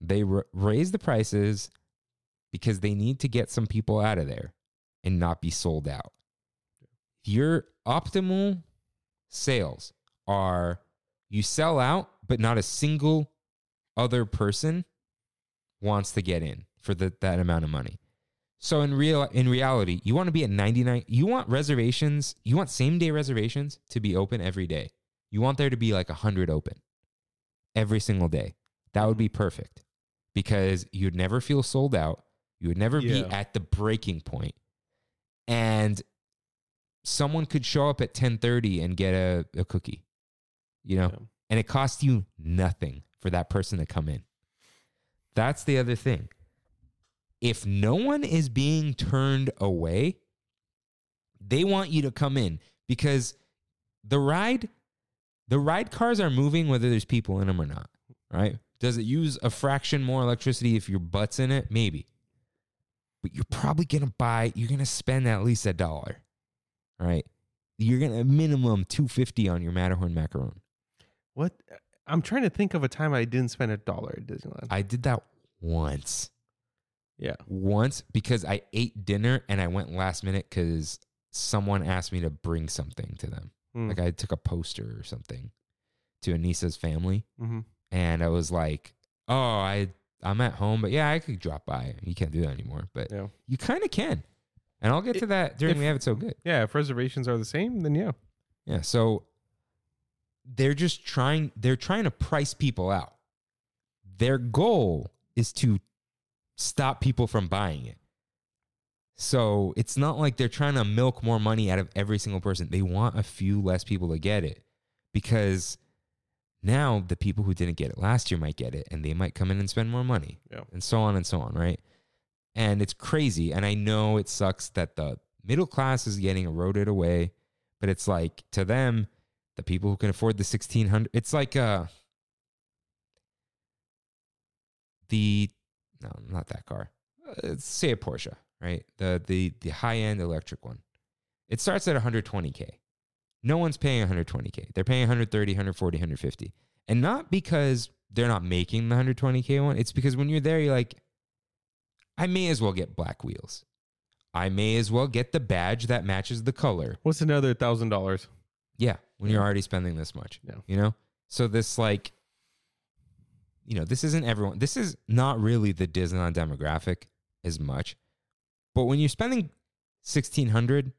Speaker 1: They ra- raised the prices because they need to get some people out of there and not be sold out. Your optimal sales are you sell out, but not a single other person wants to get in for the, that amount of money. So in real in reality, you want to be at 99 you want reservations, you want same day reservations to be open every day. You want there to be like 100 open every single day. That would be perfect because you'd never feel sold out. You would never
Speaker 2: Yeah.
Speaker 1: be at the breaking point. And someone could show up at 10:30 and get a, a cookie you know,
Speaker 2: Yeah.
Speaker 1: and it costs you nothing for that person to come in. That's the other thing. If no one is being turned away, they want you to come in because the ride the ride cars are moving whether there's people in them or not, right? Does it use a fraction more electricity if your butt's in it? Maybe. But you're probably going to buy, you're going to spend at least a dollar, right? You're going to minimum 250 on your Matterhorn macaron.
Speaker 2: What? I'm trying to think of a time I didn't spend a dollar at Disneyland.
Speaker 1: I did that once.
Speaker 2: yeah.
Speaker 1: Once because I ate dinner and I went last minute because someone asked me to bring something to them.
Speaker 2: Mm.
Speaker 1: Like I took a poster or something to Anisa's family.
Speaker 2: Mhm.
Speaker 1: And I was like, oh, I, I'm at home, but yeah, I could drop by. You can't do that anymore, but
Speaker 2: Yeah.
Speaker 1: you kind of can. And I'll get to that during
Speaker 2: if-
Speaker 1: We Have It So Good.
Speaker 2: Yeah. If reservations are the same, then yeah.
Speaker 1: Yeah. So they're just trying they're trying to price people out. Their goal is to stop people from buying it. So it's not like they're trying to milk more money out of every single person. They want a few less people to get it because now the people who didn't get it last year might get it and they might come in and spend more money
Speaker 2: Yeah.
Speaker 1: and so on and so on, right? And it's crazy. And I know it sucks that the middle class is getting eroded away, but it's like to them, the people who can afford the 1600, it's like uh, the, no, not that car. Uh, Let's say a Porsche, right? The, the, the high end electric one. It starts at 120K. No one's paying 120K. They're paying 130, 140, 150. And not because they're not making the 120K one. It's because when you're there, you're like, I may as well get black wheels. I may as well get the badge that matches the color.
Speaker 2: What's another thousand dollars?
Speaker 1: Yeah, when you're already spending this much.
Speaker 2: Yeah.
Speaker 1: You know? So this like you know, this isn't everyone. This is not really the Disneyland demographic as much. But when you're spending 1600,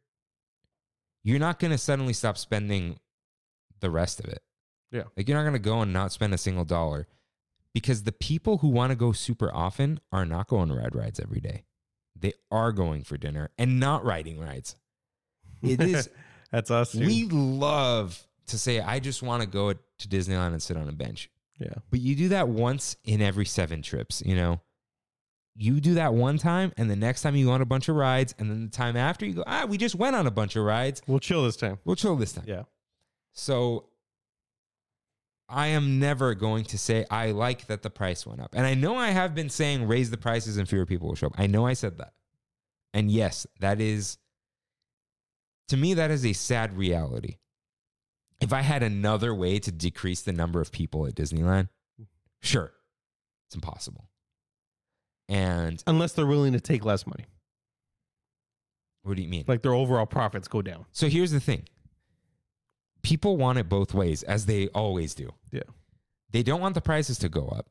Speaker 1: you're not going to suddenly stop spending the rest of it.
Speaker 2: Yeah.
Speaker 1: Like you're not going to go and not spend a single dollar because the people who want to go super often are not going to ride rides every day. They are going for dinner and not riding rides. It is
Speaker 2: That's us. Too.
Speaker 1: we love to say, I just want to go to Disneyland and sit on a bench.
Speaker 2: yeah.
Speaker 1: But you do that once in every seven trips, you know? You do that one time, and the next time you go on a bunch of rides, and then the time after you go, ah, we just went on a bunch of rides.
Speaker 2: We'll chill this time.
Speaker 1: We'll chill this time.
Speaker 2: Yeah.
Speaker 1: So I am never going to say I like that the price went up. And I know I have been saying raise the prices and fewer people will show up. I know I said that. And yes, that is to me that is a sad reality. If I had another way to decrease the number of people at Disneyland, sure. It's impossible. And
Speaker 2: Unless they're willing to take less money,
Speaker 1: what do you mean?
Speaker 2: like their overall profits go down.
Speaker 1: So here's the thing. People want it both ways as they always do.
Speaker 2: Yeah.
Speaker 1: they don't want the prices to go up,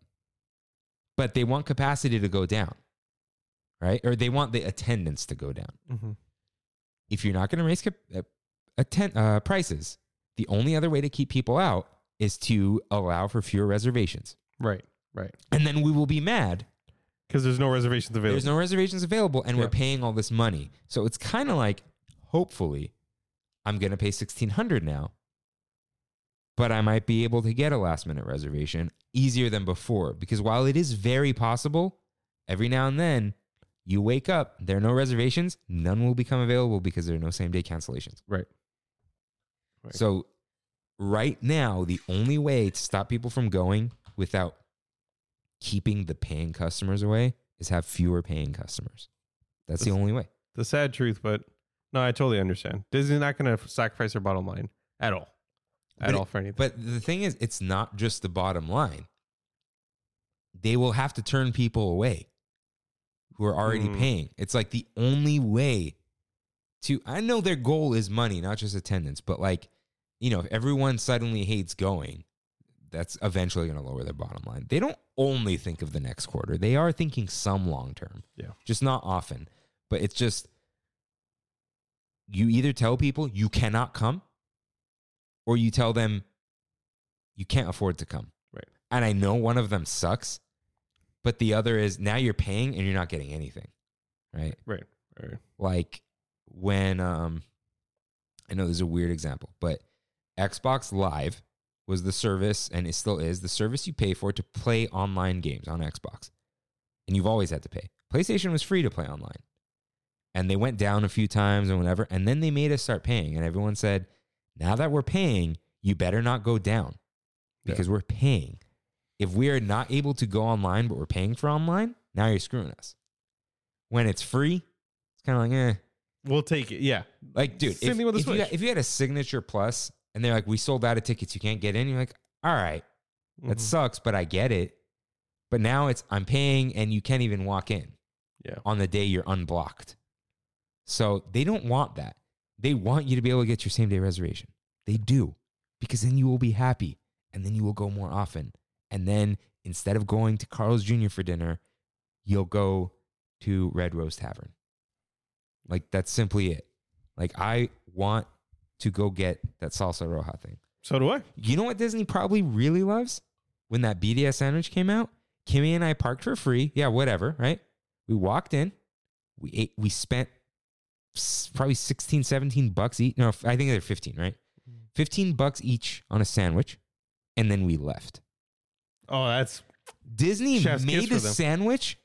Speaker 1: but they want capacity to go down, right? Or they want the attendance to go down.
Speaker 2: Mm-hmm.
Speaker 1: If you're not going to raise cap- uh, atten- uh, prices, the only other way to keep people out is to allow for fewer reservations.
Speaker 2: Right. Right.
Speaker 1: And then we will be mad.
Speaker 2: Because there's no reservations available.
Speaker 1: There's no reservations available and
Speaker 2: Yeah.
Speaker 1: we're paying all this money. So it's kind of like, hopefully, I'm going to pay 1600 now, but I might be able to get a last minute reservation easier than before. Because while it is very possible, every now and then you wake up, there are no reservations, none will become available because there are no same day cancellations.
Speaker 2: right. Right.
Speaker 1: So right now, the only way to stop people from going without keeping the paying customers away is have fewer paying customers. That's the
Speaker 2: That's-
Speaker 1: only way.
Speaker 2: The sad truth, but no, I totally understand. Disney's not going to sacrifice their bottom line at all.
Speaker 1: But
Speaker 2: At
Speaker 1: it-
Speaker 2: all for anything.
Speaker 1: But the thing is, it's not just the bottom line. They will have to turn people away who are already
Speaker 2: Mm.
Speaker 1: paying. It's like the only way to. I know their goal is money, not just attendance, but like, you know, if everyone suddenly hates going, that's eventually going to lower their bottom line. They don't only think of the next quarter, they are thinking some long term.
Speaker 2: Yeah.
Speaker 1: Just not often. But it's just you either tell people you cannot come or you tell them you can't afford to come.
Speaker 2: Right.
Speaker 1: And I know one of them sucks, but the other is now you're paying and you're not getting anything. Right.
Speaker 2: right. Right.
Speaker 1: Like when um I know there's a weird example, but Xbox Live was the service, and it still is the service you pay for to play online games on Xbox. And you've always had to pay. PlayStation was free to play online. And they went down a few times and whatever. And then they made us start paying. And everyone said, now that we're paying, you better not go down
Speaker 2: Yeah.
Speaker 1: because we're paying. If we are not able to go online, but we're paying for online, now you're screwing us. When it's free, it's kind of like, eh,
Speaker 2: We'll take it. Yeah.
Speaker 1: like, dude,
Speaker 2: Same
Speaker 1: if,
Speaker 2: thing with the
Speaker 1: if you
Speaker 2: Switch.
Speaker 1: got- if you had a signature plus and they're like, we sold out of tickets, you can't get in, you're like, all right, that
Speaker 2: Mhm.
Speaker 1: sucks, but I get it. But now it's I'm paying and you can't even walk in
Speaker 2: Yeah.
Speaker 1: on the day you're unblocked. So they don't want that. They want you to be able to get your same day reservation. They do because then you will be happy and then you will go more often. And then instead of going to Carl's Jr. for dinner, you'll go to Red Rose Tavern. Like that's simply it. Like I want to go get that salsa roja thing.
Speaker 2: So do I.
Speaker 1: You know what Disney probably really loves? When that BDS sandwich came out, Kimmy and I parked for free. Yeah, whatever, right? We walked in. We ate, we spent s- probably 16, 17 bucks each. No, f- I think they're 15, right?
Speaker 2: Mm-hmm.
Speaker 1: 15 bucks each on a sandwich. And then we left.
Speaker 2: Oh, that's
Speaker 1: Disney
Speaker 2: Chef's kiss
Speaker 1: made
Speaker 2: for
Speaker 1: a
Speaker 2: them.
Speaker 1: sandwich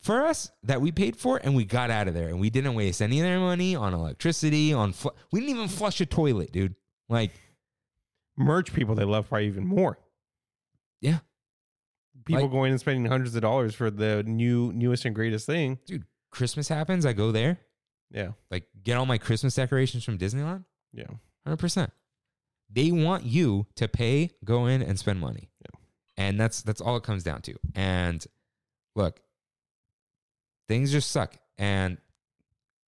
Speaker 1: for us that we paid for and we got out of there and we didn't waste any of their money on electricity, on fl- we didn't even flush a toilet, dude. Like,
Speaker 2: merch people they love probably even more.
Speaker 1: Yeah.
Speaker 2: People
Speaker 1: Like-
Speaker 2: going and spending hundreds of dollars for the new newest and greatest thing.
Speaker 1: Christmas happens, I go there.
Speaker 2: Yeah.
Speaker 1: like get all my Christmas decorations from Disneyland?
Speaker 2: Yeah.
Speaker 1: 100%. They want you to pay, go in and spend money. And that's that's all it comes down to. And look, things just suck and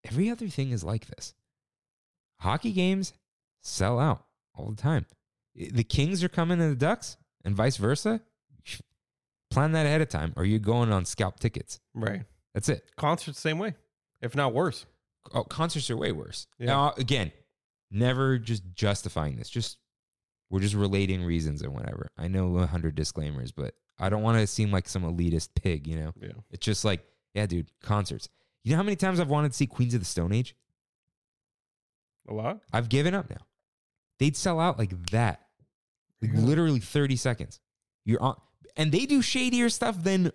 Speaker 1: every other thing is like this. Hockey games sell out all the time. I- The Kings are coming to the Ducks and vice versa. Plan that ahead of time or you're going on scalp tickets.
Speaker 2: Right.
Speaker 1: That's it.
Speaker 2: Concerts same way, if not worse.
Speaker 1: oh, concerts are way worse.
Speaker 2: Yeah.
Speaker 1: Now, again, never just justifying this. Just we're just relating reasons and whatever. I know a hundred disclaimers, but I don't want to seem like some elitist pig. You know,
Speaker 2: Yeah.
Speaker 1: it's just like, yeah, dude, concerts. You know how many times I've wanted to see Queens of the Stone Age?
Speaker 2: A lot.
Speaker 1: I've given up now. They'd sell out like that, like
Speaker 2: Yeah.
Speaker 1: literally thirty seconds. You're on, and they do shadier stuff than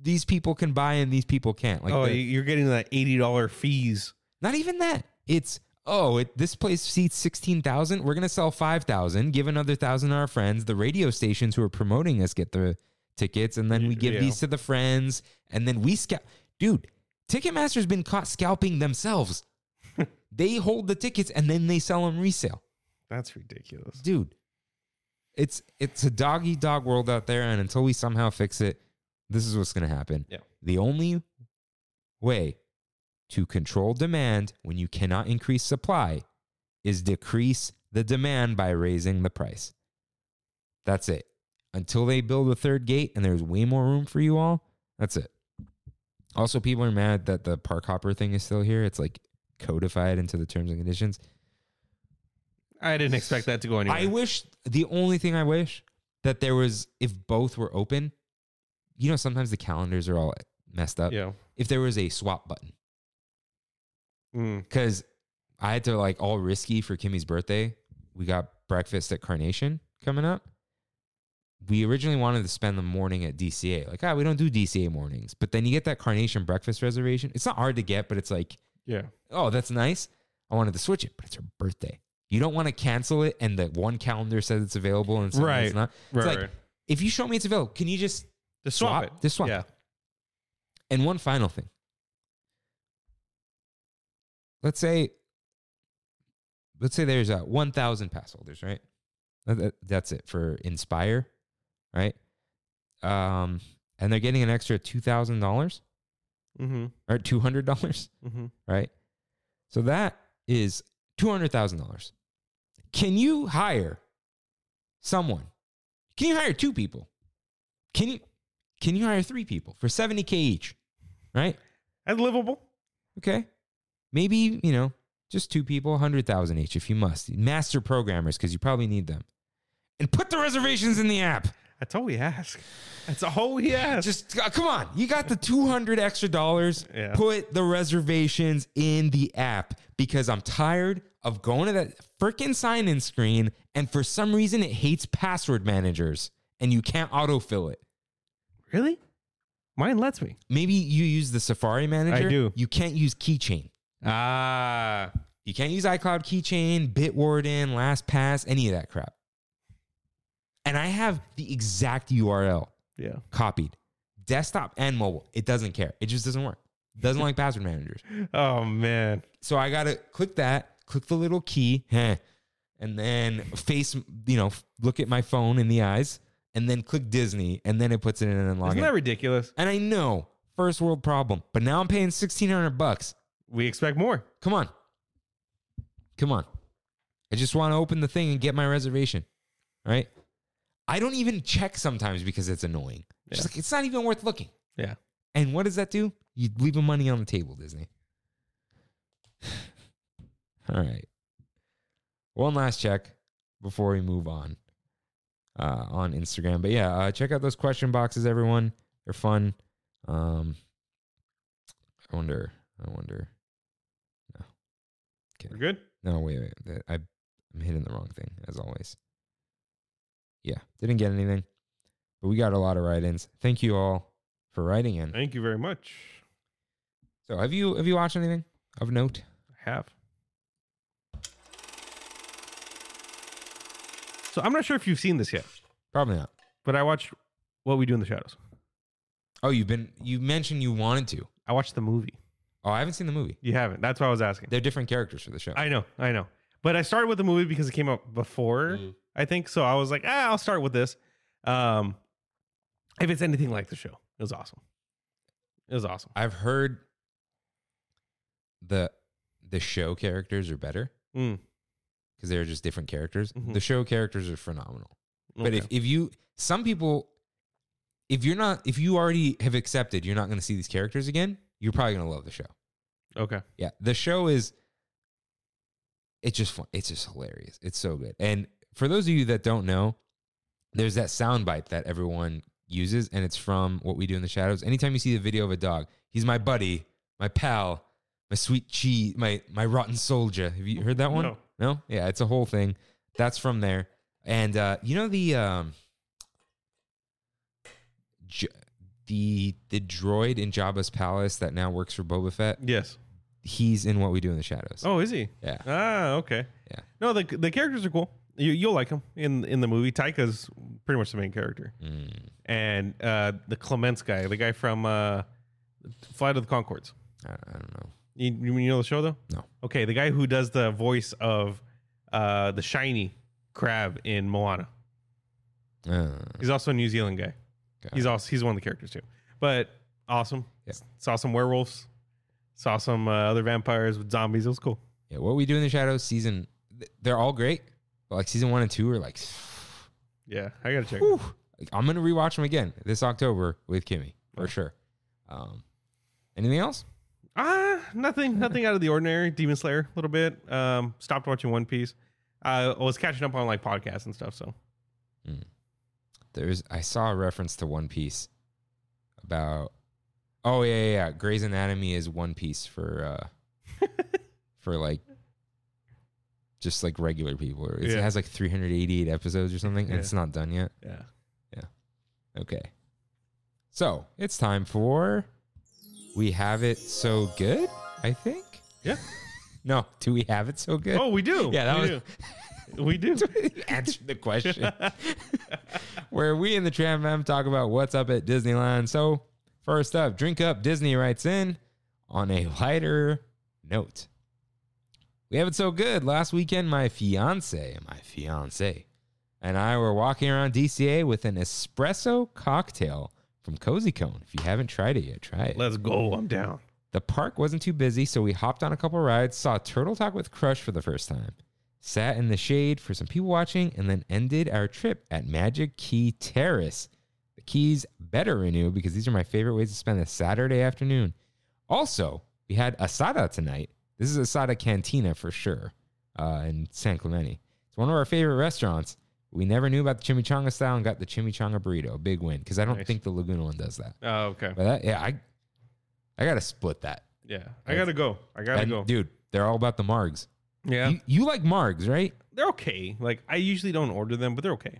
Speaker 1: these people can buy and these people can't. Like
Speaker 2: oh,
Speaker 1: the-
Speaker 2: you- you're getting that eighty dollar fees.
Speaker 1: Not even that. It's oh, it, this place seats sixteen thousand. We're gonna sell five thousand. Give another thousand to our friends. The radio stations who are promoting us get the tickets, and then we give
Speaker 2: Yeah.
Speaker 1: these to the friends, and then we scalp. Dude, Ticketmaster's been caught scalping themselves. they hold the tickets and then they sell them resale.
Speaker 2: That's ridiculous.
Speaker 1: Dude, it's it's a doggy dog world out there, and until we somehow fix it, this is what's gonna happen.
Speaker 2: Yeah.
Speaker 1: The only way to control demand when you cannot increase supply is decrease the demand by raising the price. That's it. Until they build a third gate and there's way more room for you all, that's it. Also, people are mad that the park hopper thing is still here. It's like codified into the terms and conditions.
Speaker 2: I didn't expect that to go anywhere.
Speaker 1: I wish the only thing I wish that there was if both were open, you know, sometimes the calendars are all messed up.
Speaker 2: Yeah.
Speaker 1: If there was a swap button,
Speaker 2: Mm.
Speaker 1: because I had to like all risky for Kimmy's birthday. We got breakfast at Carnation coming up. We originally wanted to spend the morning at DCA. Like, ah, we don't do DCA mornings. But then you get that Carnation breakfast reservation. It's not hard to get, but it's like
Speaker 2: Yeah.
Speaker 1: oh, that's nice. I wanted to switch it, but it's her birthday. You don't want to cancel it, and the one calendar says it's available and right.
Speaker 2: Right.
Speaker 1: it's not.
Speaker 2: Right.
Speaker 1: like-
Speaker 2: right.
Speaker 1: If you show me it's available, can you just?
Speaker 2: Just swap,
Speaker 1: swap-
Speaker 2: it.
Speaker 1: just swap
Speaker 2: Yeah.
Speaker 1: And one final thing. Let's say, let's say there's a 1,000 pass holders, right? That- that- That's it for Inspire, right? Um, and they're getting an extra two thousand dollars
Speaker 2: Mm-hmm.
Speaker 1: or two hundred dollars.
Speaker 2: Mm-hmm.
Speaker 1: right? So that is $200,000. Can you hire someone? Can you hire two people? Can you can you hire three people for 70k each? Right?
Speaker 2: That's livable.
Speaker 1: Okay. Maybe, you know, just two people, 100,000 each if you must. Master programmers cuz you probably need them. And put the reservations in the app.
Speaker 2: That's all we ask. That's all we ask.
Speaker 1: Just uh, come on. You got the 200 extra dollars.
Speaker 2: Yeah.
Speaker 1: Put the reservations in the app because I'm tired of going to that freaking sign in screen, and for some reason it hates password managers and you can't autofill it.
Speaker 2: Really? Mine lets me.
Speaker 1: Maybe you use the Safari manager.
Speaker 2: do.
Speaker 1: You can't use Keychain.
Speaker 2: Ah.
Speaker 1: You can't use iCloud Keychain, Bitwarden, LastPass, any of that crap. And I have the exact URL
Speaker 2: Yeah.
Speaker 1: copied, desktop and mobile. It doesn't care. It just doesn't work. Doesn't like password managers.
Speaker 2: Oh man.
Speaker 1: So I gotta click that, click the little key, heh, and then face, you know, look at my phone in the eyes, and then click Disney, and then it puts it in and log
Speaker 2: Isn't
Speaker 1: in.
Speaker 2: that ridiculous?
Speaker 1: and I know first world problem, but now I'm paying sixteen hundred bucks.
Speaker 2: We expect more.
Speaker 1: Come on, come on. I just want to open the thing and get my reservation, right? I don't even check sometimes because it's annoying. It's
Speaker 2: Yeah.
Speaker 1: like it's not even worth looking.
Speaker 2: Yeah.
Speaker 1: And what does that do? You leave the money on the table, Disney. All right. One last check before we move on uh, on Instagram. But yeah, uh, check out those question boxes, everyone. They're fun. Um, I wonder. I wonder.
Speaker 2: We're good.
Speaker 1: No, wait, wait. that- I, I'm hitting the wrong thing, as always. Yeah, didn't get anything. But we got a lot of write ins. Thank you all for writing in.
Speaker 2: Thank you very much.
Speaker 1: So have you have you watched anything of note?
Speaker 2: I have. So I'm not sure if you've seen this yet,
Speaker 1: Probably not.
Speaker 2: but I watched What We Do in the Shadows.
Speaker 1: Oh, you've been you mentioned you wanted to.
Speaker 2: I watched the movie.
Speaker 1: Oh, I haven't seen the movie.
Speaker 2: You haven't. That's why I was asking.
Speaker 1: They're different characters for the show.
Speaker 2: I know, I know. But I started with the movie because it came out before,
Speaker 1: Mm-hmm.
Speaker 2: I think. So I was like, ah, I'll start with this. Um, if it's anything like the show, it was awesome. It was awesome.
Speaker 1: I've heard the the show characters are better
Speaker 2: Mm,
Speaker 1: because they're just different characters.
Speaker 2: Mhm.
Speaker 1: The show characters are phenomenal. But
Speaker 2: okay.
Speaker 1: if, if you some people if you're not if you already have accepted you're not gonna see these characters again, you're probably gonna love the show.
Speaker 2: okay,
Speaker 1: Yeah, the show is it's just fun. It's just hilarious. It's so good. And for those of you that don't know, there's that sound bite that everyone uses, and it's from What We Do in the Shadows. Anytime you see the video of a dog, he's my buddy, my pal, my sweet cheese, my my rotten soldier. Have you heard that one?
Speaker 2: No.
Speaker 1: No? Yeah, it's a whole thing. That's from there. And uh, you know the um, J- the the droid in Jabba's palace that now works for Boba Fett
Speaker 2: yes.
Speaker 1: he's in what we do in the shadows.
Speaker 2: Oh, is he?
Speaker 1: Yeah.
Speaker 2: Ah, okay.
Speaker 1: Yeah.
Speaker 2: No, the the characters are cool. You you'll like him in in the movie. Taika's pretty much the main character,
Speaker 1: Mm,
Speaker 2: and uh, the Clements guy, the guy from uh, Flight of the Concords.
Speaker 1: I, I don't know.
Speaker 2: You, you know the show though?
Speaker 1: No.
Speaker 2: Okay, the guy who does the voice of uh, the shiny crab in Moana.
Speaker 1: Uh,
Speaker 2: He's also a New Zealand guy.
Speaker 1: Got
Speaker 2: He's also he's one of the characters too. But awesome.
Speaker 1: Yeah.
Speaker 2: Saw some werewolves. Saw some uh, other vampires with zombies. It was cool.
Speaker 1: yeah, what we do in the shadows season, th- they're all great. But like season one and two are like,
Speaker 2: Yeah, I gotta check. it.
Speaker 1: whew. Like, I'm gonna rewatch them again this October with Kimmy for sure. Um, anything else?
Speaker 2: Ah, nothing, nothing out of the ordinary. Demon Slayer, a little bit. Um, stopped watching One Piece. I was catching up on like podcasts and stuff. So
Speaker 1: There's I saw a reference to One Piece about. Oh yeah, yeah, yeah. Grey's Anatomy is One Piece for uh, for like just like regular people. It's-
Speaker 2: Yeah.
Speaker 1: It has like 388 episodes or something, and
Speaker 2: Yeah.
Speaker 1: it's not done yet.
Speaker 2: yeah,
Speaker 1: Okay. So it's time for We Have It So Good, I think.
Speaker 2: yeah.
Speaker 1: No, do we have it so good?
Speaker 2: Oh, we do.
Speaker 1: Yeah, that
Speaker 2: we
Speaker 1: was-
Speaker 2: do. We do.
Speaker 1: Answer the question. Where we in the Tram Fam talk about what's up at Disneyland. So, first up, Drink Up Disney writes in on a lighter note. We have it so good. Last weekend, my fiance, my fiance, and I were walking around DCA with an espresso cocktail from Cozy Cone. If you haven't tried it yet, try it.
Speaker 2: Let's go. I'm down.
Speaker 1: The park wasn't too busy, so we hopped on a couple rides, saw Turtle Talk with Crush for the first time, sat in the shade for some people watching, and then ended our trip at Magic Key Terrace. The keys better renew because these are my favorite ways to spend a Saturday afternoon. Also, we had asada tonight. This is asada cantina for sure uh, in San Clemente. It's one of our favorite restaurants. We never knew about the chimichanga style and got the chimichanga burrito. Big win because I don't
Speaker 2: Nice.
Speaker 1: think the Laguna one does that.
Speaker 2: Oh, okay.
Speaker 1: But that, yeah, I I gotta split that.
Speaker 2: Yeah, I gotta go. I gotta
Speaker 1: And,
Speaker 2: go.
Speaker 1: Dude, they're all about the margs.
Speaker 2: Yeah.
Speaker 1: You, you like margs, right?
Speaker 2: they're okay. Like I usually don't order them, but they're okay.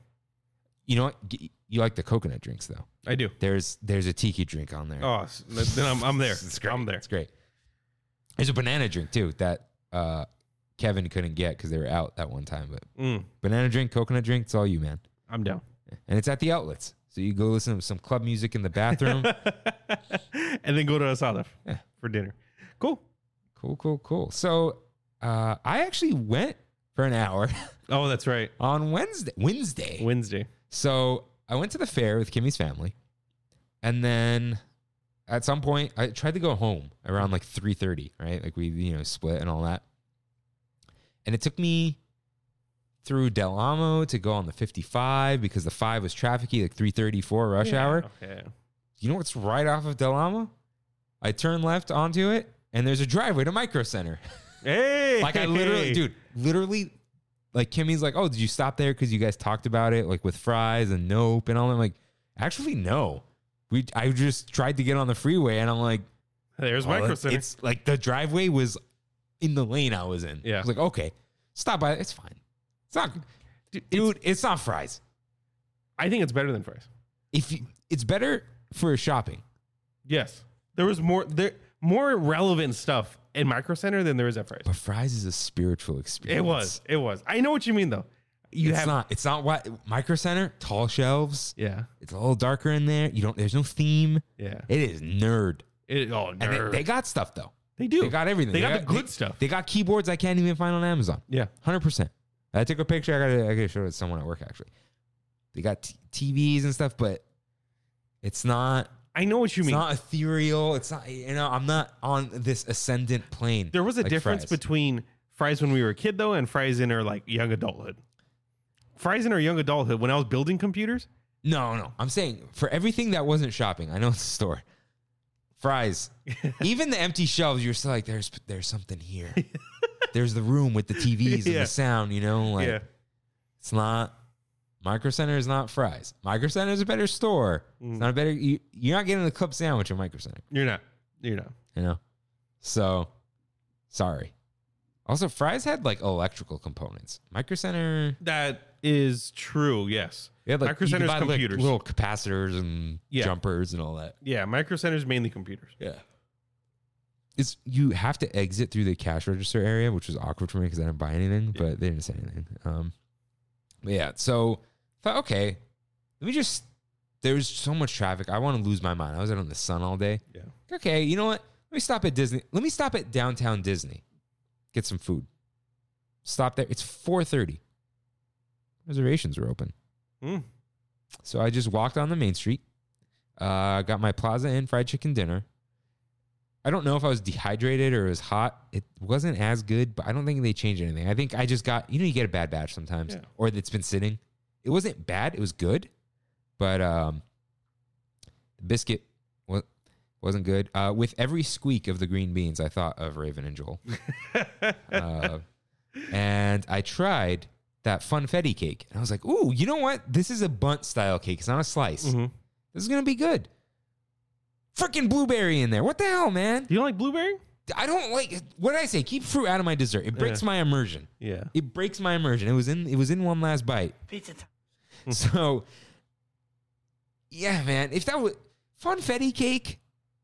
Speaker 1: You know what? G- You like the coconut drinks though.
Speaker 2: I do.
Speaker 1: There's there's a tiki drink on there.
Speaker 2: Oh, s- then I'm, I'm there.
Speaker 1: It's great.
Speaker 2: I'm there.
Speaker 1: It's great. There's a banana drink too that uh, Kevin couldn't get because they were out that one time. But
Speaker 2: Mm,
Speaker 1: banana drink, coconut drink, it's all you, man.
Speaker 2: I'm down.
Speaker 1: And it's at the outlets, so you go listen to some club music in the bathroom.
Speaker 2: and then go to Asada
Speaker 1: Yeah.
Speaker 2: for dinner. Cool.
Speaker 1: cool, cool, cool. So uh, I actually went for an hour
Speaker 2: Oh, that's right.
Speaker 1: on Wednesday. Wednesday.
Speaker 2: Wednesday.
Speaker 1: So I went to the fair with Kimmy's family, and then at some point I tried to go home around like three thirty, right? Like we you know split and all that, and it took me through Del Amo to go on the fifty five because the five was trafficy, like three thirty four rush
Speaker 2: Yeah,
Speaker 1: hour.
Speaker 2: Okay.
Speaker 1: You know what's right off of Del Amo? I turn left onto it, and there's a driveway to Micro Center.
Speaker 2: Hey.
Speaker 1: Like I literally, dude, literally, like Kimmy's like, oh, did you stop there because you guys talked about it, like with fries and nope and all. that." I'm like, actually, no. We I just tried to get on the freeway and I'm like,
Speaker 2: There's
Speaker 1: "Oh,
Speaker 2: Micro
Speaker 1: it-
Speaker 2: Center.
Speaker 1: it's like the driveway was in the lane I was in.
Speaker 2: Yeah.
Speaker 1: I was like, okay, stop by. It's fine. It's not,
Speaker 2: Dude, it's-
Speaker 1: dude. It's, not fries.
Speaker 2: I think it's better than fries.
Speaker 1: If you, it's better for shopping.
Speaker 2: Yes. There was more there more relevant stuff in Micro Center than there is at fries.
Speaker 1: But fries is a spiritual experience.
Speaker 2: It was. It was. I know what you mean though. You
Speaker 1: it's
Speaker 2: have
Speaker 1: not. It's not what Micro Center. Tall shelves.
Speaker 2: Yeah.
Speaker 1: It's a little darker in there. You don't. There's no theme.
Speaker 2: Yeah.
Speaker 1: It is nerd.
Speaker 2: It, oh,
Speaker 1: And they,
Speaker 2: nerd.
Speaker 1: they got stuff though.
Speaker 2: They do.
Speaker 1: They got everything.
Speaker 2: They got the good stuff.
Speaker 1: They got keyboards I can't even find on Amazon.
Speaker 2: yeah.
Speaker 1: Hundred percent. I took a picture. I gotta I gotta show it to someone at work actually. They got t- TVs and stuff, but it's not
Speaker 2: I know what you
Speaker 1: it's
Speaker 2: mean.
Speaker 1: not ethereal. It's not you know I'm not on this ascendant plane.
Speaker 2: There was a
Speaker 1: like
Speaker 2: difference
Speaker 1: fries.
Speaker 2: between fries when we were a kid though, and fries in our like young adulthood. Fries in our young adulthood, when I was building computers,
Speaker 1: no no. I'm saying for everything that wasn't shopping, I know it's a store. Fries, even the empty shelves, you're still like there's there's something here. there's the room with the TVs and
Speaker 2: Yeah.
Speaker 1: the sound. You know like.
Speaker 2: yeah,
Speaker 1: It's not Micro Center is not fries. Micro Center is a better store.
Speaker 2: Mm.
Speaker 1: It's not a better. You, you're not getting a club sandwich at Micro Center.
Speaker 2: you're not, you're not.
Speaker 1: You know, so sorry. Also, fries had like electrical components. Micro Center
Speaker 2: That is true. Yes.
Speaker 1: they had like
Speaker 2: Micro
Speaker 1: you could
Speaker 2: Center's
Speaker 1: buy, like,
Speaker 2: computers.
Speaker 1: little capacitors and
Speaker 2: Yeah.
Speaker 1: jumpers and all that.
Speaker 2: Yeah, Micro Center's mainly computers.
Speaker 1: Yeah. It's you have to exit through the cash register area, which was awkward for me because I didn't buy anything,
Speaker 2: Yeah.
Speaker 1: but they didn't say anything. Um, but yeah, so thought okay, let me just. There's so much traffic. I want to lose my mind. I was out in the sun all day.
Speaker 2: Yeah.
Speaker 1: Okay, you know what? Let me stop at Disney. Let me stop at downtown Disney. Get some food. Stop there. It's 4:30. Reservations were open.
Speaker 2: Mm.
Speaker 1: So I just walked on the main street, uh, got my Plaza Inn fried chicken dinner. I don't know if I was dehydrated or it was hot. It wasn't as good, but I don't think they changed anything. I think I just got, you know, you get a bad batch sometimes
Speaker 2: Yeah.
Speaker 1: or that's been sitting. It wasn't bad. It was good, but um, the biscuit wa- wasn't good. Uh, with every squeak of the green beans, I thought of Raven and Joel. uh, and I tried that funfetti cake. And I was like, ooh, you know what? This is a bunt style cake. It's not a slice.
Speaker 2: Mhm.
Speaker 1: This is going to be good. Freaking blueberry in there. What the hell, man?
Speaker 2: Do you like blueberry?
Speaker 1: I don't like what did I say? Keep fruit out of my dessert. It breaks my immersion.
Speaker 2: Yeah.
Speaker 1: It breaks my immersion. It was in it was in one last bite.
Speaker 4: Pizza time.
Speaker 1: So yeah, man. If that was funfetti cake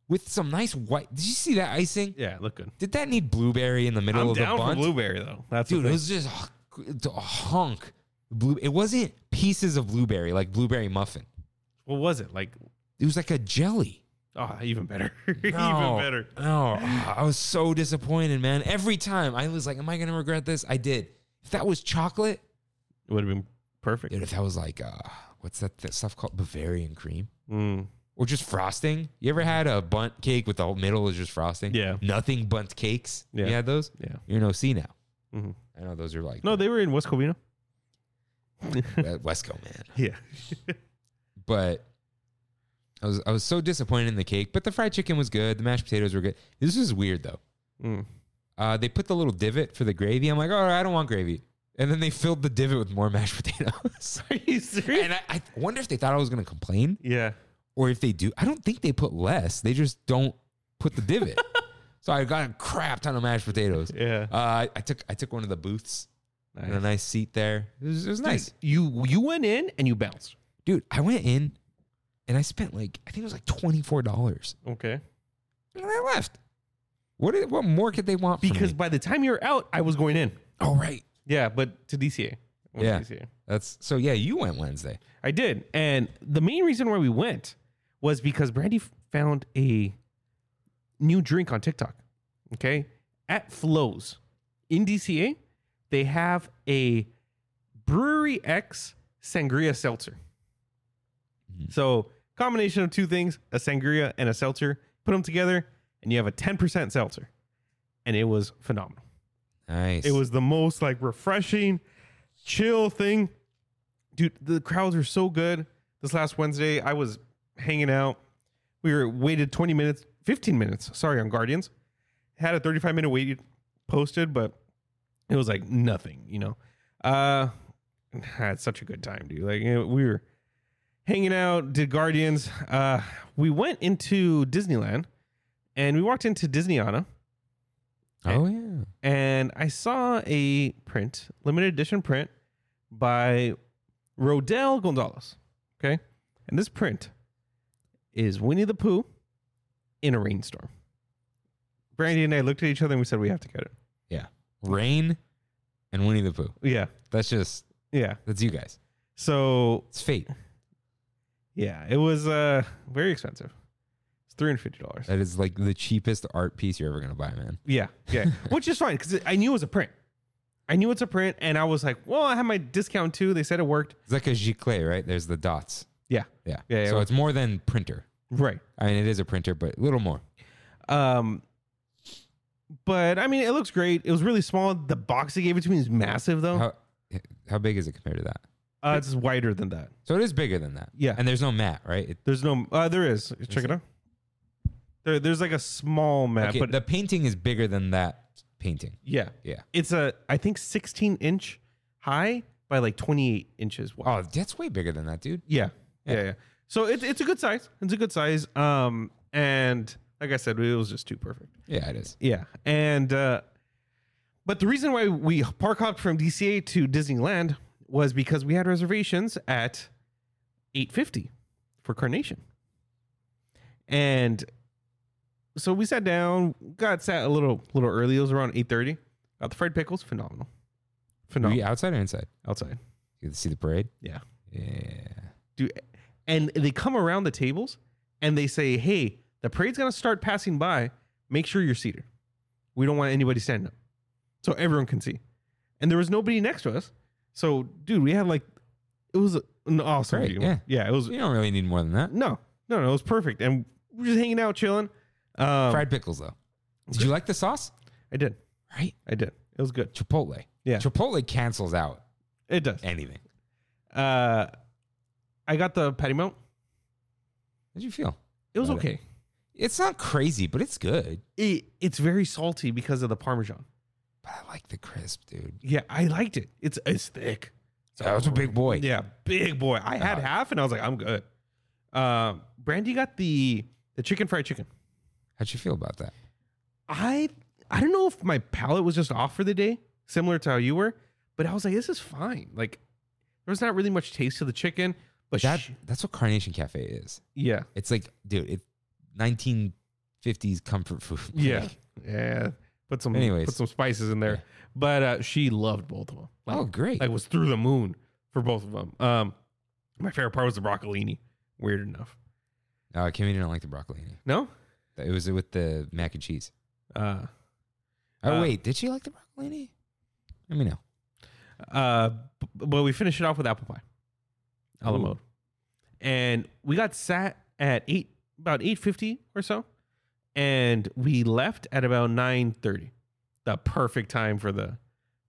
Speaker 1: with some nice white did you see that icing?
Speaker 2: Yeah, look good.
Speaker 1: Did that need blueberry in the middle
Speaker 2: I'm
Speaker 1: of
Speaker 2: down
Speaker 1: the
Speaker 2: for
Speaker 1: bun?
Speaker 2: blueberry though. That's
Speaker 1: Dude,
Speaker 2: the
Speaker 1: it
Speaker 2: thing.
Speaker 1: was just a hunk. Blue. It wasn't pieces of blueberry like blueberry muffin.
Speaker 2: what was it like?
Speaker 1: It was like a jelly.
Speaker 2: Oh, even better.
Speaker 1: No,
Speaker 2: even better.
Speaker 1: No, Ah, I was so disappointed, man. Every time I was like, "Am I gonna regret this?" I did. If that was chocolate,
Speaker 2: It would have been perfect.
Speaker 1: dude. If that was like, uh, what's that, that stuff called, Bavarian cream,
Speaker 2: Mm.
Speaker 1: or just frosting? You ever had a bunt cake with the whole middle is just frosting?
Speaker 2: Yeah.
Speaker 1: nothing bunt cakes.
Speaker 2: Yeah.
Speaker 1: You had those.
Speaker 2: Yeah.
Speaker 1: You're an OC now.
Speaker 2: Mhm.
Speaker 1: I know those are like
Speaker 2: No, they were in West Covina.
Speaker 1: that Wesco man.
Speaker 2: Yeah.
Speaker 1: but I was I was so disappointed in the cake. But the fried chicken was good. The mashed potatoes were good. This is weird though.
Speaker 2: Mm.
Speaker 1: Uh, they put the little divot for the gravy. I'm like, oh, I don't want gravy. And then they filled the divot with more mashed potatoes.
Speaker 2: Are you serious?
Speaker 1: and I, I wonder if they thought I was going to complain
Speaker 2: yeah.
Speaker 1: or if they do. I don't think they put less. They just don't put the divot. So I got a crap ton of mashed potatoes.
Speaker 2: Yeah.
Speaker 1: Uh, I, I took I took one of the booths. I had a nice seat there. It was, it was nice,
Speaker 2: You you went in and you bounced.
Speaker 1: dude. I went in, and I spent like I think it was like twenty four dollars,
Speaker 2: Okay.
Speaker 1: and I left. What did, what more could they want? from
Speaker 2: Because
Speaker 1: me?
Speaker 2: by the time you're out, I was going in.
Speaker 1: oh right,
Speaker 2: Yeah, but to DCA. I went to
Speaker 1: Yeah.
Speaker 2: DCA.
Speaker 1: that's so yeah. You went Wednesday.
Speaker 2: I did. And the main reason why we went was because Brandy f- found a new drink on TikTok. Okay. At Flows in DCA, they have a Brewery X Sangria Seltzer.
Speaker 1: Mhm.
Speaker 2: So, combination of two things, a sangria and a seltzer, put them together, and you have a 10% seltzer. And it was phenomenal.
Speaker 1: Nice.
Speaker 2: It was the most like refreshing, chill thing. Dude, the crowds were so good. This last Wednesday, I was hanging out. We were waited 20 minutes, 15 minutes, sorry, on Guardians. Had a 35 minute wait posted, but it was like nothing, you know. Uh had such a good time, dude. Like you know, we were hanging out, did Guardians. Uh we went into Disneyland and we walked into Disneyana
Speaker 1: oh yeah.
Speaker 2: and I saw a print, limited edition print by Rodel Gonzalez. Okay. And this print is Winnie the Pooh in a rainstorm. Brandy and I looked at each other and we said, we have to get it.
Speaker 1: Rain and Winnie the Pooh.
Speaker 2: Yeah.
Speaker 1: That's just
Speaker 2: Yeah.
Speaker 1: that's you guys.
Speaker 2: So,
Speaker 1: It's fate.
Speaker 2: yeah, it was uh, very expensive. It's $350.
Speaker 1: That is like the cheapest art piece you're ever gonna buy, man.
Speaker 2: Yeah, yeah, which is fine because I knew it was a print. I knew it's a print, and I was like, "Well, I had my discount too." They said it worked.
Speaker 1: It's like a giclée, right? There's the dots.
Speaker 2: Yeah,
Speaker 1: Yeah.
Speaker 2: Yeah, yeah.
Speaker 1: so it's more than printer.
Speaker 2: right.
Speaker 1: I mean, it is a printer, but a little more.
Speaker 2: Um, but I mean, it looks great. It was really small. The box they gave it to me is massive, though.
Speaker 1: How how big is it compared to that?
Speaker 2: uh, it's wider than that.
Speaker 1: So it is bigger than that.
Speaker 2: Yeah.
Speaker 1: And there's no mat, right? It,
Speaker 2: There's no. Uh, there is. Check it out. There, there's like a small map,
Speaker 1: okay,
Speaker 2: but
Speaker 1: the painting is bigger than that painting.
Speaker 2: yeah,
Speaker 1: Yeah.
Speaker 2: it's a I think 16 inch high by like 28 inches wide.
Speaker 1: Oh, that's way bigger than that, dude.
Speaker 2: Yeah. Yeah.
Speaker 1: Yeah.
Speaker 2: yeah, So it's it's a good size. It's a good size. Um, and like I said, it was just too perfect.
Speaker 1: Yeah, it is.
Speaker 2: Yeah. And uh, but the reason why we park hopped from DCA to Disneyland was because we had reservations at eight fifty for Carnation. And so we sat down, got sat a little little early. It was around eight thirty. Got the fried pickles, phenomenal,
Speaker 1: Were
Speaker 2: phenomenal
Speaker 1: you outside or inside?
Speaker 2: outside.
Speaker 1: You get to see the parade?
Speaker 2: Yeah.
Speaker 1: Yeah.
Speaker 2: do and they come around the tables and they say hey the parade's going to start passing by make sure you're seated we don't want anybody standing up so everyone can see and there was nobody next to us so dude we had like it was an awesome
Speaker 1: Great,
Speaker 2: view
Speaker 1: yeah.
Speaker 2: yeah it was
Speaker 1: You don't really need more than that.
Speaker 2: no no no it was perfect and we're just hanging out chilling um,
Speaker 1: Fried pickles, though. Did you like the sauce?
Speaker 2: i did
Speaker 1: Right?
Speaker 2: i did it was good
Speaker 1: Chipotle.
Speaker 2: Yeah.
Speaker 1: Chipotle cancels out
Speaker 2: it does
Speaker 1: anything.
Speaker 2: uh, i got the patty melt
Speaker 1: How'd you feel?
Speaker 2: it was
Speaker 1: Got it.
Speaker 2: okay
Speaker 1: It's not crazy, but it's good.
Speaker 2: it, it's very salty because of the parmesan
Speaker 1: But I like the crisp, dude.
Speaker 2: Yeah, I liked it. It's it's thick. So
Speaker 1: That was a big boy.
Speaker 2: Yeah, big boy. I had
Speaker 1: Uh-huh.
Speaker 2: half and I was like, I'm good. Um, Brandy got the the chicken fried chicken.
Speaker 1: How'd you feel about that?
Speaker 2: I I don't know if my palate was just off for the day, similar to how you were, but I was like, this is fine. Like there was not really much taste to the chicken, but
Speaker 1: That
Speaker 2: sh-
Speaker 1: that's what Carnation Cafe is.
Speaker 2: yeah,
Speaker 1: It's like, dude, it's 1950s comfort food.
Speaker 2: yeah, yeah. Put some
Speaker 1: Anyways.
Speaker 2: put some spices in there, but uh, she loved both of them. Like,
Speaker 1: oh, great.
Speaker 2: I was through the moon for both of them. Um, my favorite part was the broccolini. Weird enough.
Speaker 1: Uh, Kimmy didn't like the broccolini.
Speaker 2: No?
Speaker 1: It was with the mac and cheese.
Speaker 2: Uh,
Speaker 1: Oh
Speaker 2: Uh,
Speaker 1: wait, did she like the broccolini? Let me know.
Speaker 2: uh, b- but we finished it off with apple pie, a la
Speaker 1: Ooh.
Speaker 2: mode. And we got sat at eight, about eight fifty or so, and we left at about nine thirty, the perfect time for the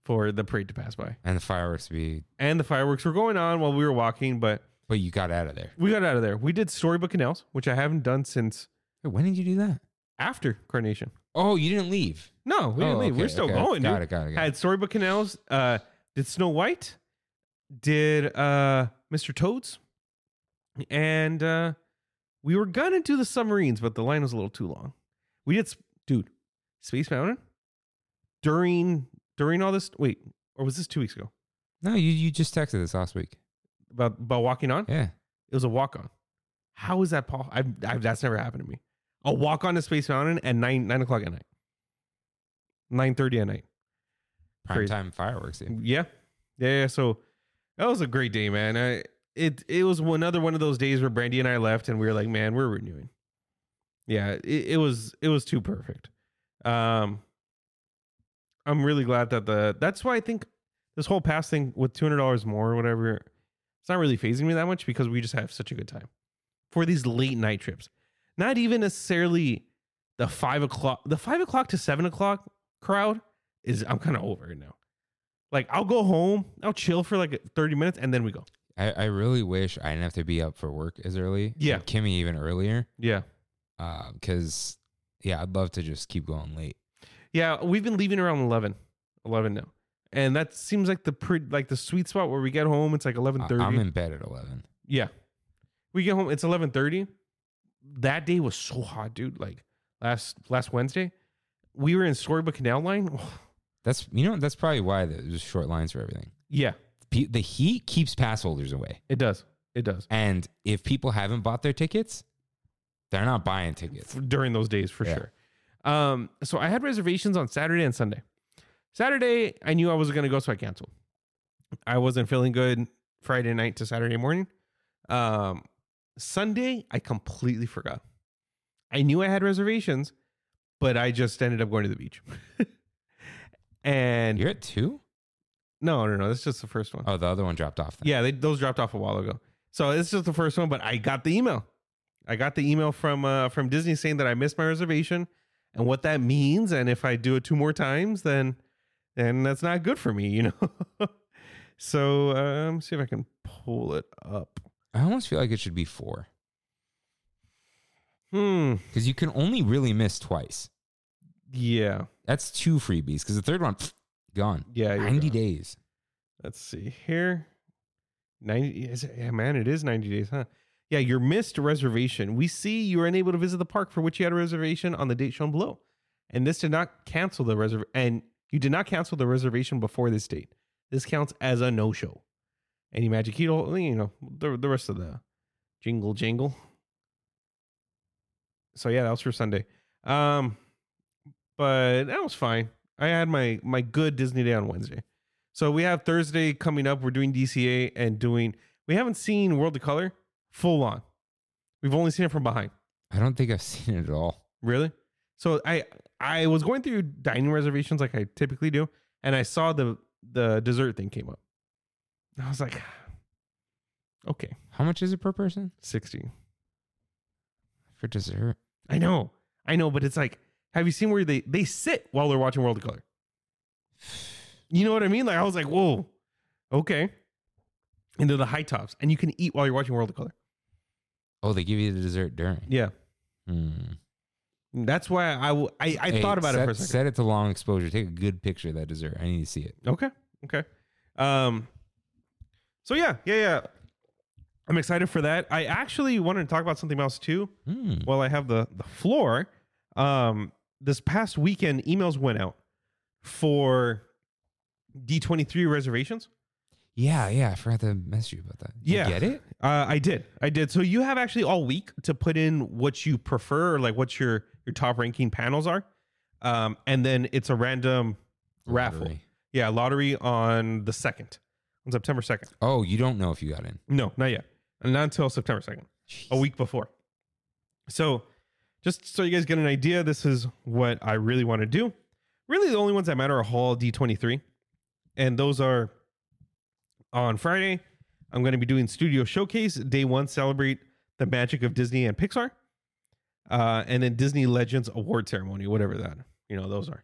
Speaker 2: for the parade to pass by.
Speaker 1: And the fireworks be,
Speaker 2: And the fireworks were going on while we were walking, but
Speaker 1: but you got out of there.
Speaker 2: we got out of there. We did storybook canals, which I haven't done since
Speaker 1: Wait, when did you do that?
Speaker 2: after carnation.
Speaker 1: Oh, you didn't leave.
Speaker 2: No, we didn't
Speaker 1: Oh,
Speaker 2: leave.
Speaker 1: okay,
Speaker 2: We're still
Speaker 1: okay.
Speaker 2: going.
Speaker 1: Got
Speaker 2: dude.
Speaker 1: it. Got it. Got it.
Speaker 2: Had storybook canals. Uh, did Snow White? Did uh Mr. Toads? And uh we were gonna do the submarines, but the line was a little too long. We did, s- dude. Space Mountain during during all this. Wait, or was this two weeks ago?
Speaker 1: No, you you just texted us last week.
Speaker 2: About about walking on.
Speaker 1: Yeah.
Speaker 2: It was a walk on. How is that, Paul? I've, I've that's never happened to me. A walk on to Space Mountain at nine nine o'clock at night, nine thirty at night.
Speaker 1: Prime
Speaker 2: Crazy.
Speaker 1: time fireworks. dude.
Speaker 2: Yeah. Yeah, yeah. So that was a great day, man. I it it was another one of those days where Brandy and I left and we were like, man, we're renewing. Yeah, it, it was it was too perfect. Um I'm really glad that the that's why I think this whole pass thing with two hundred dollars more or whatever, it's not really phasing me that much because we just have such a good time for these late night trips. Not even necessarily the five o'clock the five o'clock to seven o'clock crowd is I'm kinda over it now. Like I'll go home, I'll chill for like 30 minutes, and then we go.
Speaker 1: I, I really wish I didn't have to be up for work as early.
Speaker 2: Yeah.
Speaker 1: And Kimmy even earlier.
Speaker 2: Yeah.
Speaker 1: Because, yeah, I'd love to just keep going late.
Speaker 2: Yeah, we've been leaving around 11, 11 now. And that seems like the pretty like the sweet spot where we get home, it's like
Speaker 1: I-
Speaker 2: 11:30.
Speaker 1: I'm in bed at 11.
Speaker 2: yeah. We get home, it's 11:30. That day was so hot, dude. Like last last Wednesday, we were in Storybook Canal Line.
Speaker 1: That's, you know, that's probably why there's short lines for everything.
Speaker 2: yeah,
Speaker 1: Pe- the heat keeps pass holders away.
Speaker 2: it does. It does.
Speaker 1: And if people haven't bought their tickets, they're not buying tickets.
Speaker 2: f- during those days for
Speaker 1: Yeah.
Speaker 2: sure. Um, so I had reservations on Saturday and Sunday. Saturday, I knew I was going to go, so I canceled. I wasn't feeling good Friday night to Saturday morning. Um, Sunday, I completely forgot. I knew I had reservations, but I just ended up going to the beach. and
Speaker 1: You're at two?
Speaker 2: no, no, no, that's just the first one.
Speaker 1: Oh, the other one dropped off. Then.
Speaker 2: Yeah, they, those dropped off a while ago. So it's just the first one, but I got the email. I got the email from uh, from Disney saying that I missed my reservation and what that means, and if I do it two more times, then then that's not good for me, you know. so um, see if I can pull it up.
Speaker 1: I almost feel like it should be four
Speaker 2: Hmm.
Speaker 1: because you can only really miss twice.
Speaker 2: Yeah.
Speaker 1: That's two freebies because the third one, pfft, gone.
Speaker 2: Yeah. you're
Speaker 1: 90
Speaker 2: gone.
Speaker 1: days.
Speaker 2: Let's see here. 90 is it- yeah, man, it is 90 days, huh? Yeah, your missed reservation. We see you were unable to visit the park for which you had a reservation on the date shown below. And this did not cancel the reservation and you did not cancel the reservation before this date. This counts as a no-show. Any magic keto, you know, the, the rest of the jingle jingle. So yeah, that was for Sunday. Um but that was fine. I had my my good Disney day on Wednesday. So we have Thursday coming up. We're doing DCA and doing. We haven't seen World of Color full on. We've only seen it from behind.
Speaker 1: I don't think I've seen it at all.
Speaker 2: Really? So I I was going through dining reservations like I typically do, and I saw the the dessert thing came up. I was like, okay,
Speaker 1: How much is it per person
Speaker 2: sixty.
Speaker 1: for dessert?
Speaker 2: I know, I know, but it's like, have you seen where they they sit while they're watching World of Color? You know what I mean? Like I was like, whoa, okay. And they're the high tops, and you can eat while you're watching World of Color.
Speaker 1: Oh, they give you the dessert during.
Speaker 2: Yeah.
Speaker 1: Hmm.
Speaker 2: That's why I w- I, I
Speaker 1: Hey,
Speaker 2: thought about
Speaker 1: set,
Speaker 2: it for a second.
Speaker 1: Set it to long exposure. Take a good picture of that dessert. I need to see it.
Speaker 2: Okay. Okay. Um. So yeah, yeah, yeah. I'm excited for that. I actually wanted to talk about something else too.
Speaker 1: Hmm.
Speaker 2: While I have the the floor, um, this past weekend emails went out for D23 reservations.
Speaker 1: Yeah, yeah. I forgot to message you about that. You
Speaker 2: Yeah.
Speaker 1: get it?
Speaker 2: Uh, I did, I did. So you have actually all week to put in what you prefer, or like what your your top ranking panels are, um, and then it's a random raffle.
Speaker 1: Lottery.
Speaker 2: Yeah, lottery on the second, on September second.
Speaker 1: Oh, you don't know if you got in.
Speaker 2: No, not yet. Not until September second, a
Speaker 1: Jeez.
Speaker 2: week before. So, just so you guys get an idea, this is what I really want to do. Really, the only ones that matter are Hall D twenty three, and those are on Friday. I'm going to be doing Studio Showcase Day One, celebrate the magic of Disney and Pixar, uh, and then Disney Legends Award Ceremony, whatever that you know those are.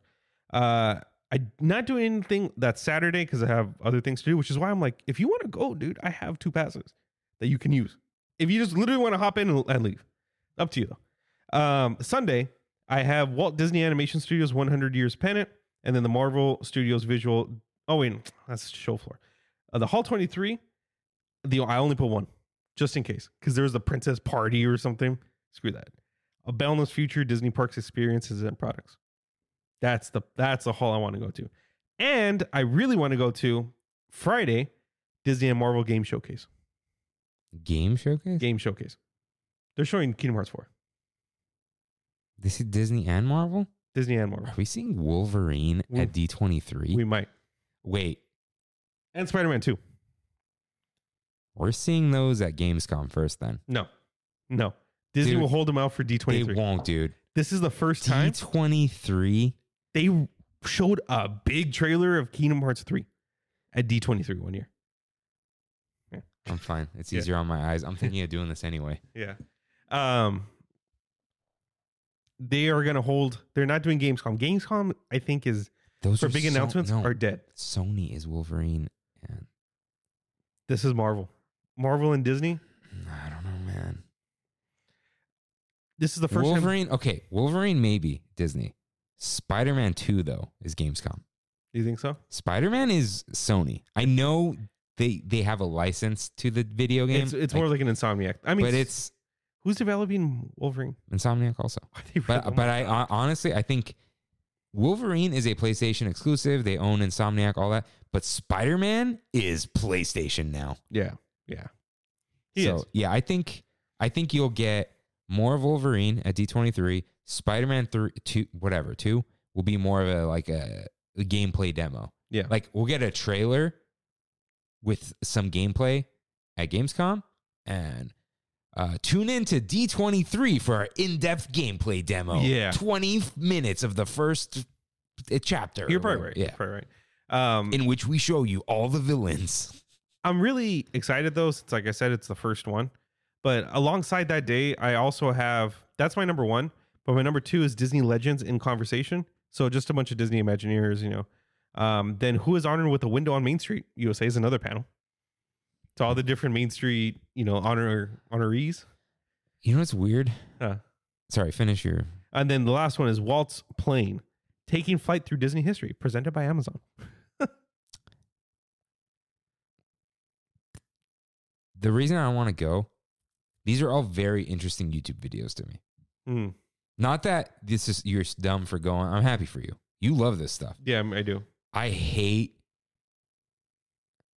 Speaker 2: Uh, I'm not doing anything that Saturday because I have other things to do, which is why I'm like, if you want to go, dude, I have two passes that you can use. If you just literally want to hop in and, and leave, up to you though. Um, Sunday, I have Walt Disney Animation Studios 100 Years Pennant, and then the Marvel Studios Visual. Oh wait, that's show floor. Uh, the Hall 23. The I only put one just in case because there was the princess party or something. Screw that. A boundless future Disney parks experiences and products. That's the that's the hall I want to go to. And I really want to go to Friday, Disney and Marvel Game Showcase.
Speaker 1: Game showcase?
Speaker 2: Game Showcase. They're showing Kingdom Hearts 4.
Speaker 1: This is Disney and Marvel?
Speaker 2: Disney and Marvel.
Speaker 1: Are we seeing Wolverine
Speaker 2: We-
Speaker 1: at D23?
Speaker 2: We might.
Speaker 1: Wait,
Speaker 2: And Spider-Man 2.
Speaker 1: we're seeing those at Gamescom first then.
Speaker 2: No. No. Disney
Speaker 1: Dude,
Speaker 2: will hold them out for
Speaker 1: They
Speaker 2: D23.
Speaker 1: won't, dude.
Speaker 2: This is the first time
Speaker 1: D23?
Speaker 2: they showed a big trailer of Kingdom Hearts 3 at D23 one year.
Speaker 1: I'm fine. It's
Speaker 2: Yeah.
Speaker 1: easier on my eyes. I'm thinking of doing this anyway.
Speaker 2: Yeah. Um they are going to hold they're not doing Gamescom. Gamescom I think is
Speaker 1: Those
Speaker 2: for
Speaker 1: are
Speaker 2: big
Speaker 1: so-
Speaker 2: announcements
Speaker 1: no.
Speaker 2: are dead.
Speaker 1: Sony is Wolverine and
Speaker 2: This is Marvel. Marvel and Disney.
Speaker 1: I don't know, man.
Speaker 2: This is the first time
Speaker 1: Wolverine, okay. Wolverine maybe Disney. Spider-Man 2 though is Gamescom.
Speaker 2: Do you think so?
Speaker 1: Spider-Man is Sony. I know they they have a license to the video game.
Speaker 2: It's it's
Speaker 1: like,
Speaker 2: more like an Insomniac. I mean
Speaker 1: but it's
Speaker 2: who's developing Wolverine?
Speaker 1: Insomniac also.
Speaker 2: Are they really-
Speaker 1: But but I hon- honestly I think Wolverine is a PlayStation exclusive. They own Insomniac, all that. But Spider Man is PlayStation now.
Speaker 2: Yeah. Yeah. He
Speaker 1: so
Speaker 2: is.
Speaker 1: yeah, I think I think you'll get more of Wolverine at D twenty three. Spider Man three two whatever two will be more of a like a, a gameplay demo.
Speaker 2: Yeah.
Speaker 1: Like we'll get a trailer with some gameplay at Gamescom and uh, tune in to D23 for our in-depth gameplay demo.
Speaker 2: Yeah.
Speaker 1: 20 minutes of the first uh, chapter.
Speaker 2: You're
Speaker 1: or
Speaker 2: probably
Speaker 1: whatever.
Speaker 2: right.
Speaker 1: Yeah.
Speaker 2: Probably right. Um
Speaker 1: In which we show you all the villains.
Speaker 2: I'm really excited though, since like I said, it's the first one. But alongside that day, I also have that's my number one. But my number two is Disney Legends in Conversation. So just a bunch of Disney Imagineers, you know. Um, then who is honored with a window on Main Street? USA is another panel. So all the different Main Street, you know, honor honorees.
Speaker 1: You know what's weird?
Speaker 2: Huh.
Speaker 1: Sorry, finish your
Speaker 2: And then the last one is Walt's Plane, taking flight through Disney history, presented by Amazon.
Speaker 1: the reason I want to go, these are all very interesting YouTube videos to me.
Speaker 2: Mm,
Speaker 1: Not that this is you're dumb for going. I'm happy for you. You love this stuff.
Speaker 2: yeah, I do.
Speaker 1: I hate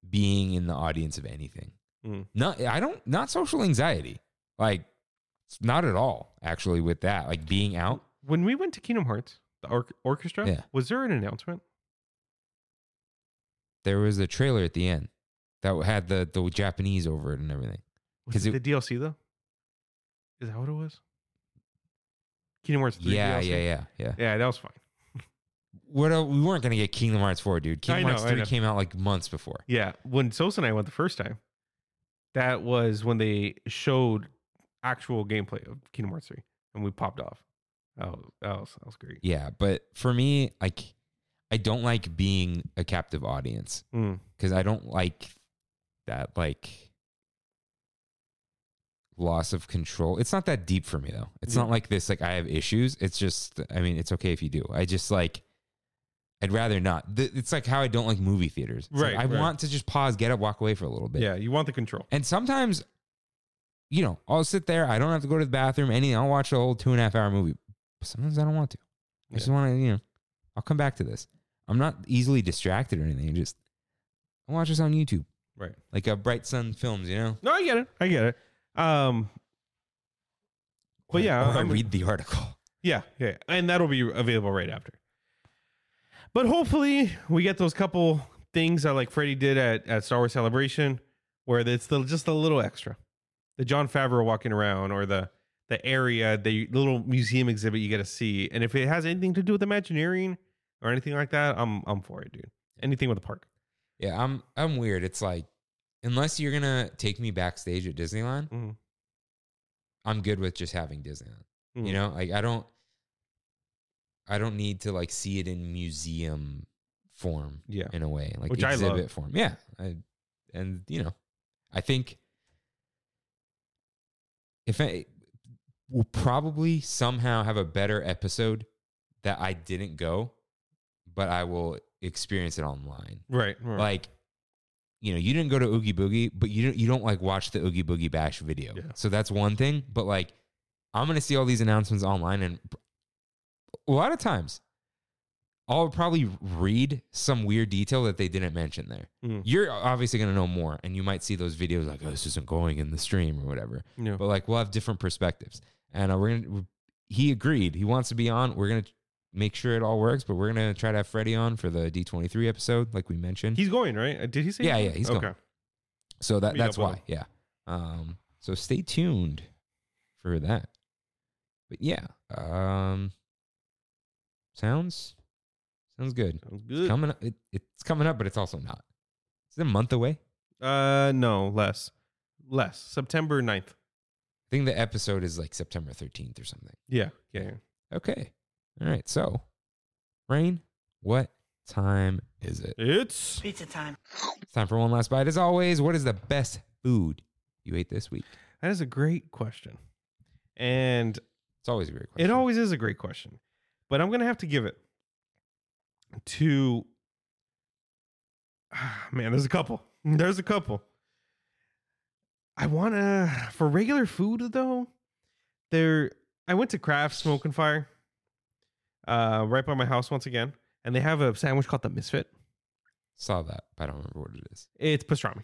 Speaker 1: being in the audience of anything.
Speaker 2: Mm.
Speaker 1: Not I don't not social anxiety. Like not at all actually with that. Like being out.
Speaker 2: When we went to Kingdom Hearts, the or- orchestra,
Speaker 1: Yeah.
Speaker 2: was there an announcement?
Speaker 1: There was a trailer at the end that had the the Japanese over it and everything.
Speaker 2: Was
Speaker 1: 'Cause
Speaker 2: it,
Speaker 1: it-
Speaker 2: the DLC though? Is that what it was? Kingdom Hearts 3
Speaker 1: Yeah,
Speaker 2: DLC?
Speaker 1: yeah, yeah, yeah.
Speaker 2: Yeah, that was fine.
Speaker 1: What el- we weren't gonna get Kingdom Hearts four, dude. Kingdom
Speaker 2: know,
Speaker 1: Hearts
Speaker 2: I
Speaker 1: three
Speaker 2: know.
Speaker 1: came out like months before.
Speaker 2: Yeah, when Sosa and I went the first time, that was when they showed actual gameplay of Kingdom Hearts 3 and we popped off. Oh, that was, that was great.
Speaker 1: Yeah, but for me, like I don't like being a captive audience
Speaker 2: Mm.
Speaker 1: because I don't like that like loss of control. It's not that deep for me though. It's
Speaker 2: Yeah.
Speaker 1: not like this like I have issues. It's just I mean, it's okay if you do. I just like I'd rather not. Th- It's like how I don't like movie theaters. It's like,
Speaker 2: Right,
Speaker 1: I
Speaker 2: right.
Speaker 1: want to just pause, get up, walk away for a little bit.
Speaker 2: Yeah, you want the control.
Speaker 1: And sometimes, you know, I'll sit there. I don't have to go to the bathroom. Anything. I'll watch a whole two and a half hour movie. But sometimes I don't want to. I just
Speaker 2: Yeah.
Speaker 1: want to, you know, I'll come back to this. I'm not easily distracted or anything. I just I watch this on YouTube,
Speaker 2: Right.
Speaker 1: like uh, Bright Sun Films. You know.
Speaker 2: No, I get it. I get it. Um,
Speaker 1: Or-
Speaker 2: But yeah,
Speaker 1: or I
Speaker 2: I'm-
Speaker 1: read the article.
Speaker 2: Yeah, yeah, and that'll be available right after. But hopefully, we get those couple things that like Freddie did at, at Star Wars Celebration, where it's the, just a little extra, the John Favreau walking around, or the the area, the little museum exhibit you get to see, and if it has anything to do with Imagineering or anything like that, I'm I'm for it, dude. Anything with a park,
Speaker 1: Yeah, I'm I'm weird. It's like unless you're gonna take me backstage at Disneyland,
Speaker 2: Mhm.
Speaker 1: I'm good with just having Disneyland.
Speaker 2: Mm.
Speaker 1: You know, like I don't I don't need to like see it in museum form
Speaker 2: Yeah,
Speaker 1: in a way, like
Speaker 2: Which I
Speaker 1: exhibit
Speaker 2: love.
Speaker 1: form. Yeah, I, and you know, I think if I will probably somehow have a better episode that I didn't go, but I will experience it online.
Speaker 2: right, right.
Speaker 1: Like, you know, you didn't go to Oogie Boogie, but you don't you don't like watch the Oogie Boogie Bash video.
Speaker 2: Yeah.
Speaker 1: So that's one thing. But like, I'm gonna see all these announcements online, and a lot of times, I'll probably read some weird detail that they didn't mention there.
Speaker 2: Mm.
Speaker 1: You're obviously going to know more, and you might see those videos like, "Oh, this isn't going in the stream" or whatever.
Speaker 2: Yeah.
Speaker 1: But like, we'll have different perspectives, and uh, we're gonna. He agreed. He wants to be on. We're gonna make sure it all works, but we're gonna try to have Freddie on for the D twenty three episode, like we mentioned.
Speaker 2: He's going, right? Uh, Did he say?
Speaker 1: Mm-hmm. Yeah, yeah, he's
Speaker 2: okay.
Speaker 1: going. so that
Speaker 2: meet
Speaker 1: that's
Speaker 2: up with
Speaker 1: why,
Speaker 2: him.
Speaker 1: yeah. Um, so stay tuned for that. But yeah, um, sounds sounds good.
Speaker 2: Sounds
Speaker 1: It's
Speaker 2: good.
Speaker 1: coming up. It, it's coming up, but it's also not. It's a month away. I
Speaker 2: Uh, no, less, less. September 9th.
Speaker 1: think the episode is like September 13th or something.
Speaker 2: Yeah, yeah. yeah.
Speaker 1: Okay. All right. So, Rain, what time is it?
Speaker 2: It's
Speaker 4: Pizza time.
Speaker 1: It's time for one last bite. As always, what is the best food you ate this week?
Speaker 2: that is a great question, and
Speaker 1: It's always a great question.
Speaker 2: it always is a great question, but I'm gonna have to give it to. Ah, Man, there's a couple. There's a couple. I want to for regular food though. There, I went to Kraft Smoke and Fire, uh, right by my house once again, and they have a sandwich called the Misfit.
Speaker 1: saw that, but I don't remember what it is.
Speaker 2: It's pastrami.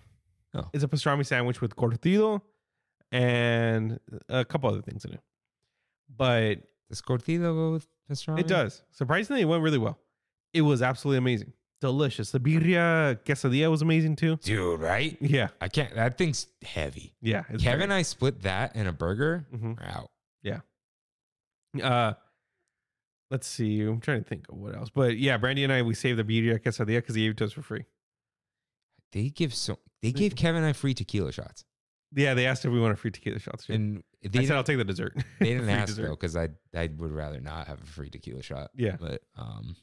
Speaker 1: Oh.
Speaker 2: It's a pastrami sandwich with cortado and a couple other things in it. But
Speaker 1: Does Cortido go with pastrami?
Speaker 2: it does. Surprisingly, it went really well. It was absolutely amazing. Delicious. The birria quesadilla was amazing too.
Speaker 1: Dude, right?
Speaker 2: Yeah.
Speaker 1: I can't. That thing's heavy.
Speaker 2: Yeah. it's
Speaker 1: Kevin and I split that and a burger.
Speaker 2: very- Mhm.
Speaker 1: We're out.
Speaker 2: Uh, let's see. I'm trying to think of what else. But yeah, Brandy and I, we saved the birria quesadilla because he gave it to us for free.
Speaker 1: They give so. They
Speaker 2: Mm.
Speaker 1: gave Kevin and I free tequila shots,
Speaker 2: Yeah. They asked if we wanted free tequila shots. Too.
Speaker 1: and
Speaker 2: I
Speaker 1: they
Speaker 2: said, I'll take the dessert.
Speaker 1: They didn't
Speaker 2: Free
Speaker 1: ask
Speaker 2: dessert.
Speaker 1: though, because I I would rather not have a free tequila shot.
Speaker 2: Yeah.
Speaker 1: but um,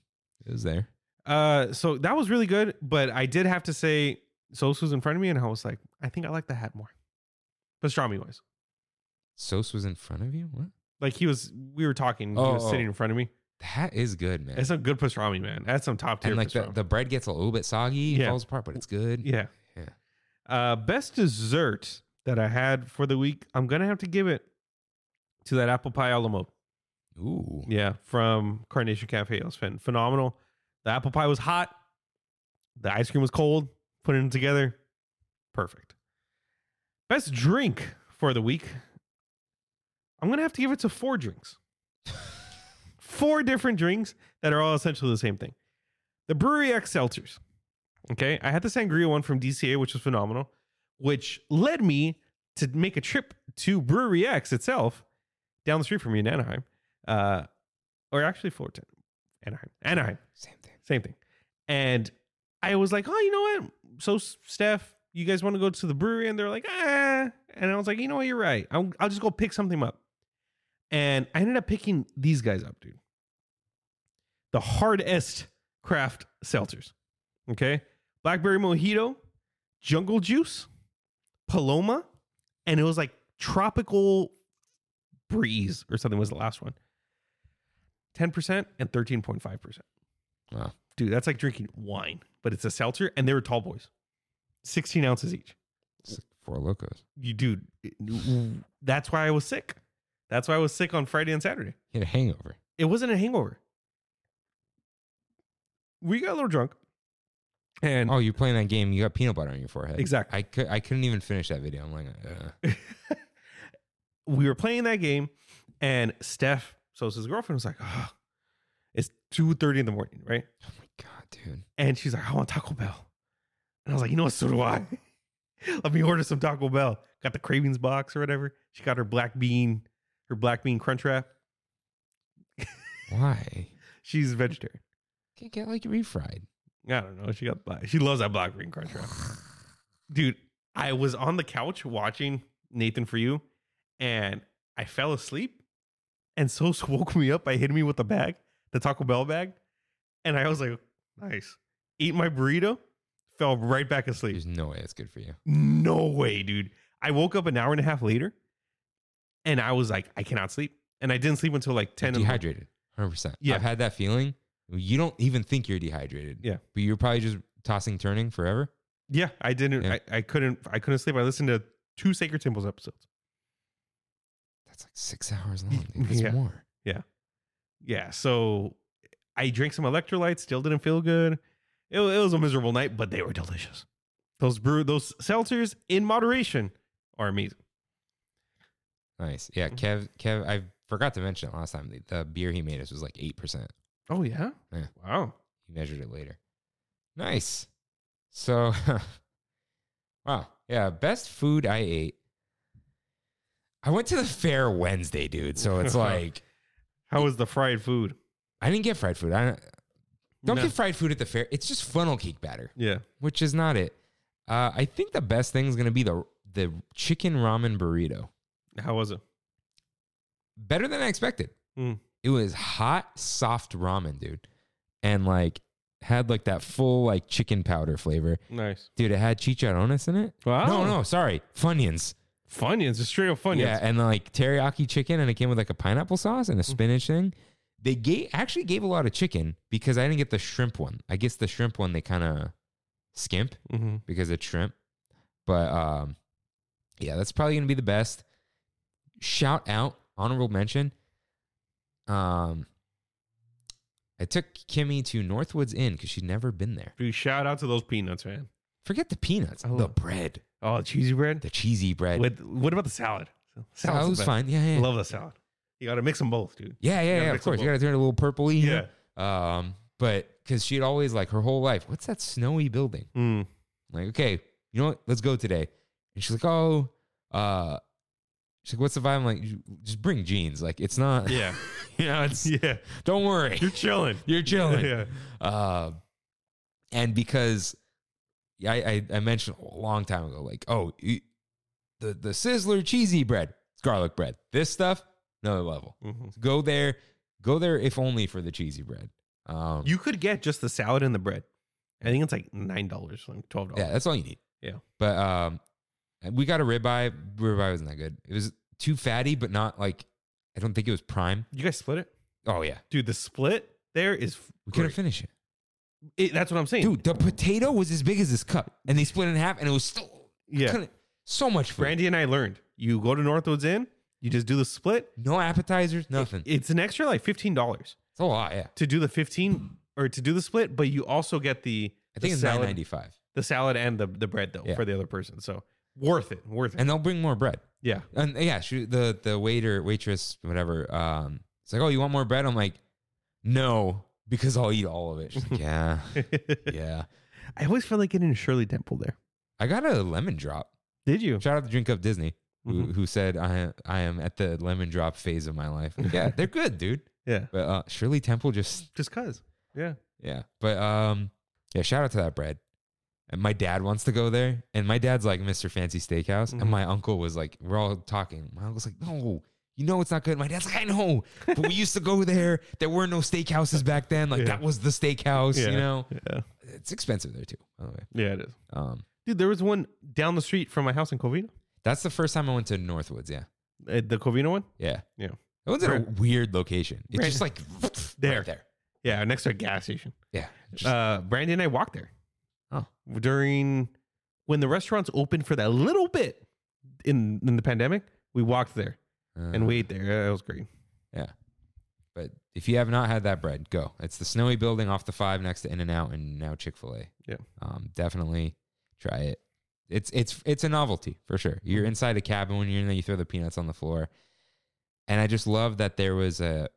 Speaker 1: it was there.
Speaker 2: Uh, so that was really good, but I did have to say Sosa's was in front of me, and I was like, I think I like the hat more, pastrami wise.
Speaker 1: Sos was in front of you. What?
Speaker 2: Like he was, we were talking, he
Speaker 1: Oh,
Speaker 2: was
Speaker 1: oh.
Speaker 2: sitting in front of me.
Speaker 1: That is good, man.
Speaker 2: That's some good pastrami, man. That's some top tier
Speaker 1: and like the,
Speaker 2: pastrami.
Speaker 1: the bread gets a little bit soggy,
Speaker 2: Yeah.
Speaker 1: falls apart, but it's good.
Speaker 2: yeah.
Speaker 1: Yeah.
Speaker 2: Uh, best dessert that I had for the week, I'm gonna have to give it to that apple pie a la mode.
Speaker 1: Ooh.
Speaker 2: Yeah, from Carnation Cafe. It was phen- phenomenal. The apple pie was hot. The ice cream was cold. Putting it together, perfect. Best drink for the week. I'm gonna have to give it to four drinks. four different drinks that are all essentially the same thing. The Brewery X seltzers. Okay, I had the sangria one from DCA, which was phenomenal, which led me to make a trip to Brewery X itself, down the street from me in Anaheim uh, or actually Fullerton, Anaheim, Anaheim,
Speaker 1: Same thing.
Speaker 2: same thing. And I was like, oh, you know what? So Steph, you guys want to go to the brewery? And they're like, ah. And I was like, you know what? You're right. I'll, I'll just go pick something up. And I ended up picking these guys up, dude. The hardest craft seltzers. Okay. Blackberry mojito, jungle juice, paloma, and it was like tropical breeze or something was the last one. 10% and 13.5%.
Speaker 1: Wow.
Speaker 2: Dude, that's like drinking wine, but it's a seltzer and they were tall boys. 16 ounces each.
Speaker 1: It's like four locos.
Speaker 2: You dude, it- that's why I was sick. That's why I was sick on Friday and Saturday.
Speaker 1: He had a hangover.
Speaker 2: It wasn't a hangover. We got a little drunk. And
Speaker 1: Oh, you're playing that game. You got peanut butter on your forehead.
Speaker 2: Exactly.
Speaker 1: I could. I couldn't even finish that video. I'm like, uh,
Speaker 2: we were playing that game, and Steph, so his girlfriend, was like, oh, it's 2.30 in the morning, right?
Speaker 1: oh my god, dude.
Speaker 2: And she's like, I want Taco Bell. And I was like, you know what? So do I. Let me order some Taco Bell. Got the cravings box or whatever. She got her black bean, her black bean crunch wrap.
Speaker 1: Why?
Speaker 2: She's vegetarian.
Speaker 1: Can't get like refried.
Speaker 2: I don't know. She got black. She loves that black bean crunch wrap. Dude, I was on the couch watching Nathan for You and I fell asleep. And so woke me up by hitting me with the bag, the Taco Bell bag. And I was like, nice. Ate my burrito, fell right back asleep.
Speaker 1: There's no way it's good for you.
Speaker 2: No way, dude. I woke up an hour and a half later and I was like, I cannot sleep. And I didn't sleep until like 10 in the morning.
Speaker 1: dehydrated, hundred percent.
Speaker 2: Yeah.
Speaker 1: I've had that feeling. You don't even think you're dehydrated.
Speaker 2: Yeah.
Speaker 1: but you're probably just tossing, turning forever.
Speaker 2: Yeah, I didn't.
Speaker 1: Yeah.
Speaker 2: I, I couldn't. I couldn't sleep. I listened to two Sacred Temples episodes.
Speaker 1: That's like six hours long. Dude. It's
Speaker 2: Yeah.
Speaker 1: more.
Speaker 2: Yeah. So I drank some electrolytes, still didn't feel good. It, wa- it was a miserable night, but they were delicious. Those brew those seltzers in moderation are amazing.
Speaker 1: Nice. Yeah,
Speaker 2: Mm-hmm.
Speaker 1: Kev. Kev. I forgot to mention it last time. The, the beer he made us was like eight percent.
Speaker 2: Oh yeah?
Speaker 1: Yeah.
Speaker 2: Wow.
Speaker 1: He measured it later. Nice. So, wow. Yeah, best food I ate. I went to the fair Wednesday, dude. So it's like
Speaker 2: How was the fried food?
Speaker 1: I didn't get fried food. I don't
Speaker 2: No.
Speaker 1: get fried food at the fair. It's just funnel cake batter,
Speaker 2: Yeah.
Speaker 1: which is not it. Uh, I think the best thing is gonna be the the chicken ramen burrito.
Speaker 2: How was it?
Speaker 1: better than I expected.
Speaker 2: Mm.
Speaker 1: It was hot, soft ramen, dude, and like had like that full like chicken powder flavor,
Speaker 2: Nice.
Speaker 1: dude. It had chicharrones in it.
Speaker 2: Wow.
Speaker 1: No, no, sorry, Funyuns.
Speaker 2: Funyuns, just straight up Oh. funyuns.
Speaker 1: Yeah, and like teriyaki chicken, and it came with like a pineapple sauce and a spinach thing. They gave actually gave a lot of chicken because I didn't get the shrimp one. I guess the shrimp one they kind of skimp
Speaker 2: Mhm.
Speaker 1: because it's shrimp. But um, yeah, that's probably gonna be the best. Shout out, honorable mention. Um, I took Kimmy to Northwoods Inn because she'd never been there.
Speaker 2: Dude, shout out to those peanuts, man.
Speaker 1: Forget the peanuts,
Speaker 2: Oh.
Speaker 1: the bread,
Speaker 2: Oh, cheesy bread.
Speaker 1: the cheesy bread.
Speaker 2: With what about the salad?
Speaker 1: Salad
Speaker 2: Salad's the
Speaker 1: was
Speaker 2: best.
Speaker 1: fine. Yeah, yeah,
Speaker 2: I
Speaker 1: yeah.
Speaker 2: love the salad. You gotta mix them both, dude.
Speaker 1: yeah,
Speaker 2: gotta
Speaker 1: yeah, yeah.
Speaker 2: mix
Speaker 1: Of course,
Speaker 2: them
Speaker 1: you gotta turn it a little purpley. you know?
Speaker 2: Yeah.
Speaker 1: Um, but because she'd always like her whole life, what's that snowy building?
Speaker 2: Mm.
Speaker 1: I'm like, okay, you know what? Let's go today. And she's like, oh, uh, she's like, what's the vibe? I'm like, "You- just bring jeans. Like, it's not,
Speaker 2: Yeah.
Speaker 1: you know, it's,
Speaker 2: yeah.
Speaker 1: don't worry.
Speaker 2: You're chilling.
Speaker 1: You're chilling.
Speaker 2: Yeah.
Speaker 1: Uh, and because I, I, I mentioned a long time ago, like, oh, you- the, the Sizzler cheesy bread, it's garlic bread. This stuff, another level.
Speaker 2: Mhm.
Speaker 1: Go there, go there if only for the cheesy bread. Um,
Speaker 2: You could get just the salad and the bread. I think it's like nine dollars, like twelve dollars.
Speaker 1: Yeah, that's all you need.
Speaker 2: Yeah.
Speaker 1: But um, we got a ribeye. Ribeye wasn't that good. It was too fatty, but not like I don't think it was prime.
Speaker 2: You guys split it,
Speaker 1: Oh yeah,
Speaker 2: dude. The split there is
Speaker 1: we
Speaker 2: great.
Speaker 1: couldn't finish it,
Speaker 2: It- that's what I'm saying,
Speaker 1: dude. The potato was as big as this cup, and they split it in half, and it was still
Speaker 2: Yeah,
Speaker 1: couldn't- so much food.
Speaker 2: Brandy and I learned. You go to Northwoods Inn, you just do the split.
Speaker 1: no appetizers, nothing.
Speaker 2: It's an extra like fifteen dollars
Speaker 1: it's a lot. Yeah,
Speaker 2: to do the fifteen or to do the split, but you also get the
Speaker 1: I think
Speaker 2: the
Speaker 1: it's nine
Speaker 2: salad,
Speaker 1: ninety five,
Speaker 2: the salad and the the bread though
Speaker 1: Yeah.
Speaker 2: for the other person. So worth it, worth it.
Speaker 1: and they'll bring more bread.
Speaker 2: yeah,
Speaker 1: And yeah, she, the the waiter, waitress, whatever. Um, it's like, oh, you want more bread? I'm like, no, because I'll eat all of it. She's like, yeah, yeah.
Speaker 2: I always felt like getting a Shirley Temple there.
Speaker 1: I got a lemon drop.
Speaker 2: Did you?
Speaker 1: Shout out to Drink Up Disney, who,
Speaker 2: Mhm.
Speaker 1: who said I I am at the lemon drop phase of my life. Yeah, they're good, dude.
Speaker 2: Yeah,
Speaker 1: But uh, Shirley Temple just
Speaker 2: just cause. Yeah.
Speaker 1: yeah. But um, yeah. Shout out to that bread. And my dad wants to go there, and my dad's like Mr. Fancy Steakhouse,
Speaker 2: Mhm.
Speaker 1: and my uncle was like, we're all talking. My uncle's like, no. You know it's not good. My dad's like, I know, but we used to go there. There were no steakhouses back then. Like
Speaker 2: Yeah.
Speaker 1: that was the steakhouse.
Speaker 2: Yeah.
Speaker 1: You know,
Speaker 2: Yeah.
Speaker 1: it's expensive there too. By the way,
Speaker 2: Yeah, it is.
Speaker 1: um,
Speaker 2: Dude, there was one down the street from my house in Covina.
Speaker 1: that's the first time I went to Northwoods. Yeah,
Speaker 2: Uh, the Covina one?
Speaker 1: Yeah.
Speaker 2: Yeah.
Speaker 1: That one's at a weird location. It's
Speaker 2: Brand-
Speaker 1: just like
Speaker 2: There.
Speaker 1: right there.
Speaker 2: Yeah, next to a gas station.
Speaker 1: Yeah. Just-
Speaker 2: Uh, Brandy and I walked there.
Speaker 1: Oh.
Speaker 2: During when the restaurants opened for that little bit in in the pandemic, we walked there
Speaker 1: uh,
Speaker 2: and we ate there. Yeah, That was great.
Speaker 1: but if you have not had that bread, go. It's the snowy building off the five next to In and Out and now Chick fil A.
Speaker 2: Yeah.
Speaker 1: Um, definitely try it. It's it's it's a novelty for sure. You're inside a cabin when you're in there, you throw the peanuts on the floor. And I just love that there was a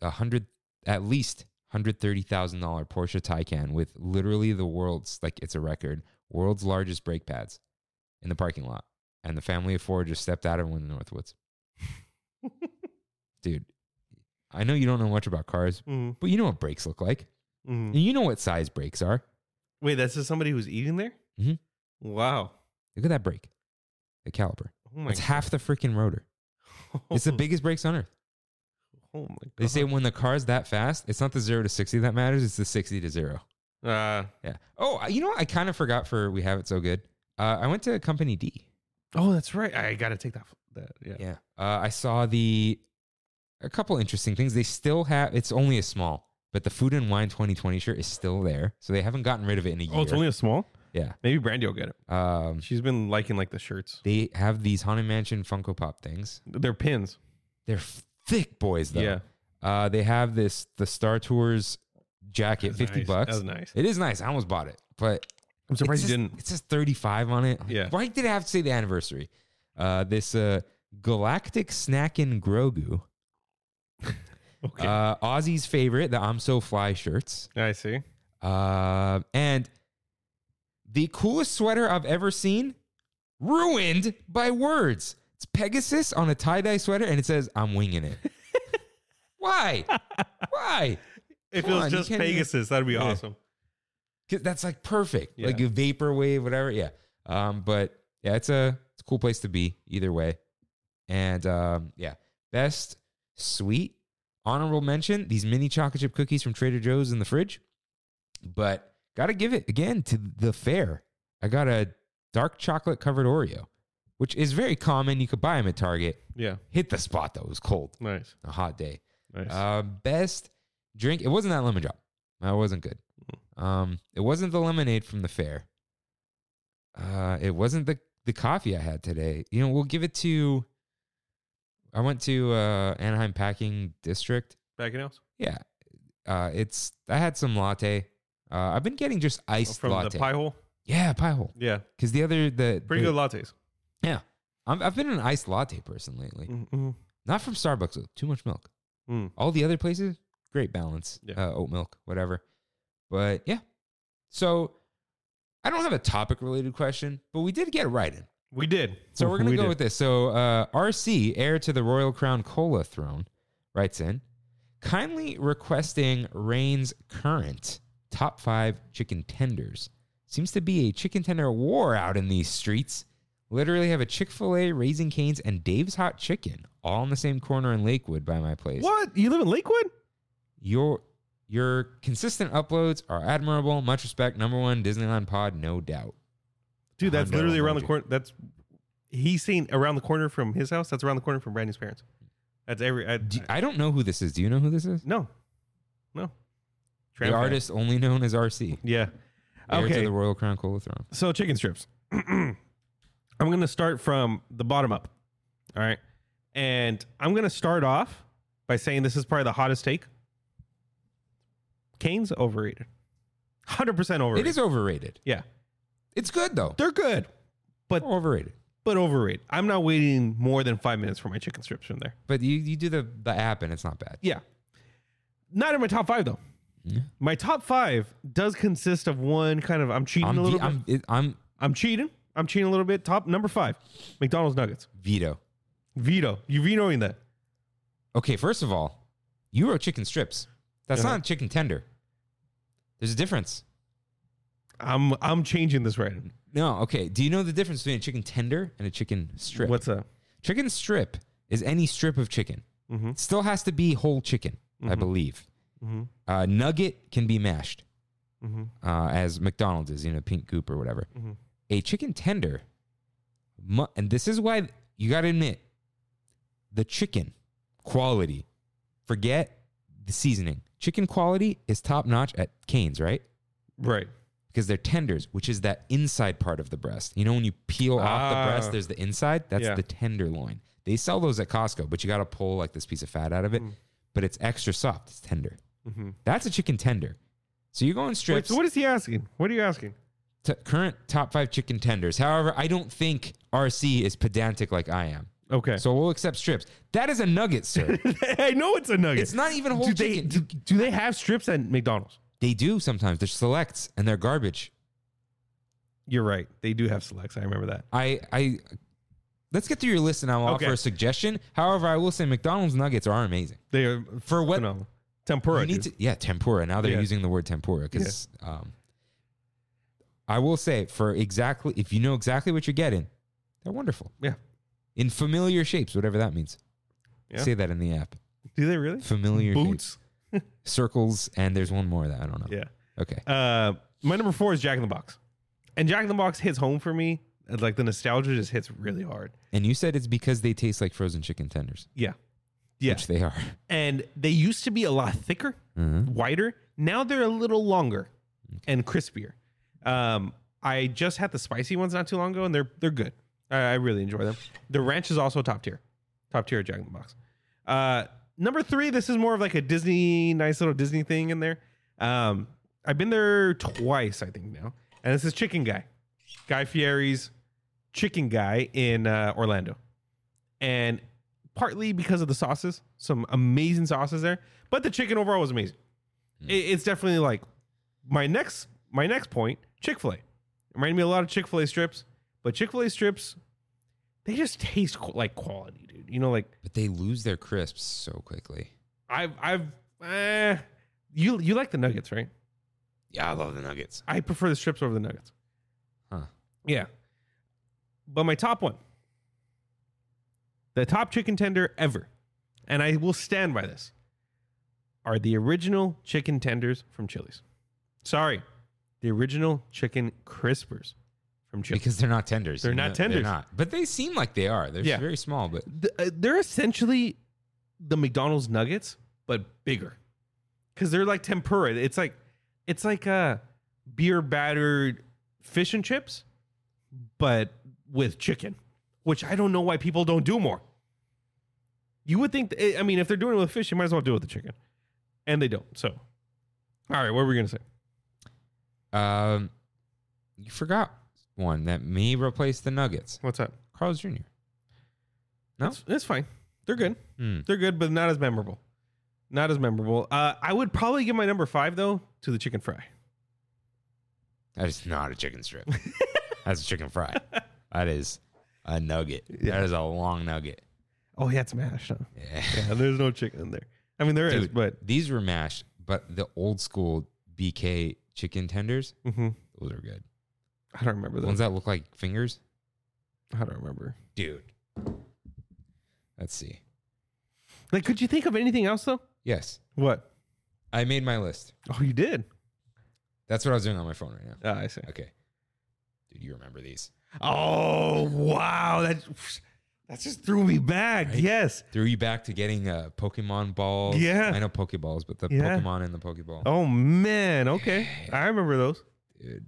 Speaker 1: a hundred at least hundred thirty thousand dollar Porsche Taycan with literally the world's like it's a record, world's largest brake pads in the parking lot. And the family of four just stepped out and went to Northwoods. Dude, I know you don't know much about cars,
Speaker 2: Mhm,
Speaker 1: but you know what brakes look like.
Speaker 2: mhm.
Speaker 1: And You know what size brakes are.
Speaker 2: Wait, that's just somebody who's eating there?
Speaker 1: Mhm.
Speaker 2: Wow.
Speaker 1: Look at that brake, the caliper.
Speaker 2: Oh my oh.
Speaker 1: it's half the freaking rotor. It's the
Speaker 2: God.
Speaker 1: biggest brakes on earth.
Speaker 2: Oh my god.
Speaker 1: They say when the car's that fast, it's not the zero to 60 that matters, it's the 60 to zero.
Speaker 2: uh,
Speaker 1: Yeah. Oh, I- you know what? I kind of forgot for We Have It So Good. Uh, I went to Company D.
Speaker 2: Oh, that's right. I got to take that that yeah.
Speaker 1: Yeah. Uh, I saw the a couple interesting things. They still have it's only a small, but the Food and Wine 2020 shirt is still there. So they haven't gotten rid of it in a year.
Speaker 2: Oh, it's only a small?
Speaker 1: yeah.
Speaker 2: Maybe Brandy will get it.
Speaker 1: Um,
Speaker 2: She's been liking like the shirts.
Speaker 1: they have these Haunted Mansion Funko Pop things.
Speaker 2: They're pins.
Speaker 1: They're thick boys though.
Speaker 2: Yeah.
Speaker 1: Uh, they have this the Star Tours jacket,
Speaker 2: That's
Speaker 1: fifty
Speaker 2: nice.
Speaker 1: bucks.
Speaker 2: That's nice.
Speaker 1: It is nice. I almost bought it, but
Speaker 2: I'm surprised
Speaker 1: it's
Speaker 2: you
Speaker 1: just-
Speaker 2: didn't.
Speaker 1: It says 35 on it.
Speaker 2: Yeah.
Speaker 1: Why did it have to say the anniversary? Uh, this uh, Galactic Snackin' Grogu,
Speaker 2: Okay.
Speaker 1: uh, Aussie's favorite, the I'm So Fly shirts,
Speaker 2: I see.
Speaker 1: uh, and the coolest sweater I've ever seen, ruined by words. It's Pegasus on a tie dye sweater, and it says, I'm winging it. Why? Why?
Speaker 2: If
Speaker 1: Come
Speaker 2: it
Speaker 1: on,
Speaker 2: was
Speaker 1: you
Speaker 2: just
Speaker 1: can't even-
Speaker 2: Pegasus, that'd be
Speaker 1: Yeah.
Speaker 2: awesome.
Speaker 1: 'Cause that's like perfect,
Speaker 2: Yeah.
Speaker 1: like a vaporwave, whatever. Yeah. Um, but yeah, it's a it's a cool place to be either way. And um, yeah, best sweet honorable mention these mini chocolate chip cookies from Trader Joe's in the fridge. But gotta give it again to the fair. I got a dark chocolate covered Oreo, which is very common. You could buy them at Target.
Speaker 2: Yeah.
Speaker 1: Hit the spot though. It was cold,
Speaker 2: Nice.
Speaker 1: a hot day.
Speaker 2: Nice.
Speaker 1: Uh, best drink. It wasn't that lemon drop. That wasn't good.
Speaker 2: Mm.
Speaker 1: Um, it wasn't the lemonade from the fair. Uh, it wasn't the the coffee I had today. You know, we'll give it to. I went to uh, Anaheim Packing District.
Speaker 2: Back in house
Speaker 1: Yeah, uh, it's. I had some latte. Uh, I've been getting just iced
Speaker 2: Oh, from
Speaker 1: latte.
Speaker 2: the pie hole.
Speaker 1: Yeah, pie hole.
Speaker 2: Yeah.
Speaker 1: Because the other the
Speaker 2: Pretty
Speaker 1: the-
Speaker 2: good lattes.
Speaker 1: Yeah, I'm, I've been an iced latte person lately.
Speaker 2: Mm-hmm.
Speaker 1: Not from Starbucks though. Too much milk.
Speaker 2: Mm.
Speaker 1: All the other places, great balance.
Speaker 2: Yeah.
Speaker 1: Uh, oat milk, whatever. But yeah. So I don't have a topic related question, but we did get it right in.
Speaker 2: We did.
Speaker 1: So we're going to
Speaker 2: We
Speaker 1: go
Speaker 2: did.
Speaker 1: with this. So uh, RC, heir to the Royal Crown Cola throne, writes in kindly requesting Rain's current top five chicken tenders. Seems to be a chicken tender war out in these streets. Literally have a Chick fil A, Raising Canes, and Dave's Hot Chicken all in the same corner in Lakewood by my place.
Speaker 2: What? You live in Lakewood?
Speaker 1: Your your consistent uploads are admirable. Much respect. Number one, Disneyland Pod, no doubt.
Speaker 2: Dude, that's
Speaker 1: Hondo
Speaker 2: literally around the
Speaker 1: emoji.
Speaker 2: corner. That's he's seen around the corner from his house. That's around the corner from Brandon's parents. That's every. I,
Speaker 1: Do, I don't know who this is. Do you know who this is?
Speaker 2: no, no. Tram
Speaker 1: the
Speaker 2: fan.
Speaker 1: artist only known as RC.
Speaker 2: Yeah.
Speaker 1: Heir to
Speaker 2: Okay.
Speaker 1: the Royal Crown Cola Throne.
Speaker 2: So chicken strips. I'm going to start from the bottom up. All right. And I'm going to start off by saying this is probably the hottest take. Canes overrated. 100% overrated.
Speaker 1: It is overrated.
Speaker 2: Yeah.
Speaker 1: It's good though.
Speaker 2: They're good, but
Speaker 1: overrated.
Speaker 2: but overrated. I'm not waiting more than 5 minutes for my chicken strips from there.
Speaker 1: But you, you do the, the app and it's not bad.
Speaker 2: Yeah. Not in my top 5 though.
Speaker 1: Yeah.
Speaker 2: My top 5 does consist of one kind of I'm cheating
Speaker 1: I'm,
Speaker 2: a little
Speaker 1: ve-
Speaker 2: bit.
Speaker 1: I'm, it, I'm
Speaker 2: I'm cheating. I'm cheating a little bit. Top number 5. McDonald's nuggets.
Speaker 1: Vito.
Speaker 2: Veto. You vetoing that.
Speaker 1: Okay, first of all, you wrote chicken strips. That's
Speaker 2: Uh-huh.
Speaker 1: not a chicken tender. There's a difference.
Speaker 2: I'm I'm changing this right. now.
Speaker 1: No, okay. Do you know the difference between a chicken tender and a chicken strip?
Speaker 2: What's up?
Speaker 1: chicken strip is any strip of chicken.
Speaker 2: Mhm.
Speaker 1: It still has to be whole chicken, I believe.
Speaker 2: Mhm.
Speaker 1: Uh, nugget can be mashed.
Speaker 2: Mhm.
Speaker 1: uh, as McDonald's is, you know, pink goop or whatever.
Speaker 2: Mhm.
Speaker 1: A chicken tender, mu- and this is why you got to admit the chicken quality. Forget the seasoning. Chicken quality is top notch at Cane's, right?
Speaker 2: Right.
Speaker 1: Because they're tenders, which is that inside part of the breast. You know, when you peel off the
Speaker 2: Ah.
Speaker 1: breast, there's the inside. That's
Speaker 2: Yeah.
Speaker 1: the tenderloin. They sell those at Costco, but you got to pull like this piece of fat out of
Speaker 2: Hmm.
Speaker 1: it. But it's extra soft. It's tender.
Speaker 2: Mm-hmm.
Speaker 1: That's a chicken tender. So you're going
Speaker 2: Wait,
Speaker 1: strips
Speaker 2: so what is he asking? What are you asking?
Speaker 1: t- current top five chicken tenders. However, I don't think RC is pedantic like I am.
Speaker 2: Okay.
Speaker 1: So we'll accept strips. That is a nugget, sir.
Speaker 2: I know it's a nugget.
Speaker 1: it's not even whole
Speaker 2: do they
Speaker 1: chicken.
Speaker 2: do, do they have strips at McDonald's?
Speaker 1: they do sometimes. They're selects and they're garbage.
Speaker 2: You're right. They do have selects. I remember that.
Speaker 1: I I let's get through your list and I'll
Speaker 2: Okay.
Speaker 1: offer a suggestion. However, I will say McDonald's nuggets are amazing.
Speaker 2: They are
Speaker 1: For what
Speaker 2: phenomenal. Tempura.
Speaker 1: you need
Speaker 2: dude.
Speaker 1: to, yeah, tempura. Now they're
Speaker 2: Yeah.
Speaker 1: using the word tempura because um, I will say for exactly if you know exactly what you're getting, they're wonderful
Speaker 2: yeah.
Speaker 1: in familiar shapes, whatever that means.
Speaker 2: Yeah.
Speaker 1: Say that in the app.
Speaker 2: Do they really?
Speaker 1: familiar shapes,
Speaker 2: Boots.
Speaker 1: circles, and there's one more that I don't know.
Speaker 2: Yeah.
Speaker 1: Okay.
Speaker 2: Uh, my number four is Jack in the Box, and Jack in the Box hits home for me. Like the nostalgia just hits really hard.
Speaker 1: And you said it's because they taste like frozen chicken tenders,
Speaker 2: Yeah. Yeah.
Speaker 1: which they are.
Speaker 2: and they used to be a lot thicker, wider. Now they're a little longer and crispier. Um, I just had the spicy ones not too long ago, and they're they're good. I, I really enjoy them. The ranch is also top tier, top tier at Jack in the Box. Uh, Number three, this is more of like a Disney, nice little Disney thing in there. Um, I've been there twice, I think now, and this is Chicken Guy, Guy Fieri's Chicken Guy in uh, Orlando, and partly because of the sauces, some amazing sauces there, but the chicken overall was amazing. It, it's definitely like my next my next point, Chick Fil A. Reminded me a lot of Chick Fil A strips, but Chick Fil A strips, they just taste qu- like quality, dude. You know, like
Speaker 1: But they lose their crisps so quickly.
Speaker 2: I've I've eh, you you like the nuggets, right?
Speaker 1: Yeah, I love the nuggets.
Speaker 2: I prefer the strips over the nuggets.
Speaker 1: Huh.
Speaker 2: Yeah. But my top one. The top chicken tender ever. And I will stand by this. Are the original chicken tenders from Chili's. Sorry. The original chicken crispers from Chili's.
Speaker 1: Because they're not tenders.
Speaker 2: They're
Speaker 1: You
Speaker 2: not
Speaker 1: know,
Speaker 2: tenders.
Speaker 1: They're not. But they seem like they are. They're
Speaker 2: Yeah.
Speaker 1: very small, but
Speaker 2: the, uh, they're essentially the McDonald's nuggets but bigger because they're like tempura. It's like it's like a beer battered fish and chips, but with chicken, which I don't know why people don't do more. You would think, th- I mean, if they're doing it with fish, you might as well do it with the chicken, and they don't. So, all right, what were we gonna say?
Speaker 1: um, you forgot one that may replace the nuggets.
Speaker 2: What's up?
Speaker 1: Carl's Jr. No?
Speaker 2: It's, it's fine. They're good.
Speaker 1: Hmm.
Speaker 2: They're good, but not as memorable. Not as memorable. Uh, I would probably give my number five though to the chicken fry.
Speaker 1: That is not a chicken strip. That's a chicken fry. That is a nugget. That is a long nugget.
Speaker 2: Oh yeah, it's mashed. Huh?
Speaker 1: Yeah.
Speaker 2: Yeah, there's no chicken in there. I mean, there is,
Speaker 1: Dude.
Speaker 2: but
Speaker 1: These were mashed, but the old school BK chicken tenders,
Speaker 2: mhm.
Speaker 1: those are good.
Speaker 2: I don't remember
Speaker 1: The
Speaker 2: those.
Speaker 1: ones that look like fingers,
Speaker 2: I don't remember.
Speaker 1: dude. Let's see.
Speaker 2: Like, could you think of anything else though?
Speaker 1: Yes,
Speaker 2: What?
Speaker 1: I made my list.
Speaker 2: Oh, you did.
Speaker 1: That's what I was doing on my phone right now.
Speaker 2: Ah, I see.
Speaker 1: Okay, dude, you remember these?
Speaker 2: Oh wow, that that just threw me back.
Speaker 1: Right?
Speaker 2: Yes.
Speaker 1: Threw you back to getting uh, Pokemon balls.
Speaker 2: Yeah.
Speaker 1: I know Pokeballs, but the
Speaker 2: Yeah.
Speaker 1: Pokemon and the Pokeball.
Speaker 2: Oh man. Okay, I remember those.
Speaker 1: Dude,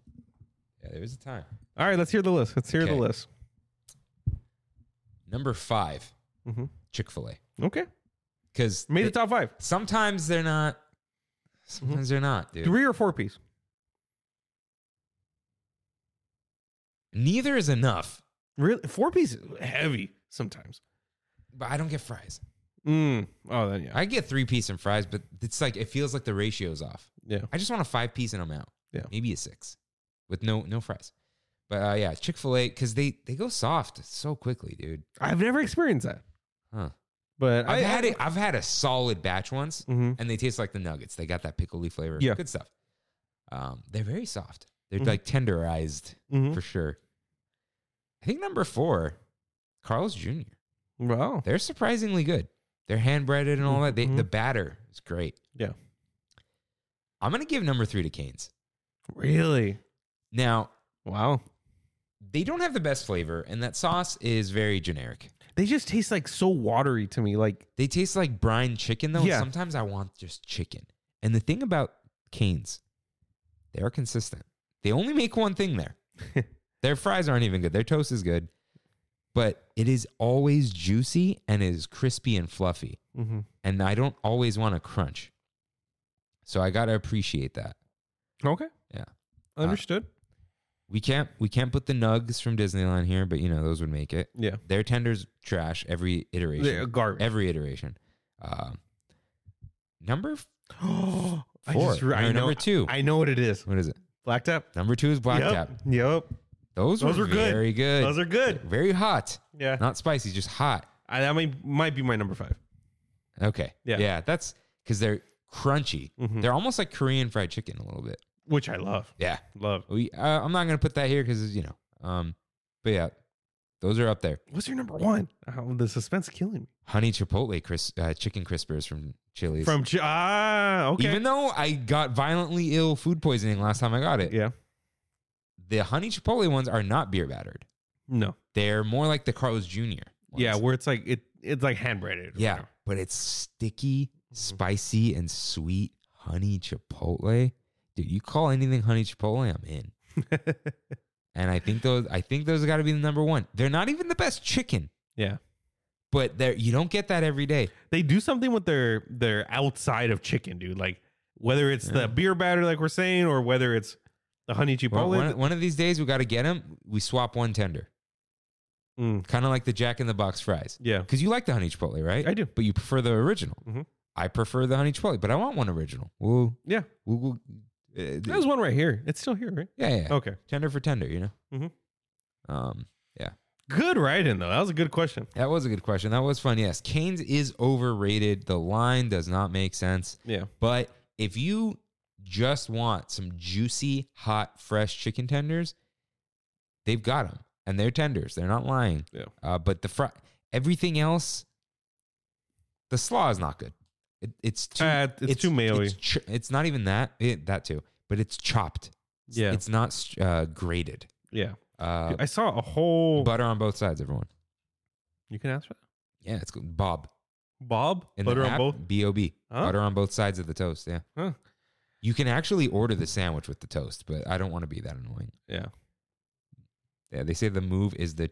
Speaker 1: yeah, there was a time.
Speaker 2: All right, let's hear the list. Let's hear the
Speaker 1: Okay.
Speaker 2: list.
Speaker 1: Number five,
Speaker 2: Mhm.
Speaker 1: Chick Fil A,
Speaker 2: Okay,
Speaker 1: because
Speaker 2: made the top five.
Speaker 1: Sometimes they're not. Sometimes they're not, dude.
Speaker 2: Three or four piece.
Speaker 1: Neither is enough.
Speaker 2: Really, four pieces heavy sometimes.
Speaker 1: But I don't get fries.
Speaker 2: Mm. Oh, then yeah,
Speaker 1: I get three piece and fries, but it's like it feels like the ratio's off.
Speaker 2: yeah.
Speaker 1: I just want a five piece and I'm out.
Speaker 2: Yeah.
Speaker 1: maybe a six, with no no fries. But uh, yeah, Chick Fil A because they they go soft so quickly, dude.
Speaker 2: I've never experienced that,
Speaker 1: Huh.
Speaker 2: but
Speaker 1: I've
Speaker 2: I
Speaker 1: had it. I've had a solid batch once,
Speaker 2: Mm-hmm.
Speaker 1: and they taste like the nuggets. They got that pickly flavor.
Speaker 2: Yeah.
Speaker 1: good stuff. Um, they're very soft. They're
Speaker 2: Mhm.
Speaker 1: like tenderized
Speaker 2: Mhm.
Speaker 1: for sure. I think number four, Carl's Jr.
Speaker 2: Wow.
Speaker 1: They're surprisingly good. They're hand breaded and all that. They,
Speaker 2: Mhm.
Speaker 1: the batter is great.
Speaker 2: Yeah.
Speaker 1: I'm gonna give number three to Canes.
Speaker 2: Really?
Speaker 1: Now
Speaker 2: Wow.
Speaker 1: they don't have the best flavor, and that sauce is very generic.
Speaker 2: They just taste like so watery to me. Like,
Speaker 1: They taste like brine chicken though. and
Speaker 2: Yeah.
Speaker 1: Sometimes I want just chicken. And the thing about Canes, they are consistent. They only make one thing there. Their fries aren't even good. Their toast is good, but it is always juicy and is crispy and fluffy. and I don't always want to crunch. So I gotta appreciate that.
Speaker 2: okay.
Speaker 1: Yeah.
Speaker 2: Understood.
Speaker 1: We can't we can't put the nugs from Disneyland here, but you know those would make it.
Speaker 2: yeah.
Speaker 1: Their tenders trash every iteration,
Speaker 2: They're garbage.
Speaker 1: every iteration. Um, number f-
Speaker 2: Four. I
Speaker 1: Four.
Speaker 2: just, re-
Speaker 1: Or
Speaker 2: I know,
Speaker 1: number two.
Speaker 2: I know what it is.
Speaker 1: what is it?
Speaker 2: Black tap.
Speaker 1: Number two is black
Speaker 2: yep.
Speaker 1: tap.
Speaker 2: Yep.
Speaker 1: Those,
Speaker 2: Those
Speaker 1: were
Speaker 2: are good.
Speaker 1: very good.
Speaker 2: Those are good.
Speaker 1: very hot,
Speaker 2: Yeah.
Speaker 1: not spicy, just hot.
Speaker 2: I, that might, might be my number five.
Speaker 1: Okay,
Speaker 2: Yeah.
Speaker 1: yeah, that's because they're crunchy.
Speaker 2: Mhm.
Speaker 1: They're almost like Korean fried chicken a little bit.
Speaker 2: Which I love.
Speaker 1: Yeah,
Speaker 2: Love.
Speaker 1: we. Uh, I'm not gonna put that here because you know. Um, but yeah, those are up there.
Speaker 2: What's your number one? Oh, the suspense killing me.
Speaker 1: honey chipotle cris- uh, chicken crispers from Chili's.
Speaker 2: From Ch- ah okay.
Speaker 1: Even though I got violently ill food poisoning last time I got it,
Speaker 2: yeah.
Speaker 1: the honey chipotle ones are not beer battered.
Speaker 2: No.
Speaker 1: They're more like the Carlos Jr. ones.
Speaker 2: Yeah, where it's like it it's like hand breaded.
Speaker 1: yeah, but it's sticky,
Speaker 2: Mm-hmm.
Speaker 1: spicy, and sweet honey chipotle. Dude, you call anything honey chipotle, I'm in. and I think those, I think those got to be the number one. They're not even the best chicken,
Speaker 2: Yeah.
Speaker 1: But there, you don't get that every day.
Speaker 2: They do something with their their outside of chicken, dude. Like whether it's the beer batter, like we're saying, or whether it's the honey
Speaker 1: One-
Speaker 2: chipotle.
Speaker 1: one, one of these days, we got to get them. We swap one tender,
Speaker 2: Mm,
Speaker 1: kind of like the Jack in the Box fries.
Speaker 2: yeah,
Speaker 1: Because you like the honey chipotle, right?
Speaker 2: I do.
Speaker 1: But you prefer the original.
Speaker 2: Mhm.
Speaker 1: I prefer the honey chipotle, but I want one original. We'll,
Speaker 2: Yeah.
Speaker 1: we'll, we'll, uh,
Speaker 2: There's one right here. It's still here, right?
Speaker 1: yeah, yeah.
Speaker 2: Okay.
Speaker 1: Tender for tender, you know.
Speaker 2: Mhm.
Speaker 1: Um,
Speaker 2: Good writing though. That was a good question.
Speaker 1: that was a good question. That was fun. Yes, Canes is overrated. The line does not make sense.
Speaker 2: Yeah.
Speaker 1: But if you just want some juicy, hot, fresh chicken tenders, they've got them, and they're tenders. They're not lying.
Speaker 2: Yeah.
Speaker 1: Uh, but the fry, everything else, the slaw is not good. It, it's too.
Speaker 2: Uh, it's, too maily.
Speaker 1: It's, ch- it's not even that. It, that too. But it's chopped. It's-
Speaker 2: Yeah.
Speaker 1: It's not uh, grated.
Speaker 2: yeah.
Speaker 1: Uh,
Speaker 2: I saw a whole.
Speaker 1: butter on both sides, everyone.
Speaker 2: you can ask for that.
Speaker 1: Yeah, it's good. Bob.
Speaker 2: Bob
Speaker 1: In
Speaker 2: butter
Speaker 1: the
Speaker 2: on
Speaker 1: app,
Speaker 2: both.
Speaker 1: B O B.
Speaker 2: Huh?
Speaker 1: Butter on both sides of the toast. Yeah.
Speaker 2: Huh.
Speaker 1: You can actually order the sandwich with the toast, but I don't want to be that annoying.
Speaker 2: Yeah.
Speaker 1: Yeah, they say the move is the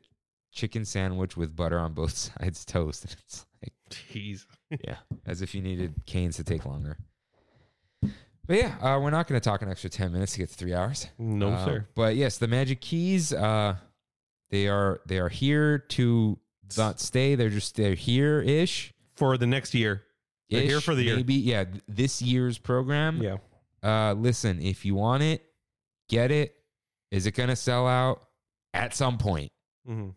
Speaker 1: chicken sandwich with butter on both sides toast. And it's like
Speaker 2: Jeez.
Speaker 1: as if you needed canes to take longer. But yeah, uh, we're not going to talk an extra 10 minutes to get to three hours.
Speaker 2: No
Speaker 1: Uh,
Speaker 2: sir.
Speaker 1: But yes, the magic keys, uh, they are they are here to not stay. They're just they're here ish.
Speaker 2: For the next year. They're here for the year.
Speaker 1: Maybe yeah, th- this year's program.
Speaker 2: Yeah.
Speaker 1: Uh, listen, if you want it, get it. Is it gonna sell out at some point?
Speaker 2: hmm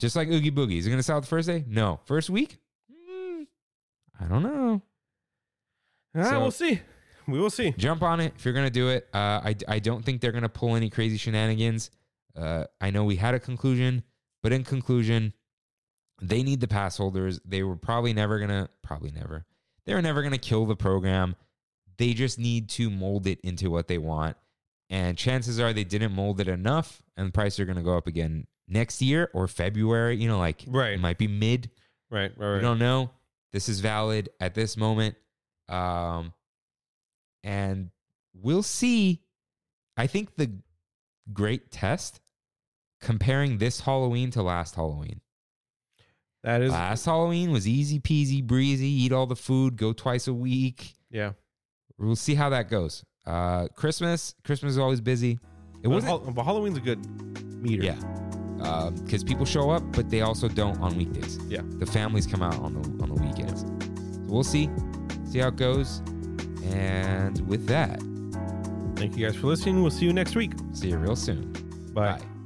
Speaker 1: Just like Oogie Boogie, is it gonna sell out the first day? No, first week. Mm, I don't know. So-
Speaker 2: Ah, we'll see. We will see.
Speaker 1: Jump on it if you're gonna do it. Uh, I I don't think they're gonna pull any crazy shenanigans. Uh, I know we had a conclusion, but in conclusion, they need the pass holders. They were probably never gonna, probably never. They were never gonna kill the program. They just need to mold it into what they want. And chances are they didn't mold it enough, and the prices are gonna go up again next year or February. You know, like
Speaker 2: Right.
Speaker 1: it might be mid.
Speaker 2: Right. Right.
Speaker 1: We
Speaker 2: Right.
Speaker 1: don't know. This is valid at this moment. Um, and we'll see. I think the great test comparing this Halloween to last Halloween.
Speaker 2: That is.
Speaker 1: Last Halloween was easy peasy breezy, eat all the food, go twice a week.
Speaker 2: yeah.
Speaker 1: We'll see how that goes. Uh, Christmas, Christmas is always busy. It
Speaker 2: But,
Speaker 1: wasn't,
Speaker 2: Hall- but Halloween's a good meter.
Speaker 1: yeah, because um, people show up, but they also don't on weekdays.
Speaker 2: Yeah.
Speaker 1: the families come out on the on the weekends. So we'll see, see how it goes. And with that,
Speaker 2: Thank you guys for listening. We'll see you next week.
Speaker 1: see you real soon.
Speaker 2: Bye.
Speaker 1: Bye.